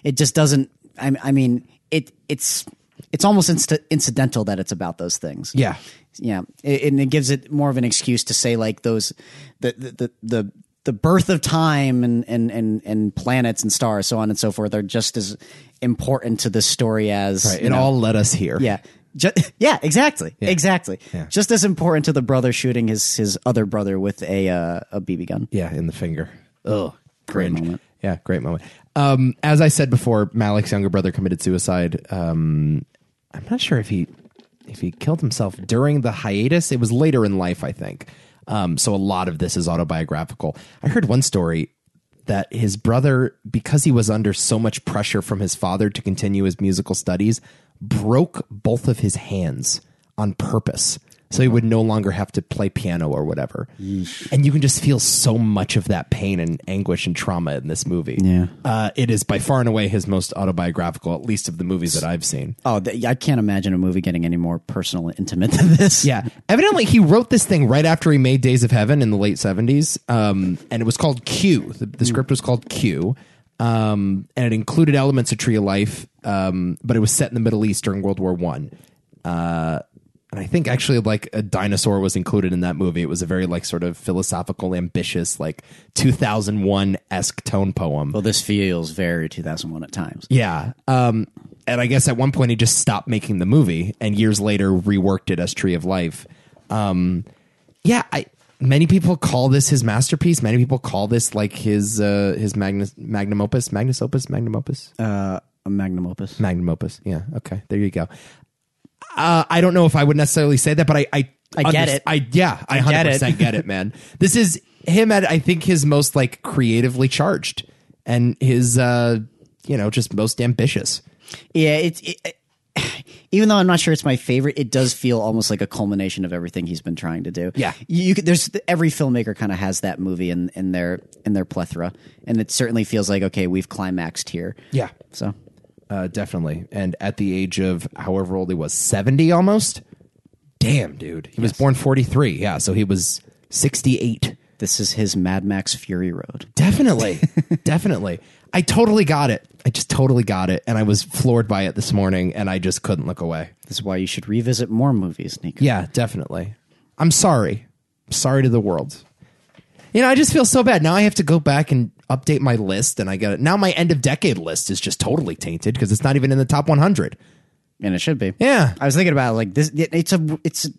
[SPEAKER 2] It just doesn't. I, I mean, it it's it's almost insta- incidental that it's about those things.
[SPEAKER 1] Yeah.
[SPEAKER 2] yeah, It- and it gives it more of an excuse to say like those the the the. the the birth of time and, and, and, and planets and stars, so on and so forth, are just as important to this story as
[SPEAKER 1] it
[SPEAKER 2] you know,
[SPEAKER 1] all led us here
[SPEAKER 2] yeah. Ju- yeah, exactly. Exactly. Just as important to the brother shooting his his other brother with a uh, a BB gun.
[SPEAKER 1] yeah in the finger oh
[SPEAKER 2] Great moment.
[SPEAKER 1] yeah great moment um as i said before malik's younger brother committed suicide um i'm not sure if he if he killed himself during the hiatus it was later in life i think um so a lot of this is autobiographical i heard one story that his brother, because he was under so much pressure from his father to continue his musical studies, broke both of his hands on purpose so he would no longer have to play piano or whatever. And you can just feel so much of that pain and anguish and trauma in this movie.
[SPEAKER 2] Yeah.
[SPEAKER 1] Uh, it is by far and away his most autobiographical, at least of the movies that I've seen.
[SPEAKER 2] Oh, th- I can't imagine a movie getting any more personal and intimate than this.
[SPEAKER 1] Yeah. Evidently, he wrote this thing right after he made Days of Heaven in the late 70s. Um, and it was called Q. The, the script was called Q. Um, and it included elements of Tree of Life, um, but it was set in the Middle East during World War One. Uh, and I think actually, like a dinosaur was included in that movie. It was a very like sort of philosophical, ambitious, like 2001 esque tone poem.
[SPEAKER 2] Well, this feels very 2001 at times.
[SPEAKER 1] Yeah. Um, and I guess at one point he just stopped making the movie and years later reworked it as Tree of Life. Um, yeah, I many people call this his masterpiece. Many people call this like his uh, his magnus, magnum opus, magnus opus, magnum opus,
[SPEAKER 2] Uh, a magnum opus.
[SPEAKER 1] magnum opus. Yeah, okay, there you go. Uh, I don't know if I would necessarily say that, but I I,
[SPEAKER 2] I get it.
[SPEAKER 1] I yeah, I,
[SPEAKER 2] get
[SPEAKER 1] 100%
[SPEAKER 2] it.
[SPEAKER 1] get it, man. This is him at I think his most like creatively charged and his uh, you know just most ambitious.
[SPEAKER 2] Yeah, it's it, it- even though I'm not sure it's my favorite, it does feel almost like a culmination of everything he's been trying to do.
[SPEAKER 1] Yeah.
[SPEAKER 2] you, you could, there's every filmmaker kind of has that movie in in their in their plethora, and it certainly feels like okay, we've climaxed here.
[SPEAKER 1] Yeah.
[SPEAKER 2] So
[SPEAKER 1] Uh, definitely. And at the age of however old he was, 70 almost? Damn, dude. He was born 43. Yeah. So he was 68.
[SPEAKER 2] this is his Mad Max Fury Road.
[SPEAKER 1] Definitely. definitely. I totally got it. I just totally got it. And I was floored by it this morning and I just couldn't look away.
[SPEAKER 2] This is why you should revisit more movies, Nico.
[SPEAKER 1] Yeah, definitely. I'm sorry. I'm sorry to the world. You know, I just feel so bad. Now I have to go back and update my list and I got it. Now my end of decade list is just totally tainted because it's not even in the top 100.
[SPEAKER 2] and it should be.
[SPEAKER 1] Yeah.
[SPEAKER 2] I was thinking about it, like this. it- It's a it's a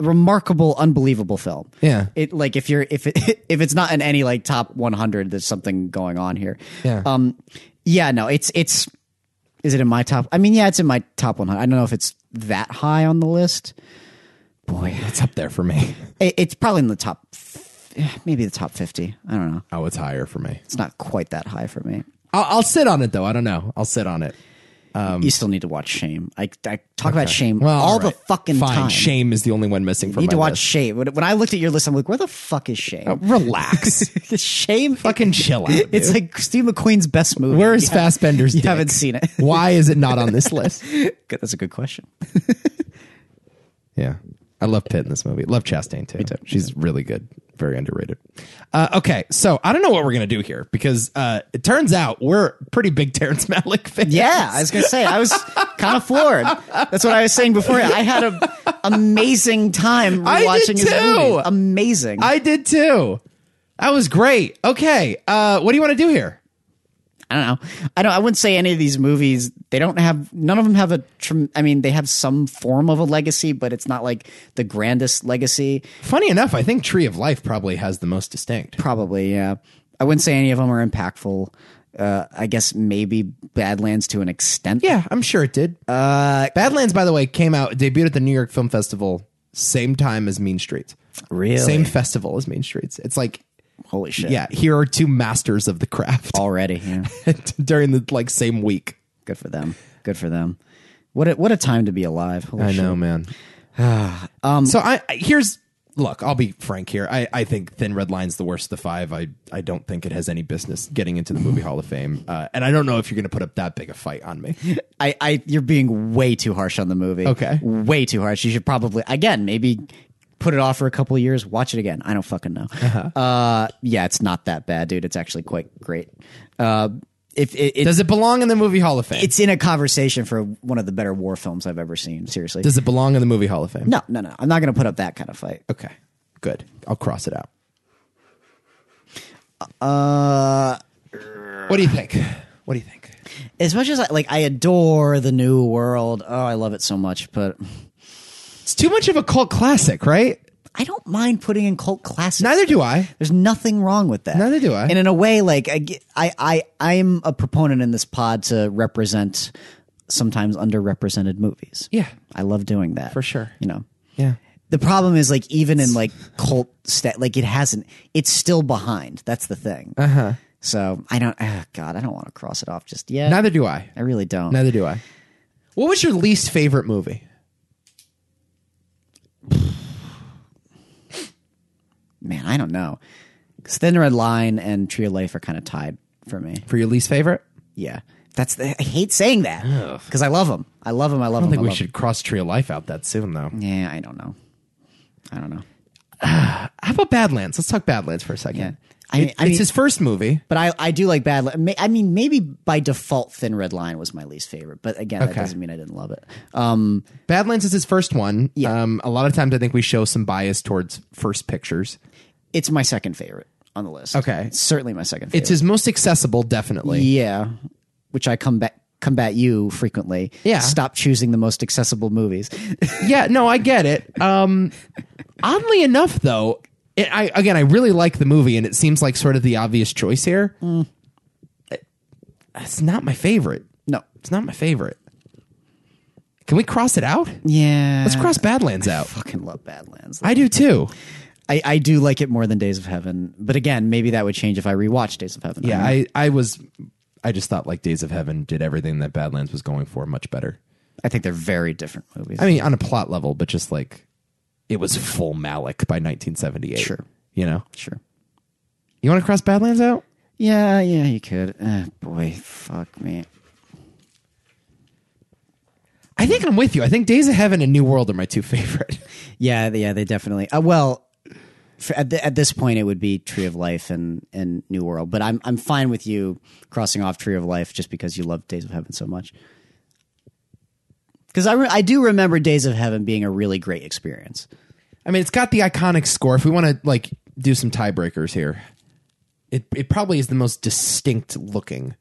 [SPEAKER 2] remarkable, unbelievable film.
[SPEAKER 1] Yeah.
[SPEAKER 2] it like if you're if it if it's not in any like top 100, there's something going on here.
[SPEAKER 1] Yeah.
[SPEAKER 2] Um. Yeah. No. It's it's. Is it in my top? I mean, yeah, it's in my top 100. I don't know if it's that high on the list.
[SPEAKER 1] Boy, it's up there for me.
[SPEAKER 2] It, it's probably in the top, f- maybe the top 50. I don't know.
[SPEAKER 1] Oh, it's higher for me.
[SPEAKER 2] It's not quite that high for me.
[SPEAKER 1] I'll, I'll sit on it though. I don't know. I'll sit on it.
[SPEAKER 2] you still need to watch Shame. I, I talk about Shame
[SPEAKER 1] Well,
[SPEAKER 2] all
[SPEAKER 1] right.
[SPEAKER 2] the fucking
[SPEAKER 1] Fine.
[SPEAKER 2] time.
[SPEAKER 1] Shame is the only one missing from
[SPEAKER 2] You need
[SPEAKER 1] my
[SPEAKER 2] to watch
[SPEAKER 1] list.
[SPEAKER 2] Shame. When, when I looked at your list, I'm like, where the fuck is
[SPEAKER 1] Oh,
[SPEAKER 2] Shame?
[SPEAKER 1] Relax.
[SPEAKER 2] Shame.
[SPEAKER 1] Fucking chill out. Dude.
[SPEAKER 2] It's like Steve McQueen's best movie.
[SPEAKER 1] where is
[SPEAKER 2] You haven't-
[SPEAKER 1] Fassbender's?
[SPEAKER 2] You
[SPEAKER 1] dick?
[SPEAKER 2] haven't seen it.
[SPEAKER 1] Why is it not on this list?
[SPEAKER 2] Good, That's a good question.
[SPEAKER 1] Yeah. I love Pitt in this movie. Love Chastain too. She's really good. Very underrated. Uh, okay, so I don't know what we're gonna do here because uh, it turns out we're pretty big Terrence Malick fans.
[SPEAKER 2] Yeah, I was gonna say I was kind of floored. That's what I was saying before. I had an amazing time
[SPEAKER 1] I did
[SPEAKER 2] watching his
[SPEAKER 1] too.
[SPEAKER 2] movie. Amazing. I,
[SPEAKER 1] I did too. That was great. Okay, uh, what do you want to do here?
[SPEAKER 2] don't know. I don't. I wouldn't say any of these movies. They don't have. None of them have a. trem- I mean, they have some form of a legacy, but it's not like the grandest legacy.
[SPEAKER 1] Funny enough, I think Tree of Life probably has the most distinct.
[SPEAKER 2] Probably, yeah. I wouldn't say any of them are impactful. Uh, I guess maybe Badlands to an extent.
[SPEAKER 1] Yeah, I'm sure it did. Uh, Badlands, by the way, came out debuted at the New York Film Festival, same time as Mean Streets.
[SPEAKER 2] Really?
[SPEAKER 1] Same festival as Mean Streets. It's like,
[SPEAKER 2] Holy shit.
[SPEAKER 1] yeah, here are two masters of the craft
[SPEAKER 2] Already. Yeah.
[SPEAKER 1] during the like same week.
[SPEAKER 2] Good for them. Good for them. What a, what a time to be alive. Holy
[SPEAKER 1] I
[SPEAKER 2] shit.
[SPEAKER 1] know, man. um, so I I- here's look. I'll be frank here. I, I think Thin Red Line's the worst of the five. I I don't think it has any business getting into the movie Hall of Fame. Uh, and I don't know if you're going to put up that big a fight on me.
[SPEAKER 2] I, I you're being way too harsh on the movie.
[SPEAKER 1] Okay.
[SPEAKER 2] Way too harsh. You should probably again maybe put it off for a couple of years, watch it again. I don't fucking know.
[SPEAKER 1] Uh-huh.
[SPEAKER 2] uh yeah, it's not that bad, dude. It's actually quite great. Uh if it, it,
[SPEAKER 1] Does it belong in the movie Hall of Fame?
[SPEAKER 2] it's in a conversation for one of the better war films I've ever seen, seriously.
[SPEAKER 1] Does it belong in the movie Hall of Fame?
[SPEAKER 2] No, no, no. I'm not going to put up that kind of fight.
[SPEAKER 1] Okay, good. I'll cross it out. Uh, what do you think? What do you think?
[SPEAKER 2] As much as I like, I adore the New World. Oh, I love it so much, but
[SPEAKER 1] It's too much of a cult classic, right?
[SPEAKER 2] I don't mind putting in cult classics.
[SPEAKER 1] Neither do I.
[SPEAKER 2] There's nothing wrong with that.
[SPEAKER 1] Neither do I.
[SPEAKER 2] And in a way, like I, ge- I, I, I'm a proponent in this pod to represent sometimes underrepresented movies.
[SPEAKER 1] Yeah.
[SPEAKER 2] I love doing that
[SPEAKER 1] For sure.
[SPEAKER 2] You know.
[SPEAKER 1] Yeah.
[SPEAKER 2] The problem is like even in like cult stat, like it hasn't. It's still behind. That's the thing. Uh
[SPEAKER 1] Uh-huh.
[SPEAKER 2] huh. So I don't. ah, God, I don't want to cross it off just yet.
[SPEAKER 1] Neither do I.
[SPEAKER 2] I really don't.
[SPEAKER 1] Neither do I. What was your least favorite movie?
[SPEAKER 2] man, I don't know. 'Cause Thin Red Line and Tree of Life are kind of tied for me.
[SPEAKER 1] For your least favorite?
[SPEAKER 2] Yeah, that's the, I hate saying that because I love them. I love them. I love
[SPEAKER 1] I
[SPEAKER 2] them.
[SPEAKER 1] think we
[SPEAKER 2] love
[SPEAKER 1] should cross Tree of Life out that soon, though.
[SPEAKER 2] 'em. Yeah, I don't know. I don't know.
[SPEAKER 1] How about Badlands? Let's talk Badlands for a second.
[SPEAKER 2] Yeah.
[SPEAKER 1] I
[SPEAKER 2] I
[SPEAKER 1] mean,
[SPEAKER 2] mean- I
[SPEAKER 1] it's
[SPEAKER 2] mean-
[SPEAKER 1] his first movie.
[SPEAKER 2] But I, I do like Bad. Li- may- I mean, maybe by default, Thin Red Line was my least favorite. But again, that
[SPEAKER 1] Okay.
[SPEAKER 2] doesn't mean I didn't love it. Um,
[SPEAKER 1] Badlands is his first one.
[SPEAKER 2] Yeah.
[SPEAKER 1] Um, a lot of times, I think we show some bias towards first pictures.
[SPEAKER 2] it's my second favorite on the list.
[SPEAKER 1] Okay.
[SPEAKER 2] It's certainly my second favorite.
[SPEAKER 1] It's his most accessible, definitely.
[SPEAKER 2] yeah, which I come back combat you frequently.
[SPEAKER 1] Yeah.
[SPEAKER 2] stop choosing the most accessible movies.
[SPEAKER 1] yeah, no, I get it. Um, oddly enough, though, it, I again, I really like the movie, and it seems like sort of the obvious choice here. It- it's not my favorite.
[SPEAKER 2] no,
[SPEAKER 1] It's not my favorite. Can we cross it out?
[SPEAKER 2] yeah,
[SPEAKER 1] Let's cross Badlands out.
[SPEAKER 2] Fucking love Badlands.
[SPEAKER 1] I do too.
[SPEAKER 2] I, I do like it more than Days of Heaven, but again, maybe that would change if I rewatched Days of Heaven.
[SPEAKER 1] Yeah, I, I was. I just thought like Days of Heaven did everything that Badlands was going for much better.
[SPEAKER 2] I think they're very different movies.
[SPEAKER 1] I mean, on a plot level, but just like it was full Malik by 1978.
[SPEAKER 2] Sure.
[SPEAKER 1] You know,
[SPEAKER 2] sure.
[SPEAKER 1] you want to cross Badlands out?
[SPEAKER 2] Yeah, yeah, you could. Uh, boy, fuck me.
[SPEAKER 1] I think I'm with you. I think Days of Heaven and New World are my two favorite.
[SPEAKER 2] Yeah, they- yeah, they definitely. Uh, well, for, at, the, at this point, it would be Tree of Life and, and New World, but I'm I'm fine with you crossing off Tree of Life just because you love Days of Heaven so much. Because I re- I do remember Days of Heaven being a really great experience.
[SPEAKER 1] I mean, it's got the iconic score. If we want to like do some tiebreakers here, it it probably is the most distinct looking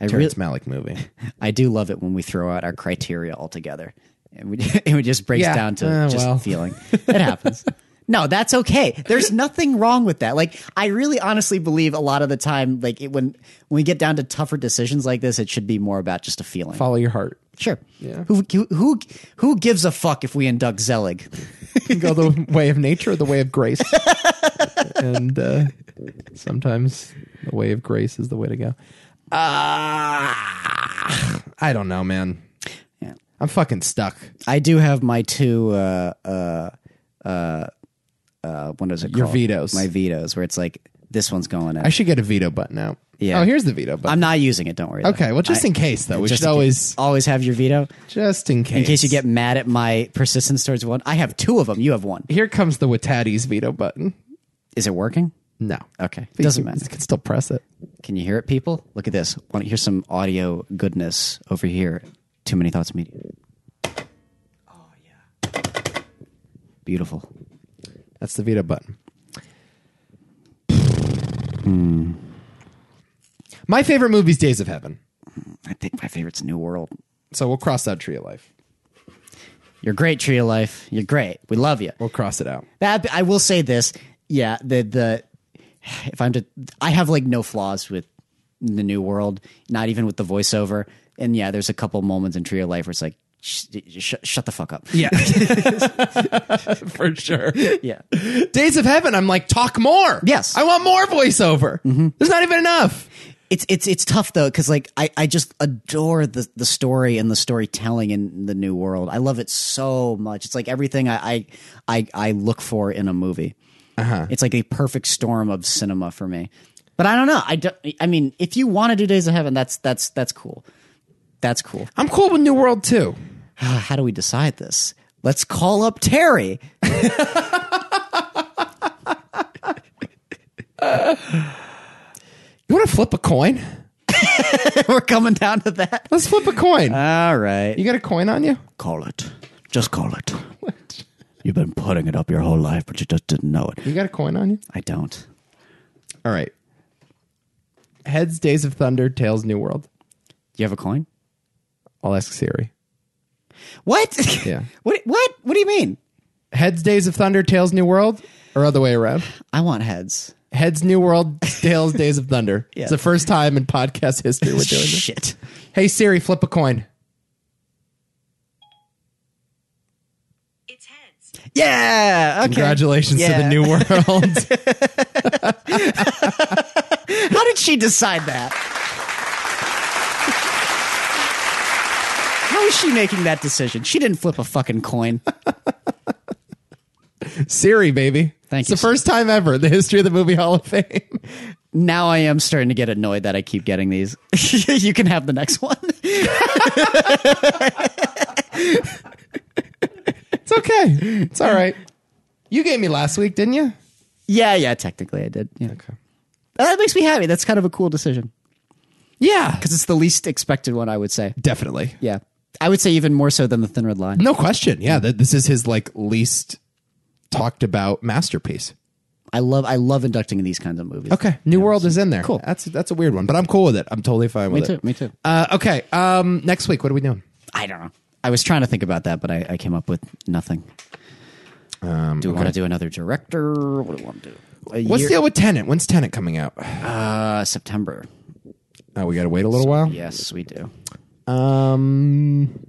[SPEAKER 2] I
[SPEAKER 1] Terrence
[SPEAKER 2] really,
[SPEAKER 1] Malick movie.
[SPEAKER 2] I do love it when we throw out our criteria altogether, and we and we just breaks
[SPEAKER 1] Yeah.
[SPEAKER 2] down to
[SPEAKER 1] Uh,
[SPEAKER 2] just
[SPEAKER 1] well.
[SPEAKER 2] feeling. It happens. No, that's okay. There's nothing wrong with that. Like I really honestly believe a lot of the time, like it, when when we get down to tougher decisions like this, it should be more about just a feeling.
[SPEAKER 1] Follow your heart.
[SPEAKER 2] Sure. Yeah. Who who- who who gives a fuck if we induct Zelig?
[SPEAKER 1] You can go the way of nature or the way of grace. and uh, sometimes the way of grace is the way to go. Ah, I don't know, man.
[SPEAKER 2] Yeah.
[SPEAKER 1] I'm fucking stuck.
[SPEAKER 2] I do have my two. Uh, uh, uh, uh, what is it?
[SPEAKER 1] Your
[SPEAKER 2] called?
[SPEAKER 1] vetoes.
[SPEAKER 2] My vetoes, where it's like this one's going out.
[SPEAKER 1] I should get a veto button out.
[SPEAKER 2] Yeah.
[SPEAKER 1] Oh, here's the veto button.
[SPEAKER 2] I'm not using it. Don't worry.
[SPEAKER 1] okay, well, just in case though, we
[SPEAKER 2] Just
[SPEAKER 1] should
[SPEAKER 2] in ca-
[SPEAKER 1] always
[SPEAKER 2] always have your veto
[SPEAKER 1] just in case.
[SPEAKER 2] in case you get mad at my persistence towards one. I have two of them. You have one.
[SPEAKER 1] here comes the Wataddies veto button.
[SPEAKER 2] Is it working?
[SPEAKER 1] No,
[SPEAKER 2] Okay,
[SPEAKER 1] But you
[SPEAKER 2] doesn't
[SPEAKER 1] can-
[SPEAKER 2] matter.
[SPEAKER 1] You can still press it.
[SPEAKER 2] Can you hear it, people? Look at this. Want to hear some audio goodness over here? Too many thoughts media. Oh yeah, Oh, beautiful.
[SPEAKER 1] That's the veto button.
[SPEAKER 2] Hmm.
[SPEAKER 1] My favorite movie is Days of Heaven.
[SPEAKER 2] I think my favorite's New World.
[SPEAKER 1] So we'll cross out Tree of Life.
[SPEAKER 2] You're great, Tree of Life. You're great. We love you.
[SPEAKER 1] We'll cross it out.
[SPEAKER 2] That I will say this. Yeah, the the if I'm to I have like no flaws with the new world, not even with the voiceover. And yeah, there's a couple moments in Tree of Life where it's like sh- sh- shut the fuck up.
[SPEAKER 1] Yeah. For sure.
[SPEAKER 2] Yeah.
[SPEAKER 1] Days of Heaven, I'm like, talk more.
[SPEAKER 2] Yes. Mm-hmm.
[SPEAKER 1] I want more voiceover. There's not even enough.
[SPEAKER 2] It's it's it's tough though cuz like I I just adore the the story and the storytelling in the new world. I love it so much. It's like everything I I I, I look for in a movie. Uh-huh. It's like a perfect storm of cinema for me. But I don't know. I don't, I mean, if you want to do Days of Heaven, that's that's that's cool. That's cool.
[SPEAKER 1] I'm cool with New World too.
[SPEAKER 2] Ah, how do we decide this? Let's call up Terry.
[SPEAKER 1] You want to flip a coin?
[SPEAKER 2] We're coming down to that.
[SPEAKER 1] Let's flip a coin.
[SPEAKER 2] All right.
[SPEAKER 1] you got a coin on you?
[SPEAKER 2] call it. Just call it. You've been putting it up your whole life, but you just didn't know it.
[SPEAKER 1] You got a coin on you?
[SPEAKER 2] I don't.
[SPEAKER 1] All right. Heads, Days of Thunder, Tails, New World.
[SPEAKER 2] You have a coin?
[SPEAKER 1] I'll ask Siri.
[SPEAKER 2] What?
[SPEAKER 1] Yeah.
[SPEAKER 2] what? What? What do you mean?
[SPEAKER 1] Heads, Days of Thunder, Tails, New World, or other way around?
[SPEAKER 2] I want heads.
[SPEAKER 1] Heads, New World, Tails, Days of Thunder.
[SPEAKER 2] Yeah.
[SPEAKER 1] It's the first time in podcast history we're doing this.
[SPEAKER 2] Shit.
[SPEAKER 1] Hey, Siri, flip a coin.
[SPEAKER 4] It's heads.
[SPEAKER 2] Yeah. Okay.
[SPEAKER 1] Congratulations to the
[SPEAKER 2] Yeah.
[SPEAKER 1] New World.
[SPEAKER 2] How did she decide that? How is she making that decision? She didn't flip a fucking coin.
[SPEAKER 1] Siri, baby.
[SPEAKER 2] Thank
[SPEAKER 1] It's
[SPEAKER 2] you.
[SPEAKER 1] the first time ever in the history of the movie Hall of Fame.
[SPEAKER 2] now I am starting to get annoyed that I keep getting these. you can have the next one.
[SPEAKER 1] It's okay. It's all right. You gave me last week, didn't you?
[SPEAKER 2] yeah, yeah, technically I did. Yeah.
[SPEAKER 1] Okay.
[SPEAKER 2] That makes me happy. That's kind of a cool decision
[SPEAKER 1] Yeah.
[SPEAKER 2] because it's the least expected one, I would say.
[SPEAKER 1] Definitely.
[SPEAKER 2] Yeah. I would say even more so than the Thin Red Line.
[SPEAKER 1] No question. Yeah, th- this is his like least talked about masterpiece.
[SPEAKER 2] I love I love inducting in these kinds of movies.
[SPEAKER 1] Okay, New World is in there. Cool. That's that's a weird one, but I'm cool with it. I'm totally fine
[SPEAKER 2] Me
[SPEAKER 1] with
[SPEAKER 2] too.
[SPEAKER 1] it.
[SPEAKER 2] Me too.
[SPEAKER 1] Uh, okay. Um, next week, what are we doing?
[SPEAKER 2] I don't know. I was trying to think about that, but I, I came up with nothing. do we want to do another director? What do we want to do? A
[SPEAKER 1] What's
[SPEAKER 2] year-
[SPEAKER 1] the deal with Tenant? When's Tenant coming out?
[SPEAKER 2] uh, September?
[SPEAKER 1] Oh, we got to wait a little while.
[SPEAKER 2] Yes, we do.
[SPEAKER 1] Um,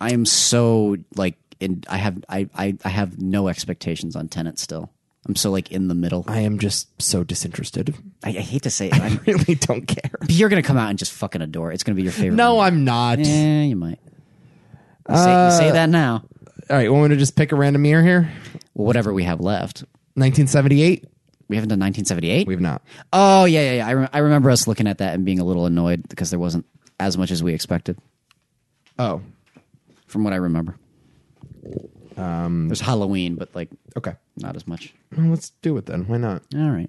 [SPEAKER 2] I am so like in. I have I I, I have no expectations on Tenant still. I'm so like in the middle. I,
[SPEAKER 1] I am just so disinterested.
[SPEAKER 2] I hate to say it. I'm,
[SPEAKER 1] Really don't care.
[SPEAKER 2] but you're gonna come out and just fucking adore. it. It's gonna be your favorite.
[SPEAKER 1] No,
[SPEAKER 2] movie.
[SPEAKER 1] I'm not.
[SPEAKER 2] Eh, you might. You say, you say that now.
[SPEAKER 1] All right, you want me to just pick a random year here?
[SPEAKER 2] Well, whatever we have left.
[SPEAKER 1] 1978.
[SPEAKER 2] We haven't done 1978.
[SPEAKER 1] We've not.
[SPEAKER 2] Oh yeah, yeah, yeah. I, rem I remember us looking at that and being a little annoyed because there wasn't as much as we expected,
[SPEAKER 1] Oh,
[SPEAKER 2] from what I remember. Um, There's Halloween, but like
[SPEAKER 1] okay.
[SPEAKER 2] not as much.
[SPEAKER 1] Well, let's do it then. Why not?
[SPEAKER 2] All right,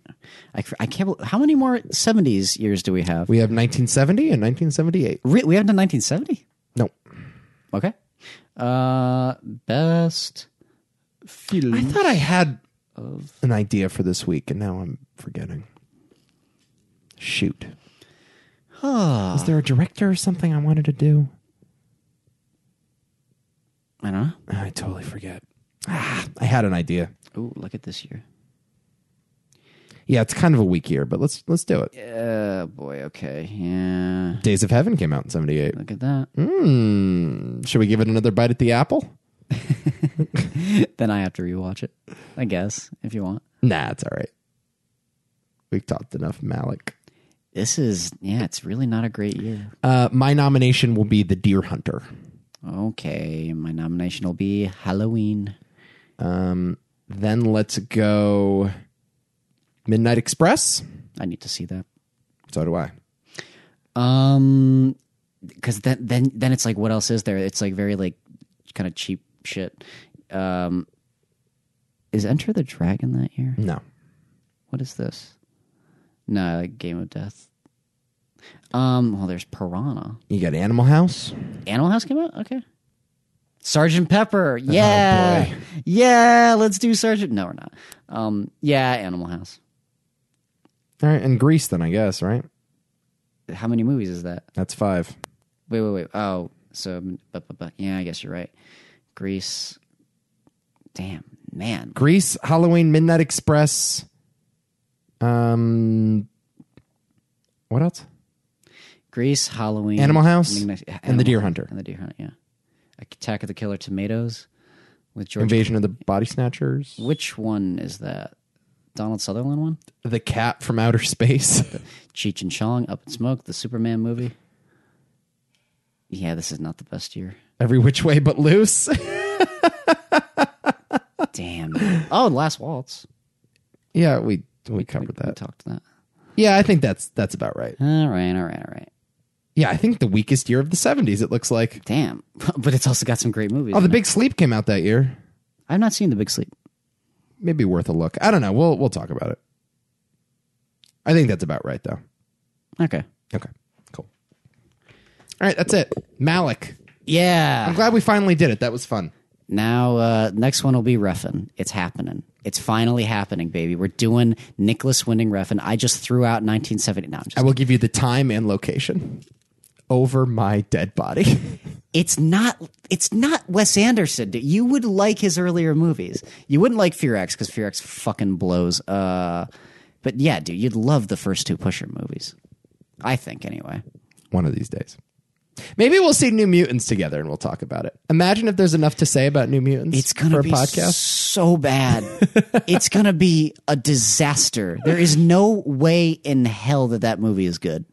[SPEAKER 2] I, I can't. bel how many more '70s years do we have?
[SPEAKER 1] We have 1970 and 1978.
[SPEAKER 2] Re- we haven't done 1970.
[SPEAKER 1] No.
[SPEAKER 2] Okay. Uh, best film.
[SPEAKER 1] I thought I had an idea for this week, and now I'm forgetting. Shoot. Is there a director or something I wanted to do?
[SPEAKER 2] I don't know.
[SPEAKER 1] I totally forget. Ah, I had an idea.
[SPEAKER 2] Oh, look at this year.
[SPEAKER 1] Yeah, it's kind of a weak year, but let's let's do it.
[SPEAKER 2] Oh boy. Okay. Yeah.
[SPEAKER 1] Days of Heaven came out in '78.
[SPEAKER 2] Look at that.
[SPEAKER 1] Hmm. Should we give it another bite at the apple? Hmm.
[SPEAKER 2] Then I have to rewatch it. I guess if you want.
[SPEAKER 1] Nah, it's all right. We've talked enough, Malik.
[SPEAKER 2] This is yeah. It's really not a great year.
[SPEAKER 1] Uh, my nomination will be The Deer Hunter.
[SPEAKER 2] Okay, my nomination will be Halloween.
[SPEAKER 1] Then let's go Midnight Express.
[SPEAKER 2] I need to see that.
[SPEAKER 1] So do I.
[SPEAKER 2] Um, because then then then it's like, what else is there? It's like very like kind of cheap shit. Um, is Enter the Dragon that year?
[SPEAKER 1] No.
[SPEAKER 2] What is this? No, like Game of Death. Um, well, there's Piranha.
[SPEAKER 1] You got Animal House.
[SPEAKER 2] Animal House came out. Okay. Sergeant
[SPEAKER 1] Oh,
[SPEAKER 2] Pepper. Yeah, yeah. Let's do Sergeant. No, we're not. Um, yeah, Animal House.
[SPEAKER 1] All right, and Greece then I guess, right?
[SPEAKER 2] How many movies is that?
[SPEAKER 1] That's five.
[SPEAKER 2] Wait, wait, wait. Oh, so but, but, but, yeah, I guess you're right. Greece. Damn, man.
[SPEAKER 1] Greece, Halloween, Midnight Express. Um what else?
[SPEAKER 2] Greece, Halloween,
[SPEAKER 1] Animal House
[SPEAKER 2] Midnight-
[SPEAKER 1] and
[SPEAKER 2] Animal-
[SPEAKER 1] The Deer Hunter.
[SPEAKER 2] and the Deer Hunter. Yeah, Attack of the Killer Tomatoes with George.
[SPEAKER 1] Invasion of the Body Snatchers.
[SPEAKER 2] Which one is that? Donald Sutherland one?
[SPEAKER 1] The Cat from Outer Space.
[SPEAKER 2] Cheech and Chong, Up in Smoke, the Superman movie. Yeah, this is not the best year.
[SPEAKER 1] Every Which Way But Loose.
[SPEAKER 2] Damn. oh, Last Waltz.
[SPEAKER 1] yeah, we we
[SPEAKER 2] We,
[SPEAKER 1] covered
[SPEAKER 2] we
[SPEAKER 1] that.
[SPEAKER 2] talked to that.
[SPEAKER 1] Yeah, I think that's that's about right.
[SPEAKER 2] All right, all right, all right.
[SPEAKER 1] Yeah, I think the weakest year of the 70s it looks like.
[SPEAKER 2] Damn. but it's also got some great movies.
[SPEAKER 1] Oh, The
[SPEAKER 2] in it.
[SPEAKER 1] Big Sleep came out that year.
[SPEAKER 2] I've not seen The Big Sleep.
[SPEAKER 1] Maybe worth a look. I don't know. We'll we'll talk about it. I think that's about right though.
[SPEAKER 2] Okay.
[SPEAKER 1] Okay, cool. All right, that's it. Malik. I'm
[SPEAKER 2] Yeah.
[SPEAKER 1] glad we finally did it. That was fun.
[SPEAKER 2] Now, uh, next one will be Refn. It's happening. It's finally happening, baby. We're doing Nicholas Winding Refn. I just threw out 1970. No, I'm
[SPEAKER 1] I
[SPEAKER 2] just.
[SPEAKER 1] will give you the time and location. Over my dead body.
[SPEAKER 2] It's not. It's not Wes Anderson. dude. You would like his earlier movies. You wouldn't like Fear X because Fear X fucking blows. Uh, but yeah, dude, you'd love the first two Pusher movies. I think anyway.
[SPEAKER 1] One of these days. Maybe we'll see New Mutants together and we'll talk about it. Imagine if there's enough to say about New Mutants
[SPEAKER 2] It's gonna
[SPEAKER 1] for a
[SPEAKER 2] be
[SPEAKER 1] podcast.
[SPEAKER 2] so bad. it's gonna be a disaster. There is no way in hell that that movie is good.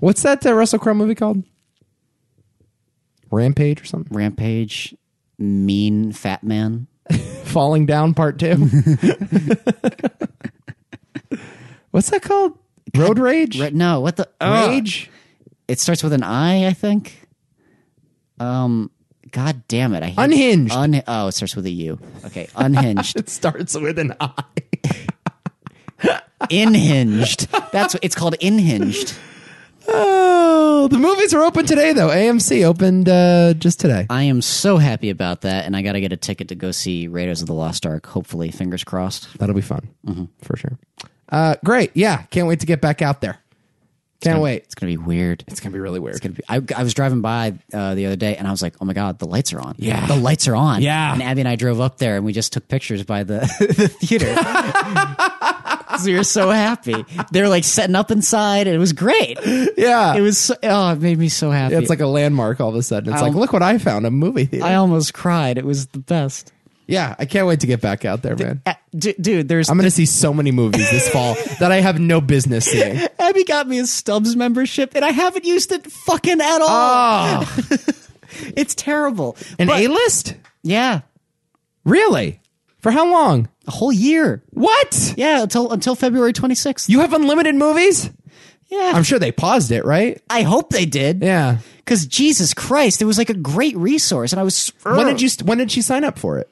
[SPEAKER 1] What's that uh, Russell Crowe movie called? Rampage or something?
[SPEAKER 2] Rampage, Mean Fat Man.
[SPEAKER 1] Falling Down Part Two. What's that called? Road Rage.
[SPEAKER 2] Right, no, what the ugh.
[SPEAKER 1] Rage.
[SPEAKER 2] Ah. It starts with an I, I think. Um, God damn it! I hate
[SPEAKER 1] Unhinged.
[SPEAKER 2] Un- oh, it starts with a U. Okay, unhinged,
[SPEAKER 1] It starts with an I.
[SPEAKER 2] inhinged. That's it's called inhinged.
[SPEAKER 1] Oh, the movies are open today though. AMC opened uh, just today.
[SPEAKER 2] I am so happy about that, and I got to get a ticket to go see Raiders of the Lost Ark. Hopefully, fingers crossed.
[SPEAKER 1] That'll be fun for sure. Uh, great. Yeah, can't wait to get back out there. Can't wait.
[SPEAKER 2] It's gonna be weird.
[SPEAKER 1] It's gonna be really weird.
[SPEAKER 2] It's gonna be. I, I was driving by uh, the other day, and I was like, "Oh my god, the lights are on!
[SPEAKER 1] Yeah.
[SPEAKER 2] the lights are on!"
[SPEAKER 1] Yeah.
[SPEAKER 2] And Abby and I drove up there, and we just took pictures by the, the theater. 'Cause we were so happy. They were like setting up inside, and it was great. It
[SPEAKER 1] yeah,
[SPEAKER 2] was. So, oh, it made me so happy.
[SPEAKER 1] it's like a landmark all of a sudden. It's like, look what I found—a movie theater.
[SPEAKER 2] I almost cried. It was the best.
[SPEAKER 1] yeah, I can't wait to get back out there, man.
[SPEAKER 2] Uh, d- dude, there's
[SPEAKER 1] I'm gonna see so many movies this fall that I have no business seeing.
[SPEAKER 2] Abby got me a Stubbs membership, and I haven't used it fucking at all.
[SPEAKER 1] Oh,
[SPEAKER 2] it's terrible.
[SPEAKER 1] an
[SPEAKER 2] But-
[SPEAKER 1] A-list?
[SPEAKER 2] yeah,
[SPEAKER 1] Really? For how long?
[SPEAKER 2] a whole year.
[SPEAKER 1] What?
[SPEAKER 2] Yeah, until until February 26th.
[SPEAKER 1] You have unlimited movies?
[SPEAKER 2] yeah,
[SPEAKER 1] I'm sure they paused it, right?
[SPEAKER 2] I hope they did.
[SPEAKER 1] Yeah.
[SPEAKER 2] Because Jesus Christ, it was like a great resource, and I was.
[SPEAKER 1] When did you? When did she sign up for it?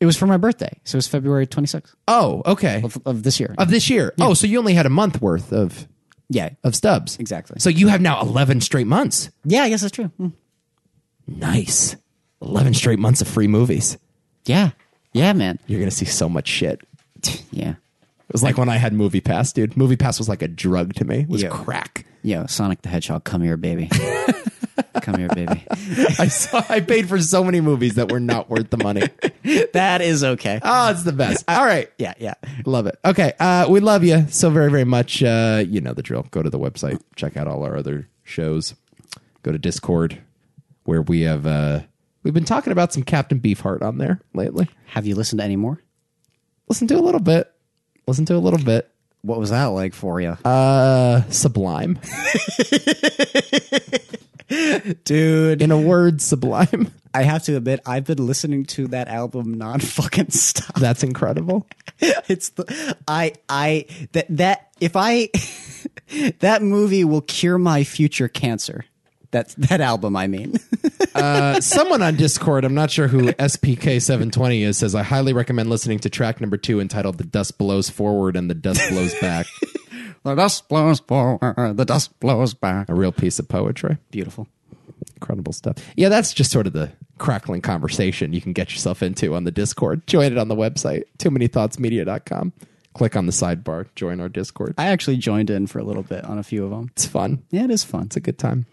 [SPEAKER 2] It was for my birthday, so it was February 26th
[SPEAKER 1] Oh, okay.
[SPEAKER 2] of, of this year.
[SPEAKER 1] Of this year. Oh, so you only had a month worth of
[SPEAKER 2] yeah,
[SPEAKER 1] of stubs.
[SPEAKER 2] Exactly.
[SPEAKER 1] So you have now 11 straight months.
[SPEAKER 2] yeah, I guess that's true. Mm.
[SPEAKER 1] Nice. 11 straight months of free movies.
[SPEAKER 2] Yeah, yeah, man.
[SPEAKER 1] You're going to see so much shit.
[SPEAKER 2] Yeah,
[SPEAKER 1] It was like when I had Movie Pass, dude. Movie Pass was like a drug to me. It was
[SPEAKER 2] Yeah.
[SPEAKER 1] crack.
[SPEAKER 2] yo, Sonic the Hedgehog, come here, baby. come here, baby.
[SPEAKER 1] I saw I paid for so many movies that were not worth the money.
[SPEAKER 2] That is okay.
[SPEAKER 1] Oh, it's the best. All right.
[SPEAKER 2] yeah, yeah.
[SPEAKER 1] Love it. Okay. Uh, we love you so very, very much. Uh, you know the drill. Go to the website, check out all our other shows, go to Discord, where we have uh, we've been talking about some Captain Beefheart on there lately.
[SPEAKER 2] Have you listened to any more?
[SPEAKER 1] Listen to a little bit. Listen to a little bit.
[SPEAKER 2] What was that like for you,
[SPEAKER 1] Uh, sublime.
[SPEAKER 2] dude?
[SPEAKER 1] In a word, sublime.
[SPEAKER 2] I have to admit, I've been listening to that album non fucking stop.
[SPEAKER 1] That's incredible.
[SPEAKER 2] it's the I I that that if I that movie will cure my future cancer. That's that album. I mean,
[SPEAKER 1] Uh, someone on Discord, I'm not sure who SPK720 is, says I highly recommend listening to track number two entitled "The Dust Blows Forward and the Dust Blows Back."
[SPEAKER 2] the dust blows forward, the dust blows back.
[SPEAKER 1] a real piece of poetry.
[SPEAKER 2] Beautiful.
[SPEAKER 1] incredible stuff. Yeah, that's just sort of the crackling conversation you can get yourself into on the Discord. Join it on the website, too many thoughtsmedia.com. Click on the sidebar, join our Discord.
[SPEAKER 2] I actually joined in for a little bit on a few of them.
[SPEAKER 1] It's fun.
[SPEAKER 2] Yeah, it is fun.
[SPEAKER 1] It's a good time.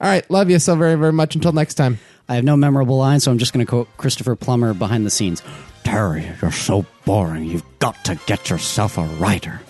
[SPEAKER 1] All right. Love you so very, very much. Until next time.
[SPEAKER 2] I have no memorable line, so I'm just going to quote Christopher Plummer behind the scenes. Terry, you're so boring. You've got to get yourself a writer.